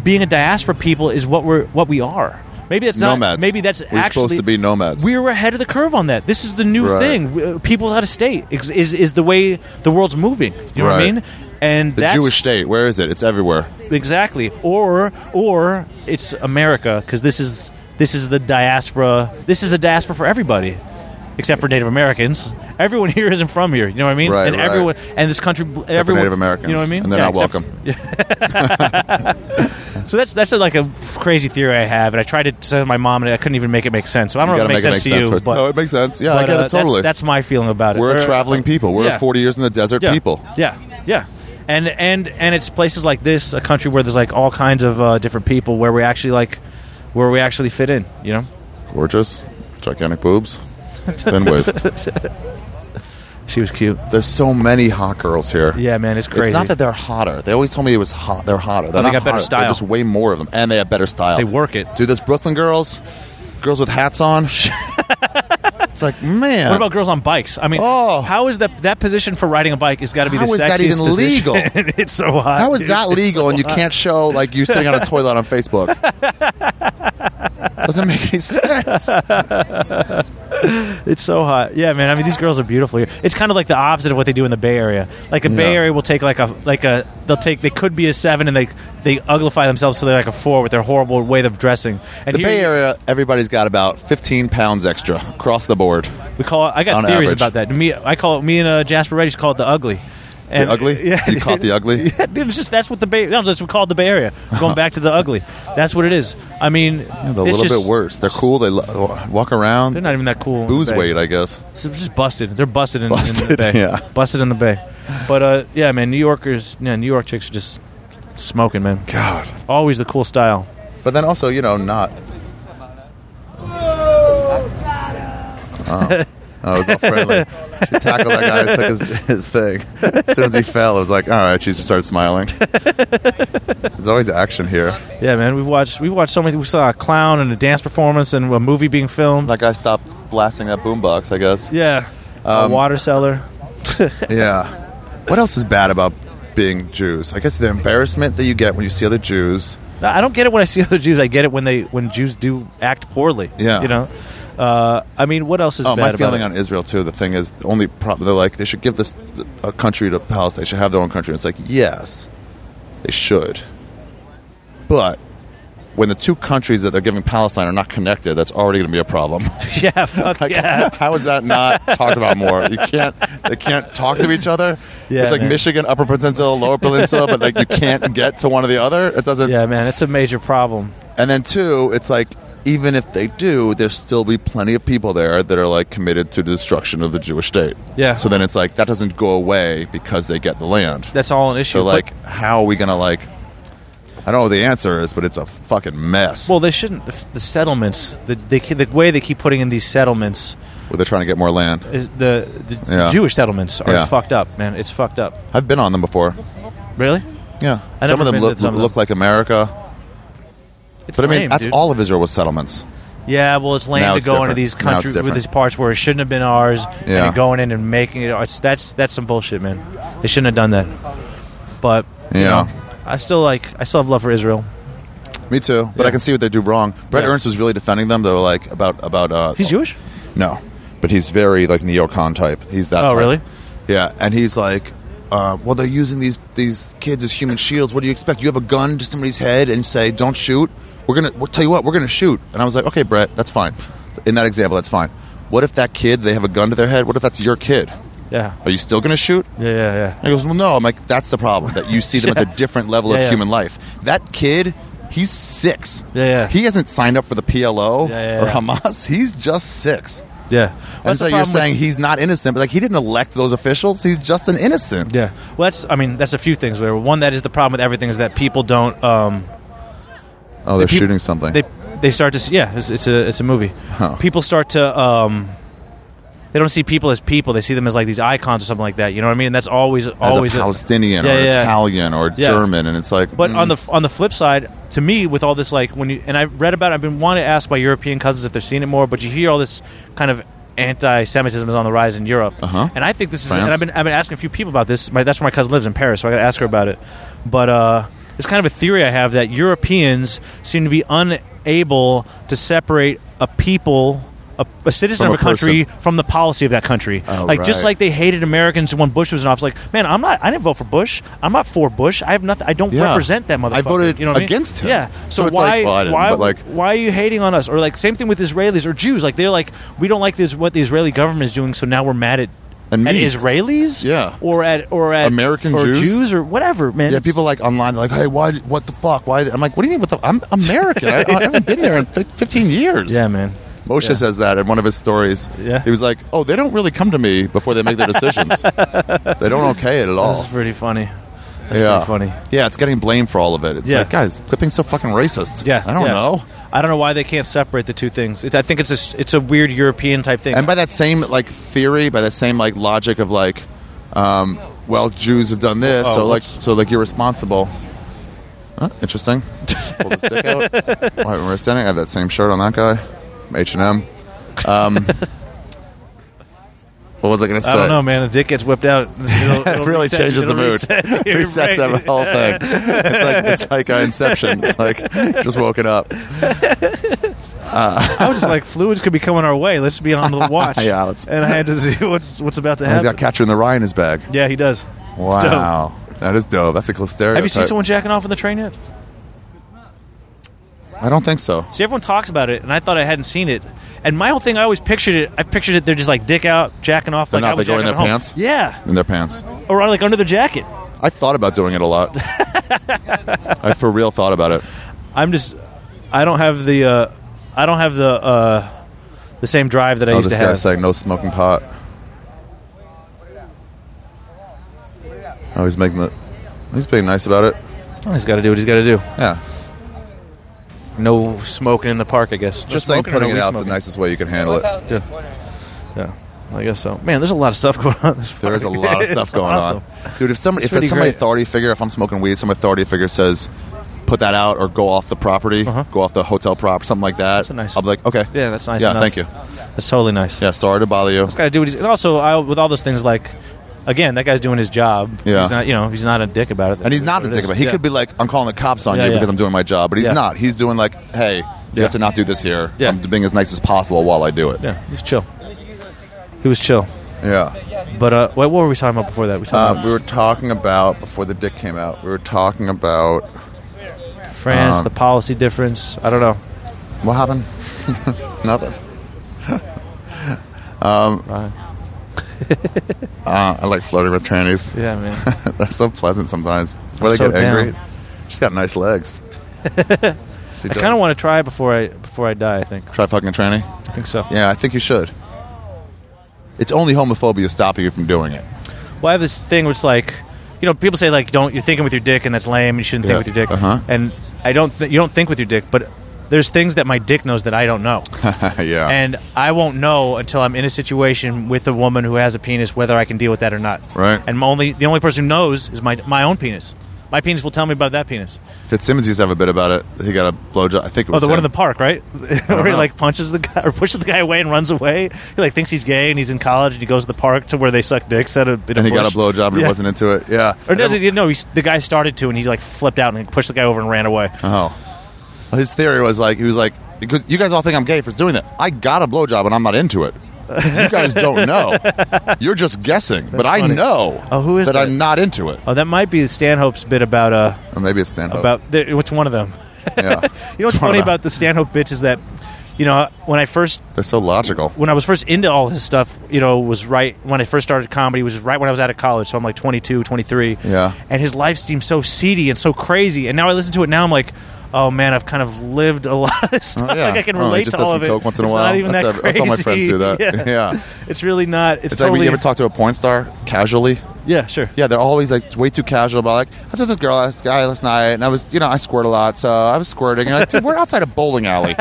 B: being a diaspora people is what we're what we are. Maybe that's not.
F: Nomads.
B: Maybe that's
F: We're
B: actually
F: supposed to be nomads.
B: We were ahead of the curve on that. This is the new
F: Right.
B: thing. W- People without a state is, is is the way the world's moving. You know what I
F: Right.
B: mean? And
F: The
B: that's
F: Jewish state. Where is it? It's everywhere.
B: exactly or or it's america because this is this is the diaspora this is a diaspora for everybody except for native americans everyone here isn't from here you know what i mean
F: Right,
B: and
F: right.
B: everyone and this country except
F: Except for
B: everyone
F: Native Americans.
B: you know what i mean
F: And they're
B: Yeah,
F: not
B: except-
F: welcome.
B: so that's that's like a crazy theory i have and i tried to tell my mom and i couldn't even make it make sense so i don't know
F: gotta
B: if it makes sense
F: make it make
B: to
F: sense
B: you
F: first.
B: but,
F: No, it makes sense. Yeah, I
B: but,
F: get it
B: uh, that's-
F: totally.
B: that's, my feeling about it
F: We're
B: Or-
F: a traveling people. We're
B: Yeah.
F: 40 years in the desert
B: yeah.
F: people.
B: Yeah, yeah, and and and it's places like this, a country where there's like all kinds of uh, different people, where we actually like, where we actually fit in, you know.
F: Gorgeous, gigantic boobs, thin waist.
B: She was cute.
F: There's so many hot girls here.
B: Yeah, man, it's crazy.
F: It's not that they're hotter. They always told me it was hot. They're hotter. They're
B: they
F: not
B: got better
F: hotter.
B: style.
F: They're just way more of them, and they have better style.
B: They work it.
F: Dude, this Brooklyn girls, girls with hats on. it's like man.
B: what about girls on bikes? I mean,
F: Oh.
B: how is that that position for riding a bike is got to be
F: How
B: the
F: is
B: sexiest
F: that even
B: position.
F: legal?
B: it's so hot.
F: How is
B: dude.
F: that
B: It's
F: legal
B: so
F: and you
B: hot.
F: can't show like you sitting on a toilet on Facebook? Doesn't make any sense.
B: It's so hot. Yeah, man. I mean, these girls are beautiful here. It's kind of like the opposite of what they do in the Bay Area. Like the Bay
F: Yeah.
B: Area will take like a like a they'll take they could be a seven and they they uglify themselves so they're like a four with their horrible way of dressing. And
F: The
B: here
F: Bay Area, everybody's got about 15 pounds extra across the board.
B: we call it, I got
F: on
B: theories
F: average.
B: about that. Me I call it me and uh, Jasper Reddish call it the ugly. And,
F: ugly?
B: Yeah,
F: You caught the ugly?
B: Yeah, dude, it's just that's what the Bay. No, that's what we call it the Bay Area. Going back to the ugly. That's what it is. I mean,
F: They're a
B: it's
F: little
B: just-
F: bit worse. They're cool. They lo- walk around.
B: They're not even that cool. in the
F: Booze
B: Bay.
F: weight, I guess.
B: So they're just busted. They're busted in, in the
F: Busted,
B: Bay.
F: yeah.
B: busted in the Bay. But uh, yeah, man, New Yorkers. Yeah, New York chicks are just smoking, man.
F: God.
B: Always the cool style.
F: But then also, you know, not. Oh. oh, it was all friendly. She tackled that guy and took his, his thing. As soon as he fell, it was like, all right, she just started smiling. There's always action here.
B: Yeah, man. We've watched we've watched so many. We saw a clown and a dance performance and a movie being filmed.
F: That guy stopped blasting that boombox, I guess.
B: yeah,
F: Um,
B: a water cellar.
F: Yeah. What else is bad about being Jews? I guess the embarrassment that you get when you see other Jews.
B: No, I don't get it when I see other Jews. I get it when they when Jews do act poorly.
F: Yeah.
B: you know. Uh, I mean, what else is
F: Oh,
B: bad
F: my
B: about
F: feeling
B: it?
F: on Israel too. The thing is, the only problem they're like they should give this a country to Palestine. They should have their own country. And it's like yes, they should, but when the two countries that they're giving Palestine are not connected, that's already going to be a problem.
B: yeah, fuck
F: Like,
B: yeah.
F: How is that not talked about more? You can't. They can't talk to each other.
B: Yeah,
F: it's like
B: man.
F: Michigan, Upper Peninsula, Lower Peninsula, but like you can't get to one or the other. It doesn't.
B: Yeah, man, it's a major problem.
F: And then two, it's like even if they do, there'll still be plenty of people there that are like committed to the destruction of the Jewish state.
B: Yeah.
F: So then it's like that doesn't go away because they get the land.
B: That's all an issue.
F: so
B: But-
F: like, how are we gonna like? I don't know what the answer is, but it's a fucking mess.
B: well, they shouldn't. if The settlements, the they, ke- the way they keep putting in these settlements,
F: where they're trying to get more land.
B: is the, the
F: Yeah.
B: Jewish settlements are
F: Yeah.
B: fucked up, man. It's fucked up.
F: I've been on them before.
B: Really?
F: Yeah.
B: I've
F: some
B: never
F: of them
B: been
F: look
B: to some of
F: look
B: them.
F: like America,
B: It's
F: but I mean
B: lame,
F: that's
B: dude.
F: all of Israel was settlements.
B: Yeah, well, it's lame
F: Now
B: to
F: it's
B: go into
F: different.
B: these
F: Now it's
B: countries with
F: different.
B: these parts where it shouldn't have been ours,
F: Yeah.
B: and going in and making it. It's that's that's some bullshit, man. They shouldn't have done that. But you
F: Yeah.
B: know, I still like I still have love for Israel.
F: Me too, but I can see what they do wrong. Brett
B: Yeah.
F: Ernst was really defending them. They were like about about uh,
B: He's Jewish.
F: No, but he's very like neocon type. He's that.
B: Oh,
F: type.
B: really?
F: Yeah, and he's like, uh, well, they're using these these kids as human shields. What do you expect? You have a gun to somebody's head and say, "Don't shoot." We're gonna we'll tell you what we're gonna shoot. And I was like, okay, Brett, that's fine. In that example, that's fine. What if that kid they have a gun to their head? What if that's your kid?
B: Yeah.
F: Are you still gonna shoot?
B: Yeah, yeah, yeah.
F: And he goes, well, no. I'm like, that's the problem that you see them as a different level of
B: Yeah, yeah.
F: human life. That kid, he's six.
B: Yeah, yeah.
F: He hasn't signed up for the PLO
B: Yeah, yeah,
F: or
B: yeah.
F: Hamas. He's just six.
B: Yeah.
F: And
B: That's
F: so
B: the problem
F: you're
B: with-
F: saying he's not innocent, but like he didn't elect those officials. He's just an innocent.
B: Yeah. Well, that's I mean that's a few things. Where one that is the problem with everything is that people don't um,
F: Oh, they're
B: The peop-
F: shooting something.
B: they they start to see, yeah it's, it's a it's a movie.
F: Huh.
B: People start to um, they don't see people as people. They see them as like these icons or something like that. You know what I mean? And that's always
F: As
B: always
F: a Palestinian
B: Yeah,
F: or
B: yeah, yeah.
F: Italian or
B: Yeah.
F: German, and it's like.
B: But
F: mm,
B: on the on the flip side, to me, with all this like when you and I read about, it, I've been wanting to ask my European cousins if they're seeing it more. But you hear all this kind of anti-Semitism is on the rise in Europe,
F: Uh-huh.
B: and I think this is. And
F: France.
B: I've been I've been asking a few people about this. My, that's where my cousin lives in Paris, so I got to ask her about it. But uh, it's kind of a theory I have that Europeans seem to be unable to separate a people. A, a citizen
F: From
B: of a,
F: a
B: country
F: person.
B: from the policy of that country,
F: Oh,
B: like just
F: right.
B: like they hated Americans when Bush was in office. Like, man, I'm not, I didn't vote for Bush. I'm not for Bush. I have nothing. I don't
F: Yeah.
B: represent that motherfucker.
F: I voted
B: you know what I mean?
F: against him.
B: Yeah. So,
F: So it's
B: why
F: like, well, I didn't,
B: why
F: but, like-
B: why are you hating on us? Or like same thing with Israelis or Jews. Like they're like we don't like this what the Israeli government is doing, so now we're mad at
F: And
B: at
F: me.
B: Israelis.
F: Yeah.
B: Or at or at
F: American
B: or
F: Jews?
B: or whatever. Man.
F: Yeah,
B: It's-
F: people like online. They're like, "Hey, why? What the fuck? Why?" I'm like, "What do you mean? What the? I'm American. I, I haven't been there in fif- 15 years."
B: Yeah, man.
F: Moshe
B: Yeah.
F: says that in one of his stories.
B: Yeah.
F: He was like, "Oh, they don't really come to me before they make their decisions. they don't okay it at all."
B: That's pretty funny.
F: yeah.
B: pretty funny.
F: Yeah, it's getting blamed for all of it. It's
B: Yeah.
F: like, guys, quit being so fucking racist.
B: Yeah.
F: I don't
B: yeah.
F: know.
B: I don't know why they can't separate the two things. It, I think it's a s- it's a weird European type thing.
F: And by that same like theory, by that same like logic of like, um, well, Jews have done this,
B: Oh,
F: so like,
B: what's-
F: so like you're responsible. Huh, interesting. Pull this dick out. Why when we're standing, I have that same shirt on that guy, H and M. Um, what was I gonna say?
B: I don't know, man. The dick gets whipped out. It'll,
F: It
B: it'll
F: really
B: reset-
F: changes the
B: it'll
F: mood.
B: reset- You're
F: Resets
B: right.
F: the whole thing. It's like it's like uh, Inception. It's like just woken up.
B: I was just like, fluids could be coming our way. Let's be on the watch.
F: Yeah, let's-
B: and I had to see what's what's about to
F: He's
B: happen.
F: got Catcher in the Rye in his bag.
B: yeah, he does. It's dope.
F: Wow, that is dope. That's a cool stereotype.
B: Have you seen someone jacking off on the train yet?
F: I don't think so.
B: See, everyone talks about it, and I thought I hadn't seen it. And my whole thing, I always pictured it. I pictured it. They're just like dick out, jacking off.
F: They're
B: like
F: not,
B: I would
F: they go in
B: jack
F: their
B: off at home.
F: pants?
B: Yeah,
F: In their pants.
B: or like under their jacket.
F: I thought about doing it a lot. I for real thought about it.
B: I'm just, I don't have the, uh, I don't have the, uh, the same drive that I
F: Oh,
B: used
F: this
B: to
F: guy
B: have.
F: saying no smoking pot. Oh, he's making the. He's being nice about it.
B: Oh, he's got to do what he's got to do.
F: Yeah.
B: No smoking in the park, I guess.
F: Just
B: no
F: saying
B: smoking or no
F: putting it out's the
B: re-smoking?
F: nicest way you can handle it.
B: Yeah, I guess so. Man, there's a lot of stuff going on. in This
F: There is a
B: party.
F: lot of
B: It's
F: stuff going
B: awesome.
F: on, dude. If somebody,
B: It's
F: if
B: pretty
F: it's some
B: great.
F: authority figure, if I'm smoking weed, some authority figure says, "Put that out or go off the property, go off the hotel prop, something like that."
B: Uh-huh. a nice-
F: I'll be like, "Okay,
B: Yeah, that's nice.
F: yeah,
B: enough.
F: thank you.
B: That's totally nice.
F: Yeah, sorry to bother you.
B: He's got to do what he's. And also, I, with all those things, like, again, that guy's doing his job.
F: Yeah.
B: He's not, you know, he's not a dick about it.
F: And he's not a dick about. it. He could be like, "I'm calling the cops on
B: Yeah,
F: you
B: yeah.
F: because I'm doing my job," but he's
B: Yeah.
F: not. He's doing like, "Hey, you
B: Yeah.
F: have to not do this here.
B: Yeah.
F: I'm being as nice as possible while I do it."
B: Yeah, he was chill. He was chill.
F: Yeah.
B: But uh, what, what were we talking about before that? We talked
F: Uh, we were talking about before the dick came out. We were talking about
B: about France,
F: um,
B: the policy difference. I don't know.
F: what happened. Nothing. Um,
B: Right.
F: Uh, I like flirting with trannies.
B: Yeah, man.
F: They're so pleasant sometimes. Before they
B: So
F: get angry,
B: down.
F: she's got nice legs.
B: I kind of want to try it before I before I die. I think.
F: to try fucking a tranny.
B: I think so.
F: Yeah, I think you should. It's only homophobia stopping you from doing it.
B: Well, I have this thing which like, you know, people say like, don't you're thinking with your dick and that's lame. You shouldn't think
F: Yeah.
B: with your dick.
F: Uh-huh.
B: And I don't. Th- you don't think with your dick, but there's things that my dick knows that I don't know.
F: yeah,
B: and I won't know until I'm in a situation with a woman who has a penis whether I can deal with that or not.
F: Right.
B: And my only the only person who knows is my my own penis. My penis will tell me about that penis.
F: Fitzsimmons used to have a bit about it. He got a blowjob. I think it
B: Oh,
F: was
B: the one in
F: him.
B: the park, right? Where
F: Uh-huh.
B: he like punches the guy or pushes the guy away and runs away. He like thinks he's gay and he's in college and he goes to the park to where they suck dicks at a bit
F: and he got a blowjob and
B: Yeah.
F: he wasn't into it. Yeah,
B: Or does he? No, he's, the guy started to and he like flipped out and pushed the guy over and ran away.
F: Oh, Well, his theory was like he was like because you guys all think I'm gay for doing that. I got a blowjob and I'm not into it. You guys don't know. You're just guessing, but I
B: funny.
F: know
B: Oh, who is
F: that,
B: that?
F: I'm not into it.
B: Oh, that might be Stanhope's bit about uh
F: Or maybe it's stand
B: about there, what's one of them.
F: Yeah.
B: You know what's
F: It's one
B: funny
F: of the-
B: about the Stanhope bitch is that, you know, when I first
F: They're so logical.
B: when I was first into all his stuff, you know, was right when I first started comedy, was right when I was out of college. So I'm like 22, 23.
F: Yeah.
B: And his life seemed so seedy and so crazy. And now I listen to it now, I'm like, oh man, I've kind of lived a lot of this stuff.
F: yeah.
B: Like I can
F: Oh, he
B: relate
F: just
B: to
F: does
B: all
F: some
B: of it.
F: coke once in a
B: It's
F: while.
B: not even
F: That's
B: that
F: ev-
B: crazy.
F: that's all my friends do that. Yeah.
B: It's really not. It's,
F: It's like when
B: totally.
F: you ever talk to a porn star casually.
B: yeah, sure.
F: Yeah, they're always like way too casual about like I was with this girl last guy last night and I was you know I squirt a lot so I was squirting and like dude we're outside a bowling alley.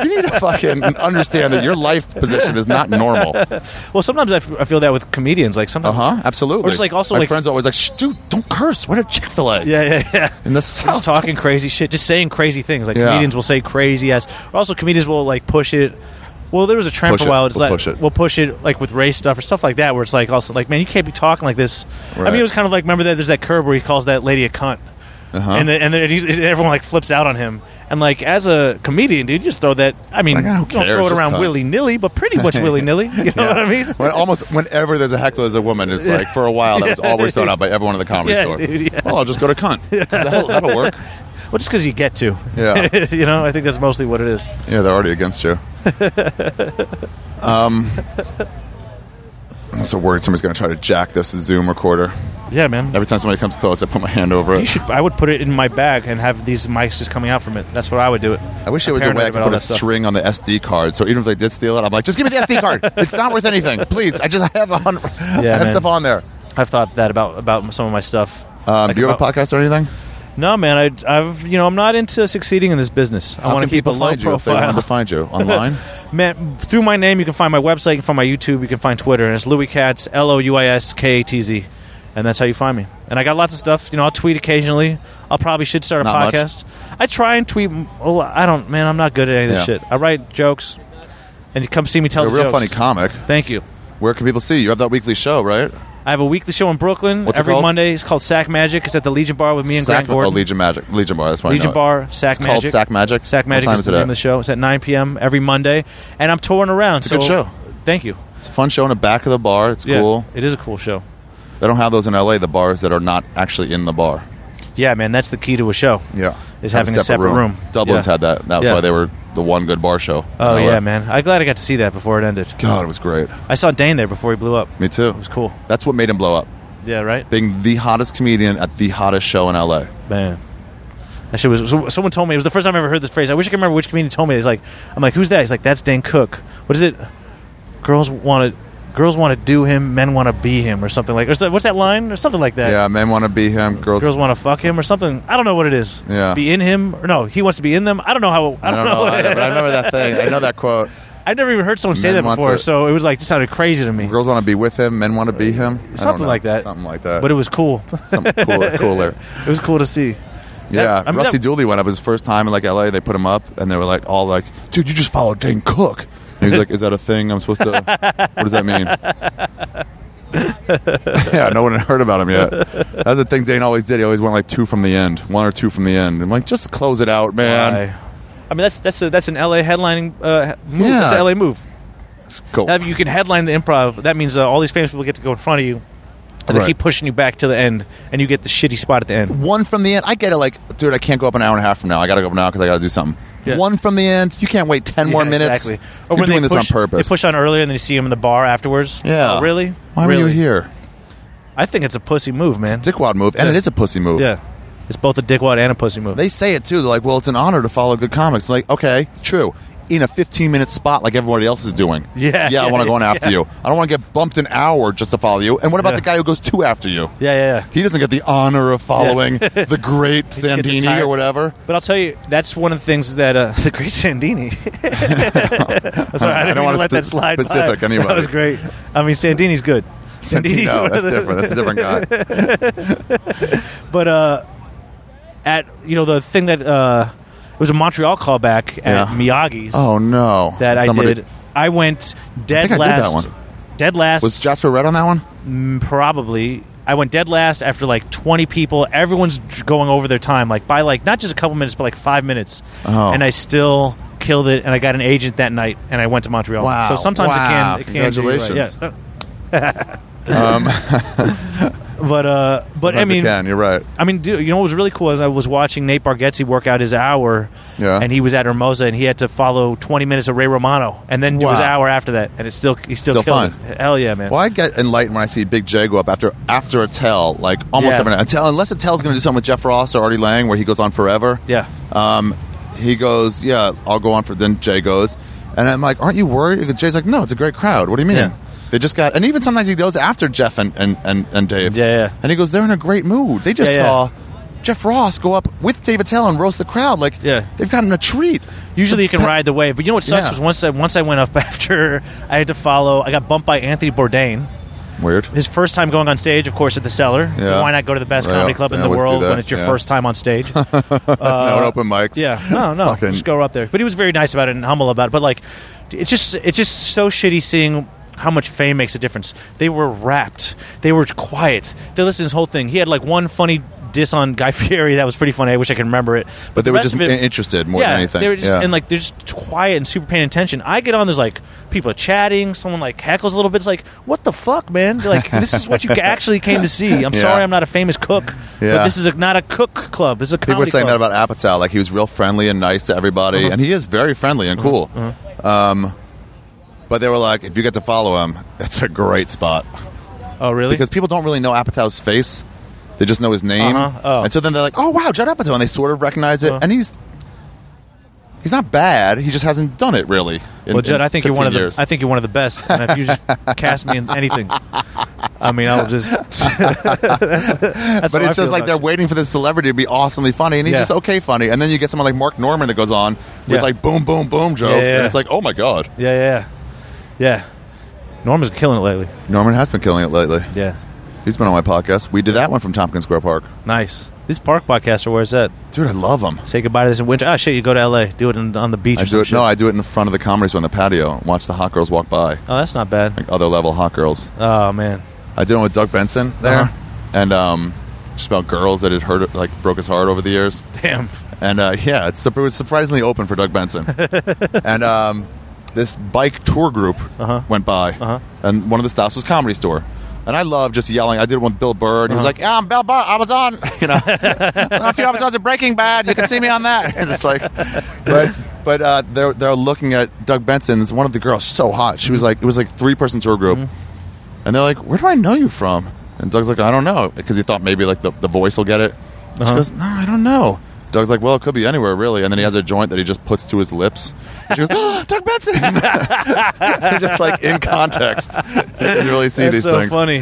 F: You need to fucking understand that your life position is not normal. Uh
B: Well, sometimes I, f- I feel that with comedians. Like sometimes.
F: huh. Absolutely.
B: Or it's like also
F: my
B: like-
F: friends always like Shh, dude don't curse. What a Chick Fil A.
B: Yeah, yeah, yeah.
F: In the
B: just
F: south.
B: talking crazy shit, just saying crazy things. Like
F: Oh. Yeah.
B: comedians will say crazy ass. Or also comedians will like push it. Well, there was a trend
F: Push
B: for a
F: it.
B: while. It's
F: We'll
B: like
F: push it.
B: we'll push it like with race stuff or stuff like that, where it's like also like, man, you can't be talking like this. I mean,
F: Right.
B: it was kind of like remember that there's that curb where he calls that lady a cunt. Uh-huh. And then, and then he's- everyone like flips out on him. And like as a comedian, dude, you just throw that. I mean,
F: Like, who
B: don't
F: cares?
B: throw it
F: Just
B: around
F: cunt.
B: willy nilly, but pretty much willy nilly. You know what I mean?
F: When almost whenever there's a heckler as a woman, it's like for a while that was always thrown out by everyone at the comedy
B: Yeah,
F: store.
B: dude, yeah.
F: Well, I'll just go to cunt. That'll, that'll work.
B: Well, just because you get to.
F: Yeah.
B: you know, I think that's mostly what it is.
F: Yeah, they're already against you. um, I'm so worried somebody's going to try to jack this Zoom recorder.
B: Yeah, man.
F: Every time somebody comes close, I put my hand over
B: You
F: it.
B: should. I would put it in my bag and have these mics just coming out from it. That's what I would do it.
F: I wish there was a way I could put a string on the SD card. So even if they did steal it, I'm like, just give me the SD card. it's not worth anything, please. I just have a hundred. I have
B: man.
F: stuff on there.
B: I've thought that about about some of my stuff.
F: Um,
B: Like
F: do you have
B: about-
F: a podcast or anything?
B: No, man. I, I've you know I'm not into succeeding in this business. I
F: How
B: want
F: can
B: to keep a
F: people
B: low
F: find you if they
B: profile.
F: wanted to find you online?
B: man, through my name, you can find my website, you can find my YouTube, you can find Twitter, and it's Louis Katz, L O U I S K A T Z, and that's how you find me. And I got lots of stuff. You know, I'll tweet occasionally. I'll probably should start a
F: Not much.
B: podcast. I try and tweet. Oh, I don't, man. I'm not good at any of this
F: Yeah.
B: shit. I write jokes, and you come see me tell
F: You're a
B: the
F: real
B: jokes.
F: funny comic.
B: Thank you.
F: Where can people see you? You have that weekly show, right?
B: I have a weekly show in Brooklyn
F: What's it
B: every
F: called?
B: Monday. It's called Sack Magic. It's at the Legion Bar with me and
F: Sack,
B: Grant Gordon.
F: Oh, Legion Magic. Legion Bar. That's why I
B: Legion
F: know it.
B: Bar, Sack
F: It's
B: Magic.
F: called Sack Magic.
B: Sack
F: What
B: Magic
F: time
B: is,
F: is
B: the
F: it
B: name
F: at?
B: of the show. It's at 9 p.m. every Monday, and I'm touring around.
F: It's a good
B: so-
F: show.
B: Thank you.
F: It's a fun show in the back of the bar. It's
B: Yeah,
F: cool.
B: It is a cool show.
F: They don't have those in LA. The bars that are not actually in the bar.
B: Yeah, man, that's the key to a show.
A: Yeah.
B: is
F: Have
B: having a separate, room.
F: Dublin's
B: Yeah.
F: had that. That was
B: Yeah.
F: why they were the one good bar show.
B: Oh
F: You know,
B: yeah,
F: uh,
B: man. I'm glad I got to see that before it ended.
F: God, it was great.
B: I saw Dane there before he blew up.
F: Me too.
B: It was cool.
F: That's what made him blow up.
B: Yeah, right.
F: Being the hottest comedian at the hottest show in LA.
B: Man. That shit was. so- Someone told me it was the first time I ever heard this phrase. I wish I could remember which comedian told me. He's like, I'm like, who's that? He's like, that's Dan Cook. What is it? Girls want to, girls want to do him. Men want to be him, or something like. Or so- what's that line? Or something like that.
F: Yeah, men want to be him. Girls,
B: Girls want to fuck him, or something. I don't know what it is.
F: Yeah.
B: Be in him, or no? He wants to be in them. I don't know how. I
F: I
B: don't,
F: don't know, either, but I remember that thing. I know that quote.
B: I've never even heard someone say
F: Men
B: that
F: want
B: before,
F: to-
B: so it was like just sounded crazy to me.
F: Girls want to be with him. Men want to be him. I don't
B: Something
F: know.
B: like that.
F: Something like that.
B: But it was cool.
F: something cooler. cooler.
B: it was cool to see.
F: Yeah,
B: That- I mean,
F: Rusty
B: that-
F: Dooley went up his first time in like LA. They put him up, and they were like all like, "Dude, you just followed Dane Cook." And he was like, "Is that a thing? I'm supposed to? What does that mean?" yeah, no one had heard about him yet. That's the thing Dane always did. He always went like two from the end, one or two from the end. I'm like, just close it out, man.
B: I, I mean, that's that's a, that's an LA headlining uh, move.
F: Yeah.
B: That's an LA move.
F: Go.
B: Now, if you can headline the improv, that means uh, all these famous people get to go in front of you, and they
F: Right.
B: keep pushing you back to the end, and you get the shitty spot at the end.
F: one from the end. I get it. Like, dude, I can't go up an hour and a half from now. I got to go up now because I got to do something.
B: Yeah.
F: One from the end. You can't wait ten more
B: Yeah,
F: minutes.
B: Exactly.
F: You're
B: when
F: doing
B: they
F: this
B: push-
F: on purpose.
B: They push on earlier, and then you see them in the bar afterwards.
F: yeah.
B: Oh, really?
F: Why
B: really?
F: were you here?
B: I think it's a pussy move, man.
F: Dickwad move, and
B: Yeah.
F: it is a pussy move.
B: yeah, it's both a dickwad and a pussy move.
F: They say it too. They're like, well, it's an honor to follow good comics. I'm like, okay, true. In a 15 minute spot like everybody else is doing.
B: Yeah,
F: Yeah, I
B: yeah,
F: want to go on after
B: yeah.
F: you. I don't want to get bumped an hour just to follow you. And what about
B: Yeah.
F: the guy who goes two after you?
B: yeah, yeah, yeah.
F: He doesn't get the honor of following the great
B: gets
F: Sandini
B: tired.
F: or whatever.
B: But I'll tell you, that's one of the things that uh, the great Sandini. I'm sorry, I,
F: I
B: didn't
F: don't
B: mean
F: want
B: to let
F: to
B: that
F: spe-
B: slide. by.
F: specific anybody.
B: That was great. I mean, Sandini's good. Sandini's
F: Santino,
B: one of
F: that's
B: the-
F: different. That's a different guy.
B: But uh, at you know the thing that uh, it was a Montreal callback at
F: Yeah.
B: Miyagi's
F: Oh, no.
B: that I
F: Somebody-
B: did. I went dead
F: think I did that
B: last.
F: one.
B: Dead last.
F: Was Jasper Red on that one?
B: probably I went dead last after like 20 people. Everyone's dr- going over their time, like by like not just a couple minutes, but like five minutes.
F: Oh.
B: And I still killed it. And I got an agent that night, and I went to Montreal.
F: Wow.
B: So sometimes
F: Wow.
B: it can. It can do, right.
F: Congratulations.
B: Yeah. but uh, but I
F: Um, Sometimes it
B: mean,
F: can. You're right.
B: I mean, dude, you know what was really cool is I was watching Nate Bargatze work out his hour,
F: Yeah.
B: and he was at Hermosa, and he had to follow 20 minutes of Ray Romano, and then do his
F: Wow.
B: hour after that, and it's still he still,
F: Still
B: killed
F: fun.
B: it. Hell yeah, man!
F: Well, I get enlightened when I see Big J go up after after a tell, like almost
B: Yeah.
F: every night. Until, unless a tell's going to do something with Jeff Ross or Artie Lang, where he goes on forever.
B: Yeah.
F: Um, he goes, yeah, I'll go on for. Then Jay goes, and I'm like, aren't you worried? And Jay's like, no, it's a great crowd. What do you mean?
B: Yeah.
F: They just got, and even sometimes he goes after Jeff and and and, and Dave.
B: Yeah, yeah.
F: And he goes, they're in a great mood. They just
B: Yeah, yeah.
F: saw. Jeff Ross go up with David Tell and roast the crowd like
B: Yeah.
F: they've gotten a treat.
B: Usually you can ride the wave, but you know what sucks
F: Yeah.
B: was once I once I went up after I had to follow. I got bumped by Anthony Bourdain.
F: Weird.
B: His first time going on stage, of course, at the Cellar.
F: Yeah.
B: Why not go to the best
F: Yeah,
B: comedy club in
F: they
B: the
F: always do
B: world when
F: that,
B: it's your
F: yeah.
B: first time on stage?
F: no open mics.
B: Uh, Yeah, no, no,
F: Fucking-
B: just go up there. But he was very nice about it and humble about it. But like, it's just it's just so shitty seeing how much fame makes a difference. They were wrapped. They were quiet. They listened to this whole thing. He had like one funny diss on Guy Fieri that was pretty funny. I wish I could remember it.
F: But they
B: the
F: were
B: rest
F: just
B: of it-
F: interested more
B: yeah,
F: than anything.
B: They were just
F: Yeah.
B: and like they're just quiet and super paying attention. I get on, there's like people are chatting, someone like heckles a little bit. It's like, what the fuck, man? They're like, this is what you actually came to see. I'm
F: Yeah.
B: sorry, I'm not a famous cook, but
F: Yeah.
B: this is a, not a cook club. This is a comedy
F: People were saying
B: club. Uh-huh.
F: that about Apatow. Like he was real friendly and nice to everybody, and he is very friendly and cool. Um, but they were like, if you get to follow him, that's a great spot
B: Oh, really?
F: because people don't really know Apatow's face; they just know his name.
B: Uh-huh. Oh. Uh-huh.
F: And so then they're like, "Oh wow, Judd Apatow," and they sort of recognize it. And he's he's not bad; he just hasn't done it really. In,
B: well, Judd,
F: in
B: I think you're one
F: 15
B: of the.
F: years.
B: I think you're one of the best. And if you just cast me in anything, I mean, I'll just.
F: but it's just like they're waiting for this celebrity to be awesomely funny, and he's
B: Yeah.
F: just okay funny. And then you get someone like Mark Norman that goes on with
B: Yeah.
F: like boom, boom, boom jokes,
B: yeah, yeah.
F: and it's like, oh my god,
B: Yeah, yeah, yeah. Norman's killing it lately.
F: Norman has been killing it lately.
B: Yeah,
F: He's been on my podcast. We did that one from Tompkins Square Park.
B: nice. These park podcasts are where it's at.
F: Dude, I love him.
B: Say goodbye to this in winter. Ah, shit, you go to L.A. Do it in, on the beach.
F: I
B: or some
F: do it.
B: shit.
F: No, I do it in front of the comedy store on the patio. and Watch the hot girls walk by,
B: oh, that's not bad.
F: like other level hot girls.
B: Oh man.
F: I did one with Doug Benson there,
B: Uh-huh.
F: and um, just about girls that had hurt, like broke his heart over the years.
B: Damn.
F: And uh, yeah, it's, it was surprisingly open for Doug Benson. and Uh-huh. um, this bike tour group went by, and one of the stops was Comedy Store. And I love just yelling. I did one with Bill Burr, and he was like, "Yeah, I'm Bill Burr. I was on, you know, a few episodes of Breaking Bad. You can see me on that." And it's like, but but uh, they're they're looking at Doug Benson's. One of the girls, so hot. She was like, it was like three person tour group, and they're like, "Where do I know you from?" And Doug's like, "I don't know," because he thought maybe like the, the voice will get it. She goes, "No, I don't know." Doug's like, "Well, it could be anywhere, really." And then he has a joint that he just puts to his lips. And she goes, oh, "Doug Benson." They're just like in context, you can really see
B: That's
F: these
B: so
F: things.
B: funny.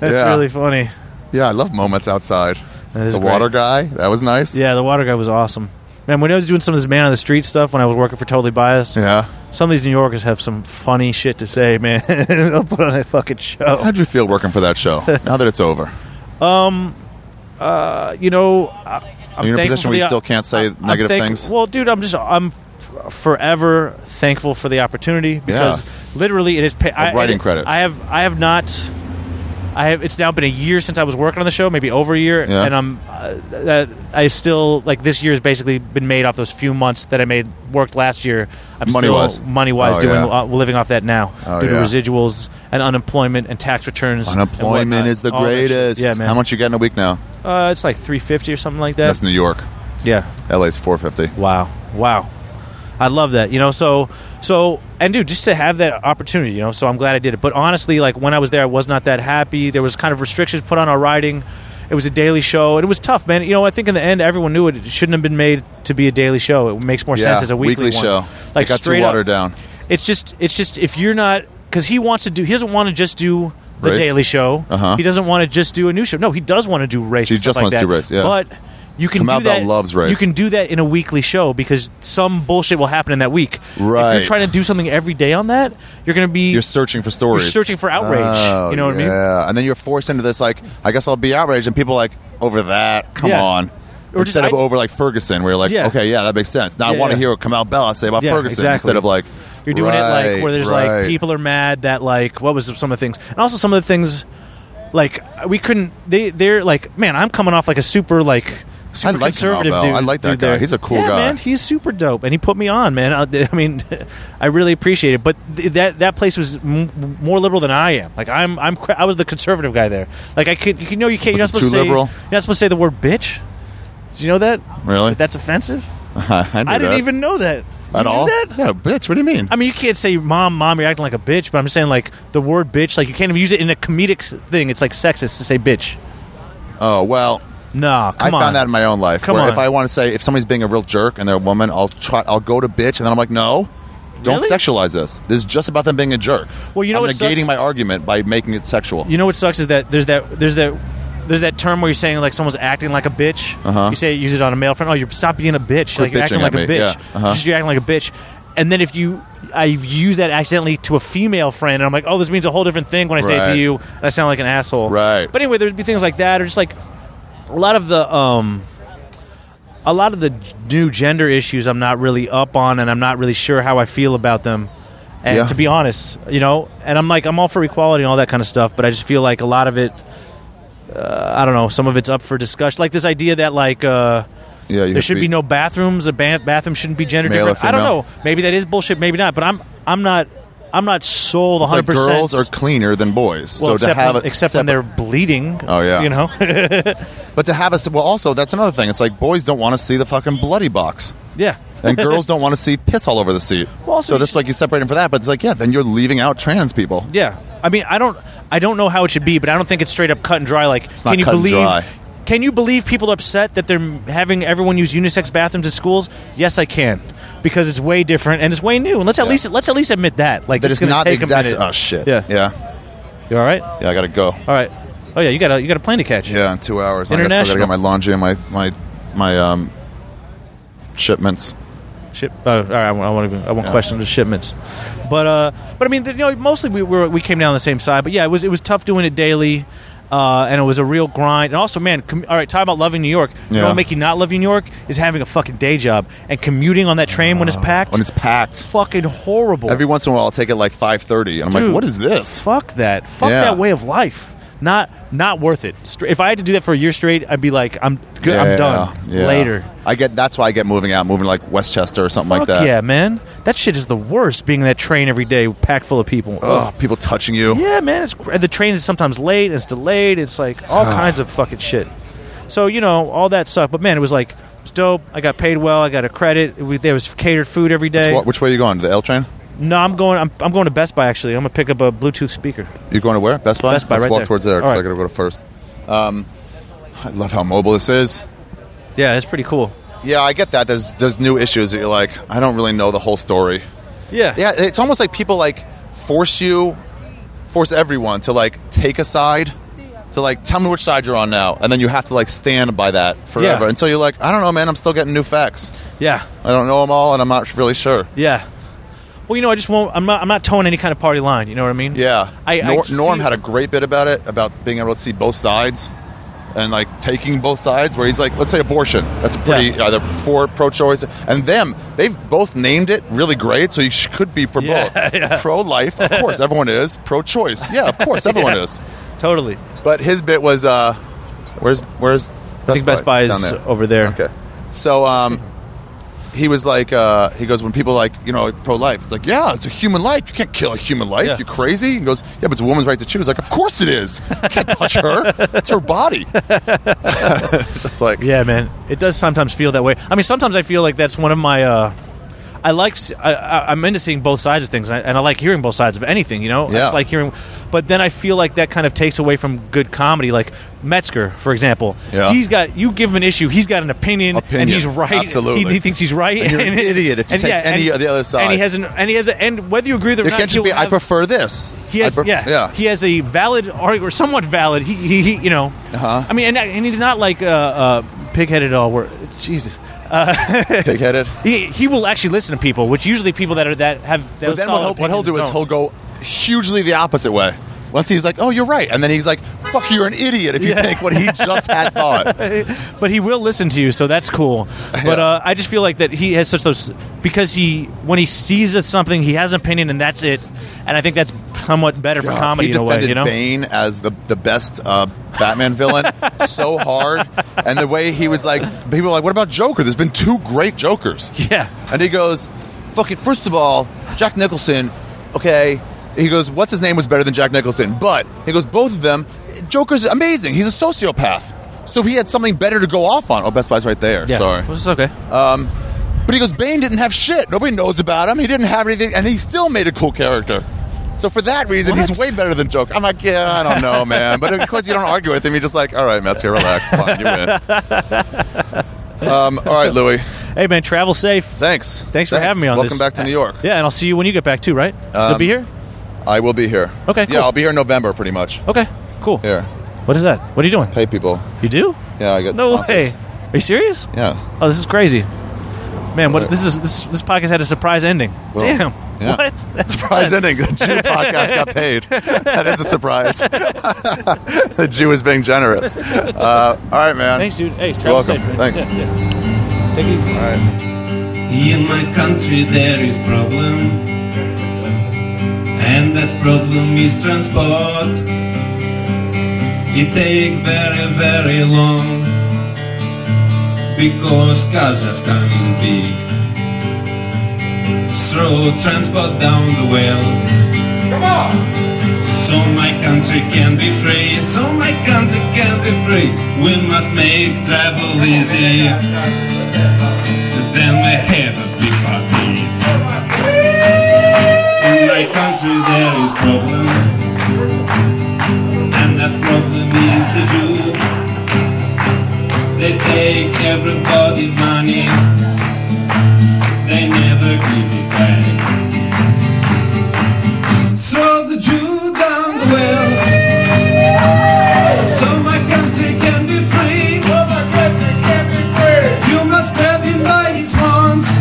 B: That's
F: Yeah.
B: really funny.
F: Yeah, I love moments outside.
B: That is
F: the
B: great.
F: water guy, that was nice.
B: Yeah, the water guy was awesome. Man, when I was doing some of this man on the street stuff when I was working for Totally Biased,
F: yeah.
B: some of these New Yorkers have some funny shit to say, man. They'll put on a fucking show.
F: How'd you feel working for that show? now that it's over,
B: Uh, you know, I, I'm
F: are you in a
B: thankful
F: position
B: for
F: where you
B: the- uh,
F: still can't say
B: I'm
F: negative
B: thank-
F: things?
B: Well, dude, I'm just I'm f- forever thankful for the opportunity because literally it is. Pa- I,
F: writing
B: I-
F: credit.
B: I have I have not. I have. It's now been a year since I was working on the show, maybe over a year,
F: Yeah.
B: and I'm. Uh, that- I still like this year has basically been made off those few months that I made worked last year. I'm
F: Money-wise.
B: still money wise
F: Oh,
B: doing
F: yeah.
B: uh, living off that now
F: Oh,
B: due
F: yeah.
B: to residuals and unemployment and tax returns. and
F: Unemployment
B: whatnot.
F: is the
B: uh, All that shit.
F: greatest.
B: Yeah, man.
F: How much you get in a week now?
B: Uh, it's like three fifty or something like that.
F: That's New York.
B: yeah.
F: LA's four fifty.
B: Wow. Wow. I love that. You know, so so and dude, just to have that opportunity, you know, so I'm glad I did it. But honestly, like when I was there I was not that happy. There was kind of restrictions put on our riding. It was a daily show and it was tough, man. You know, I think in the end everyone knew it, it shouldn't have been made to be a daily show. It makes more sense as a weekly, one.
F: show.
B: Like
F: it got too
B: straight up
F: watered down.
B: it's just it's just if you're not because he wants to do he doesn't want to just do the
F: Race?
B: Daily Show.
F: Uh-huh.
B: He doesn't want to just do a new show. No, he does want to do race.
F: He
B: and stuff
F: just wants
B: like
F: to
B: that.
F: do race, yeah.
B: But you can
F: Kamau
B: do that.
F: Bell loves race.
B: You can do that in a weekly show because some bullshit will happen in that week. If
F: Right.
B: you're trying to do something every day on that, you're going to be
F: You're searching for
B: you're
F: stories.
B: searching for outrage.
F: Oh,
B: you know what I mean?
F: Yeah, and then you're forced into this like, I guess I'll be outraged, and people are like over that. Come
B: Yeah.
F: on.
B: Or just-
F: instead of
B: I-
F: over like Ferguson, where you're like,
B: Yeah.
F: okay, yeah, that makes sense. Now I
B: Yeah,
F: want to
B: yeah.
F: hear what Kamau Bell has to say about
B: Yeah,
F: Ferguson
B: exactly.
F: instead of like
B: You're doing it like
F: right,
B: where there's
F: right.
B: like people are mad that like what was some of the things, and also some of the things like we couldn't. They they're like, man, I'm coming off like a super like super
F: I like
B: conservative
F: Kamau Bell.
B: dude.
F: I like that
B: dude
F: guy.
B: there.
F: He's a cool
B: yeah,
F: guy.
B: man. He's super dope, and he put me on, man. I, I mean, I really appreciate it. But th- that that place was m- more liberal than I am. Like I'm I'm cra- I was the conservative guy there. Like I could you know you can't you're not
F: Was it
B: supposed to
F: too
B: say
F: liberal?
B: you're not supposed to say the word bitch. Did you know that?
F: Really?
B: That that's offensive.
F: I, knew
B: I didn't
F: that.
B: even know that. You
F: at
B: knew
F: all.
B: that?
F: Yeah, bitch. What do you mean?
B: I mean, you can't say mom, mom, you're acting like a bitch, but I'm just saying, like, the word bitch, like, you can't even use it in a comedic s- thing. It's like sexist to say bitch.
F: oh well,
B: Nah,
F: I
B: come on.
F: found that in my own life.
B: Come
F: where
B: on.
F: if I want to say if somebody's being a real jerk and they're a woman, I'll try. I'll go to bitch, and then I'm like, no. Don't
B: Really?
F: sexualize this. This is just about them being a jerk.
B: Well, you know
F: I'm
B: what
F: negating
B: sucks?
F: my argument by making it sexual.
B: you know what sucks is that there's that, there's that, there's that term where you're saying, like, someone's acting like a bitch.
F: Uh-huh.
B: You say, use it on a male friend. Oh, you're, stop being a bitch. like, you're acting
F: bitching at
B: like a
F: me.
B: bitch.
F: Yeah, uh-huh.
B: Just you're acting like a bitch. And then if you, I've used that accidentally to a female friend, and I'm like, oh, this means a whole different thing when I say it
F: Right.
B: to you, and I sound like an asshole.
F: Right.
B: But anyway, there'd be things like that, or just like a lot of the, um, a lot of the g- new gender issues I'm not really up on and I'm not really sure how I feel about them. And
F: Yeah.
B: to be honest, you know, and I'm like I'm all for equality and all that kind of stuff, but I just feel like a lot of it uh, I don't know, some of it's up for discussion. Like this idea that like uh
F: yeah, you
B: there should be, no bathrooms. A ba- bathroom shouldn't be gender
F: Male or
B: different. I don't
F: female?
B: know. Maybe that is bullshit. Maybe not. But I'm I'm not I'm not sold 100.
F: It's like
B: percent
F: girls are cleaner than boys.
B: well,
F: so to
B: except,
F: have
B: when,
F: it
B: except when
F: separate-
B: they're bleeding.
F: Oh, yeah.
B: you know.
F: But to have us, well, also that's another thing. It's like boys don't want to see the fucking bloody box,
B: yeah.
F: and girls don't want to see piss all over the seat.
B: Well, also
F: so
B: you
F: that's
B: should-
F: like you separate them for that. But it's like, yeah, then you're leaving out trans people.
B: Yeah, I mean, I don't, I don't know how it should be, but I don't think it's straight up cut and dry. Like,
F: not
B: can you
F: cut and
B: believe?
F: dry.
B: Can you believe people are upset that they're m- having everyone use unisex bathrooms at schools? Yes, I can, because it's way different and it's way new. And let's at
F: Yeah.
B: least let's at least admit that. Like,
F: That
B: it's
F: it's
B: gonna
F: not the
B: take
F: exact.
B: A minute.
F: Oh shit.
B: Yeah.
F: yeah,
B: You all right?
F: yeah. I gotta go.
B: All right. Oh yeah, you got a you got a plane to catch.
F: Yeah, in two hours. I gotta, still
B: International.
F: gotta get my laundry and my my my um shipments.
B: Ship. Oh, all right. I won't. I won't, even, I won't
F: Yeah.
B: question the shipments. But uh, but I mean, you know, mostly we were we came down on the same side. But yeah, it was it was tough doing it daily. Uh, and it was a real grind. And also, man, com- all right, talk about loving New York. You know
F: Yeah.
B: what make you not love New York is having a fucking day job and commuting on that train when it's packed.
F: Ah, When it's packed,
B: fucking horrible.
F: every once in a while I'll take it like five thirty, and I'm
B: Dude.
F: like, what is this?
B: Fuck that. Fuck
F: Yeah.
B: that way of life. Not not worth it. Stra- If I had to do that for a year straight, I'd be like, I'm good. I'm
F: Yeah,
B: done.
F: yeah.
B: Later.
F: I get that's why I get moving out, moving to, like Westchester or something
B: Fuck
F: like that.
B: yeah, man. That shit is the worst. Being in that train every day, packed full of people.
F: Ugh, people touching you.
B: Yeah, man. It's cr- the train is sometimes late. It's delayed. It's like all kinds of fucking shit. So you know all that sucked. But man, it was like it was dope. I got paid well. I got a credit. It was, there was catered food every day.
F: What, which way are you going? To the L train?
B: no, I'm going. I'm, I'm going to Best Buy actually. I'm gonna pick up a Bluetooth speaker.
F: You going to where? Best Buy.
B: Best Buy,
F: Let's
B: right
F: walk
B: there.
F: towards there because
B: All right.
F: I got to go to first. Um, I love how mobile this is.
B: Yeah, that's pretty cool.
F: Yeah, I get that. There's there's new issues that you're like, I don't really know the whole story.
B: Yeah,
F: Yeah, it's almost like people like force you, force everyone to like take a side, to like tell me which side you're on now, and then you have to like stand by that forever
B: Yeah.
F: until you're like, I don't know, man. I'm still getting new facts.
B: yeah,
F: I don't know them all, and I'm not really sure.
B: yeah. Well, you know, I just won't. I'm not. I'm not towing any kind of party line. You know what I mean?
F: Yeah.
B: I- I
F: Nor-
B: just
F: Norm
B: see-
F: had a great bit about it, about being able to see both sides and like taking both sides, where he's like, let's say abortion. That's a pretty,
B: Yeah.
F: either for pro choice. And them, they've both named it really great, so you sh- could be for
B: Yeah,
F: both. Pro life, of course, everyone is. Pro choice, yeah, of course, everyone is.
B: Totally.
F: But his bit was, uh, where's, where's,
B: I think Best Buy is
F: Down there.
B: over there.
F: Okay. So um, he was like, uh, he goes, when people like, you know, pro life, it's like, yeah, it's a human life. You can't kill a human life.
B: Yeah.
F: You crazy? He goes, yeah, but it's a woman's right to choose. Like, of course it is. You can't touch her. It's her body. it's just like,
B: Yeah, man, it does sometimes feel that way. I mean, sometimes I feel like that's one of my. Uh, I like. s- I, am into seeing both sides of things, and I, and I like hearing both sides of anything. You know, I
F: Yeah.
B: just like hearing. But then I feel like that kind of takes away from good comedy. Like Metzger, for example,
F: Yeah.
B: he's got. You give him an issue, he's got an opinion,
F: Opinion.
B: and he's right.
F: Absolutely.
B: he, he thinks he's right.
F: And you're an idiot if you take any of the other side.
B: And he has an. And he has a. And whether you agree with it or
F: it
B: not,
F: can't just
B: he'll
F: be, I
B: have-
F: prefer this.
B: he has,
F: I pref-
B: yeah,
F: yeah.
B: he has a valid argument, or somewhat valid. He, he, he you know, uh-huh. I mean, and, and he's not like uh, uh, pig-headed at all. Where Jesus,
F: Pig-headed.
B: he, he will actually listen to people, which usually people that are that have. That
F: But then what he'll, what he'll do is he'll go hugely the opposite way. Once he's like, oh, you're right. And then he's like, fuck, you're an idiot if you
B: Yeah.
F: think what he just had thought.
B: but he will listen to you, so that's cool. But
F: Yeah.
B: uh, I just feel like that he has such those because he when he sees that something he has an opinion and that's it, and I think that's somewhat better for
F: God,
B: comedy
F: Uh, He
B: in a
F: defended
B: way, you know.
F: Bane as the the best uh, Batman villain so hard, and the way he was like, people were like, "What about Joker? There's been two great Jokers."
B: Yeah,
F: And he goes, "Fucking first of all, Jack Nicholson, okay." He goes, "What's his name was better than Jack Nicholson?" But he goes, "Both of them, Joker's amazing. He's a sociopath." So he had something better to go off on. Oh, Best Buy's right there.
B: yeah.
F: Sorry.
B: well, it's okay.
F: But he goes, Bane didn't have shit. Nobody knows about him. He didn't have anything, and he still made a cool character. So for that reason, he's way better than Joker. I'm like, yeah, I don't know, man. But of course, you don't argue with him. You're just like, all right, Metzger, relax. Fine, you win. Um, all right, Louis.
B: hey man, travel safe.
F: Thanks.
B: Thanks for having me on
F: Welcome
B: this.
F: back to New York.
B: yeah, and I'll see you when you get back too, right? You'll be
F: Um,
B: here.
F: I will be here.
B: Okay,
F: Yeah,
B: cool.
F: I'll be here in November, pretty much.
B: Okay, cool.
F: Here,
B: What is that? What are you doing?
F: pay people.
B: You do?
F: Yeah, I got
B: No
F: sponsors.
B: way. Are you serious?
F: Yeah.
B: Oh, this is crazy. Man, what
F: Right.
B: this is this this podcast had a surprise ending. Damn.
F: yeah.
B: What? That's
F: Surprise
B: nuts.
F: ending. The Jew podcast got paid. That is a surprise. the Jew is being generous. Uh, all right, man.
B: Thanks, dude. Hey,
F: You're
B: travel
F: welcome.
B: safe. man.
F: Thanks.
B: Yeah, yeah. Take it easy.
I: In my country there is problem And that problem is transport It take very very long Because Kazakhstan is big Throw transport down the well So my country can be free So my country can be free We must make travel easy then we have a big party. In my country there is problem, and that problem is the Jew. They take everybody money, they never give it back. Throw the Jew down the well, so my country can be free. You must grab him by his horns.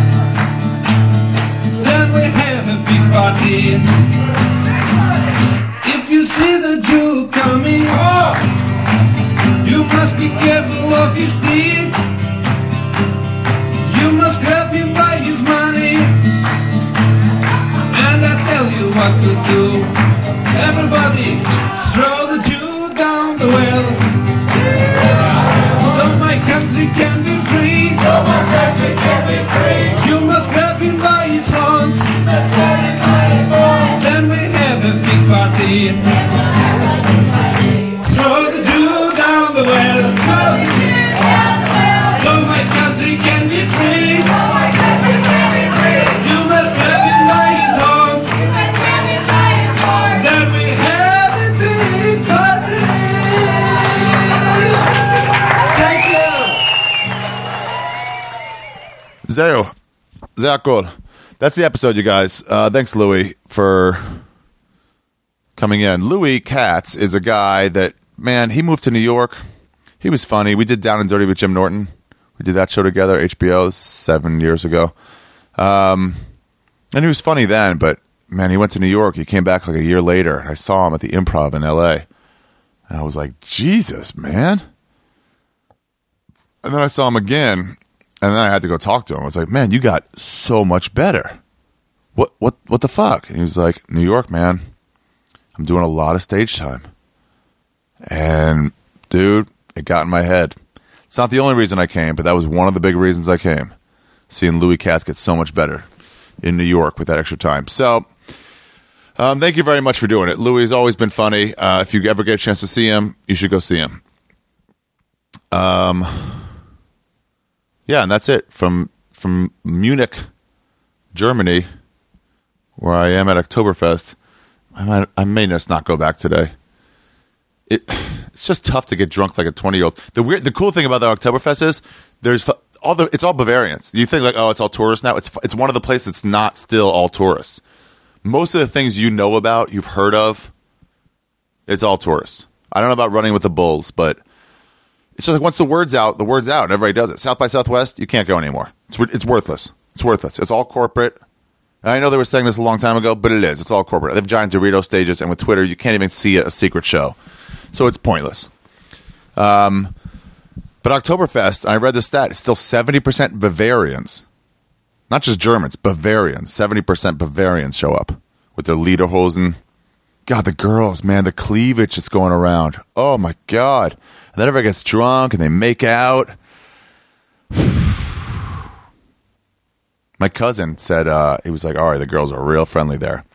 I: Then we have a big party. If you see the Jew coming, you must be careful of his teeth. You must grab him by his money. And I tell you what to do. Everybody, throw the Jew down
A: Zero. Zero cool. That's the episode, you guys. Uh, thanks, Louis, for coming in. Louis Katz is a guy that, man, he moved to New York. He was funny. We did Down and Dirty with Jim Norton. We did that show together, HBO, seven years ago. Um, and he was funny then, but man, he went to New York. He came back like a year later, and I saw him at the improv in LA. And I was like, Jesus, man. And then I saw him again, and then I had to go talk to him. I was like, "Man, you got so much better. What what what the fuck?" And he was like, "New York, man. I'm doing a lot of stage time." And dude, it got in my head. It's not the only reason I came, but that was one of the big reasons I came. Seeing Louis Katz get so much better in New York with that extra time. So, um, thank you very much for doing it. Louis has always been funny. Uh, if you ever get a chance to see him, you should go see him. yeah, and that's it from from Munich, Germany, where I am at Oktoberfest. I might, I may just not go back today. It it's just tough to get drunk like a twenty year old. The weird, the cool thing about the Oktoberfest is there's fu- all the it's all Bavarians. You think like oh it's all tourists now. It's fu- it's one of the places that's not still all tourists. Most of the things you know about, you've heard of. It's all tourists. I don't know about running with the bulls, but it's just like once the word's out, the word's out, and everybody does it. South by Southwest, you can't go anymore. It's it's worthless. It's worthless. It's all corporate. And I know they were saying this a long time ago, but it is. It's all corporate. They have giant Dorito stages, and with Twitter, you can't even see a, a secret show, so it's pointless. Um, but Oktoberfest, I read the stat. It's still seventy percent Bavarians, not just Germans. Bavarians, seventy percent Bavarians show up with their lederhosen. God, the girls, man, the cleavage that's going around. Oh my God. And then everybody gets drunk and they make out. my cousin said, uh, he was like, all right, the girls are real friendly there.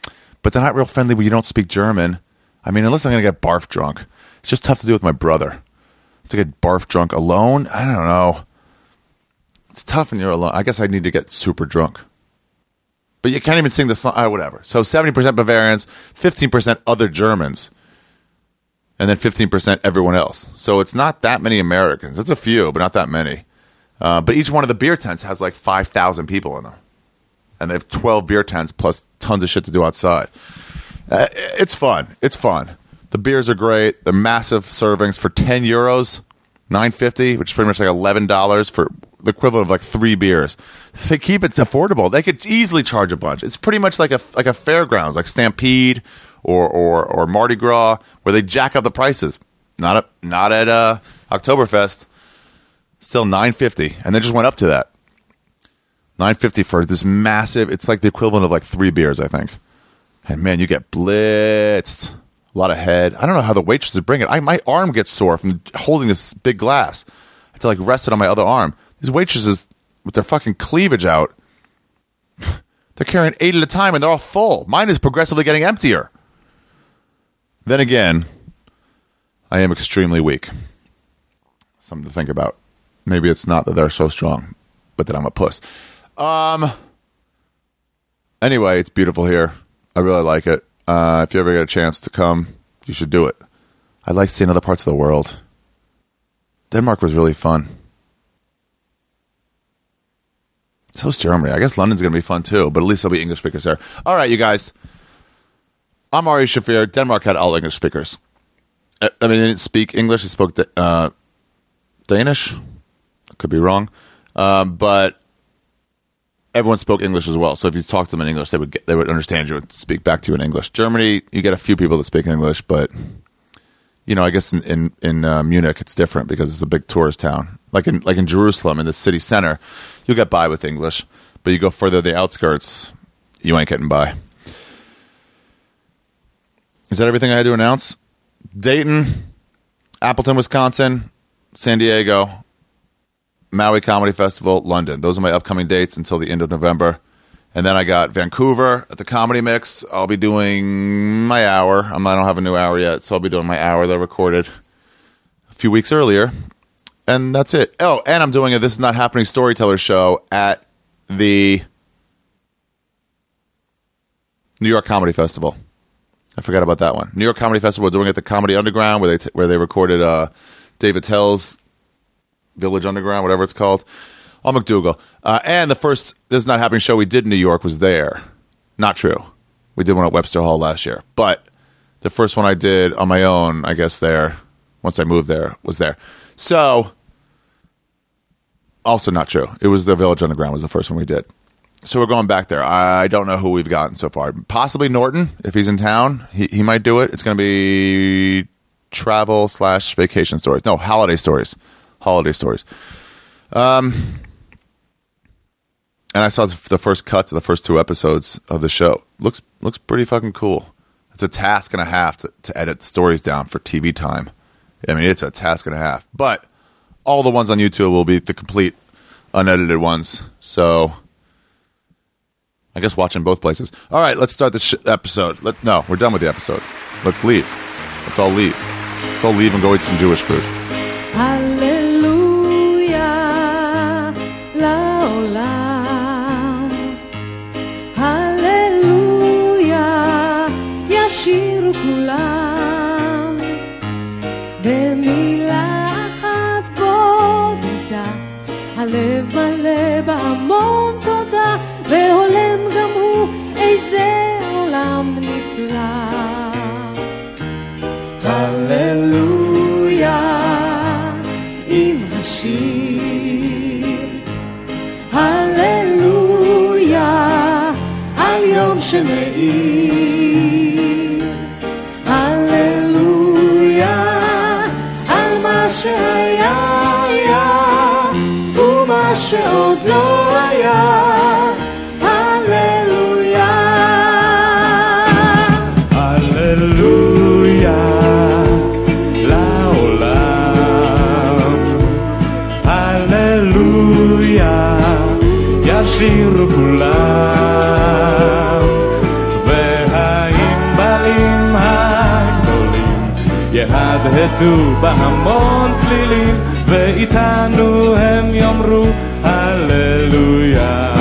A: But they're not real friendly when you don't speak German. I mean, unless I'm going to get barf drunk. It's just tough to do with my brother. To get barf drunk alone? I don't know. It's tough when you're alone. I guess I need to get super drunk but you can't even sing the song. ah, whatever. So seventy percent Bavarians, fifteen percent other Germans, and then fifteen percent everyone else. So it's not that many Americans. It's a few, but not that many. Uh, but each one of the beer tents has like five thousand people in them, and they have twelve beer tents plus tons of shit to do outside. Uh, it's fun. It's fun. The beers are great. They're massive servings for ten euros, nine fifty, which is pretty much like eleven dollars for the equivalent of like three beers. They keep it affordable. They could easily charge a bunch. It's pretty much like a like a fairgrounds, like Stampede or or or Mardi Gras, where they jack up the prices. Not at not at uh, Oktoberfest. Still nine fifty, and they just went up to that. Nine fifty for this massive. It's like the equivalent of like three beers, I think. And man, you get blitzed. A lot of head. I don't know how the waitresses bring it. I my arm gets sore from holding this big glass. I have to like rest it on my other arm. These waitresses with their fucking cleavage out, they're carrying eight at a time and they're all full. Mine is progressively getting emptier. Then again, I am extremely weak. Something to think about. Maybe it's not that they're so strong, but that I'm a puss. Um anyway, it's beautiful here. I really like it. Uh, if you ever get a chance to come, you should do it. I like seeing other parts of the world. Denmark was really fun. So is Germany. I guess London's going to be fun too, but at least there'll be English speakers there. All right, you guys. I'm Ari Shafir. Denmark had all English speakers. I, I mean, they didn't speak English. They spoke da- uh, Danish. I could be wrong. Um, but everyone spoke English as well. So if you talked to them in English, they would get, they would understand you and speak back to you in English. Germany, you get a few people that speak English, but you know, I guess in in, in uh, Munich it's different because it's a big tourist town. Like in like in Jerusalem, in the city center, you'll get by with English, but you go further the outskirts, you ain't getting by. Is that everything I had to announce? Dayton, Appleton, Wisconsin, San Diego, Maui Comedy Festival, London. Those are my upcoming dates until the end of November. And then I got Vancouver at the Comedy Mix. I'll be doing my hour. I'm, I don't have a new hour yet, so I'll be doing my hour that I recorded a few weeks earlier. And that's it. Oh, and I'm doing a This Is Not Happening Storyteller show at the New York Comedy Festival. I forgot about that one. New York Comedy Festival doing it at the Comedy Underground where they t- where they recorded uh, David Tell's Village Underground, whatever it's called. All McDougal. Uh, and the first This Is Not Happening show we did in New York was there. Not true. We did one at Webster Hall last year. But the first one I did on my own, I guess, there, once I moved there, was there. So, also not true. It was the Village Underground was the first one we did. So we're going back there. I don't know who we've gotten so far. Possibly Norton if he's in town. He he might do it. It's going to be travel slash vacation stories. No, holiday stories. Holiday stories. Um, and I saw the first cuts of the first two episodes of the show. Looks looks pretty fucking cool. It's a task and a half to, to edit stories down for TV time. I mean, it's a task and a half. But all the ones on YouTube will be the complete unedited ones. So I guess watching both places. All right, let's start the sh- episode. Let, no, we're done with the episode. Let's leave. Let's all leave. Let's all leave and go eat some Jewish food.
C: Hallelujah, oh, לעולם. Hallelujah, ישירו כולם. במילה אחת בודדה, הלב מלא בהמון תודה, והולם גם הוא איזה עולם נפלא. הללויה עם השיר. הללויה על יום שמאיר. הללויה על מה שהיה היה ומה שעוד לא היה. הללויה
J: Alleluia, לעולם. Alleluia, ישירו כולם. והאימבלים הגדולים יהדהדו בהמון צלילים, ואיתנו הם יאמרו הללויה.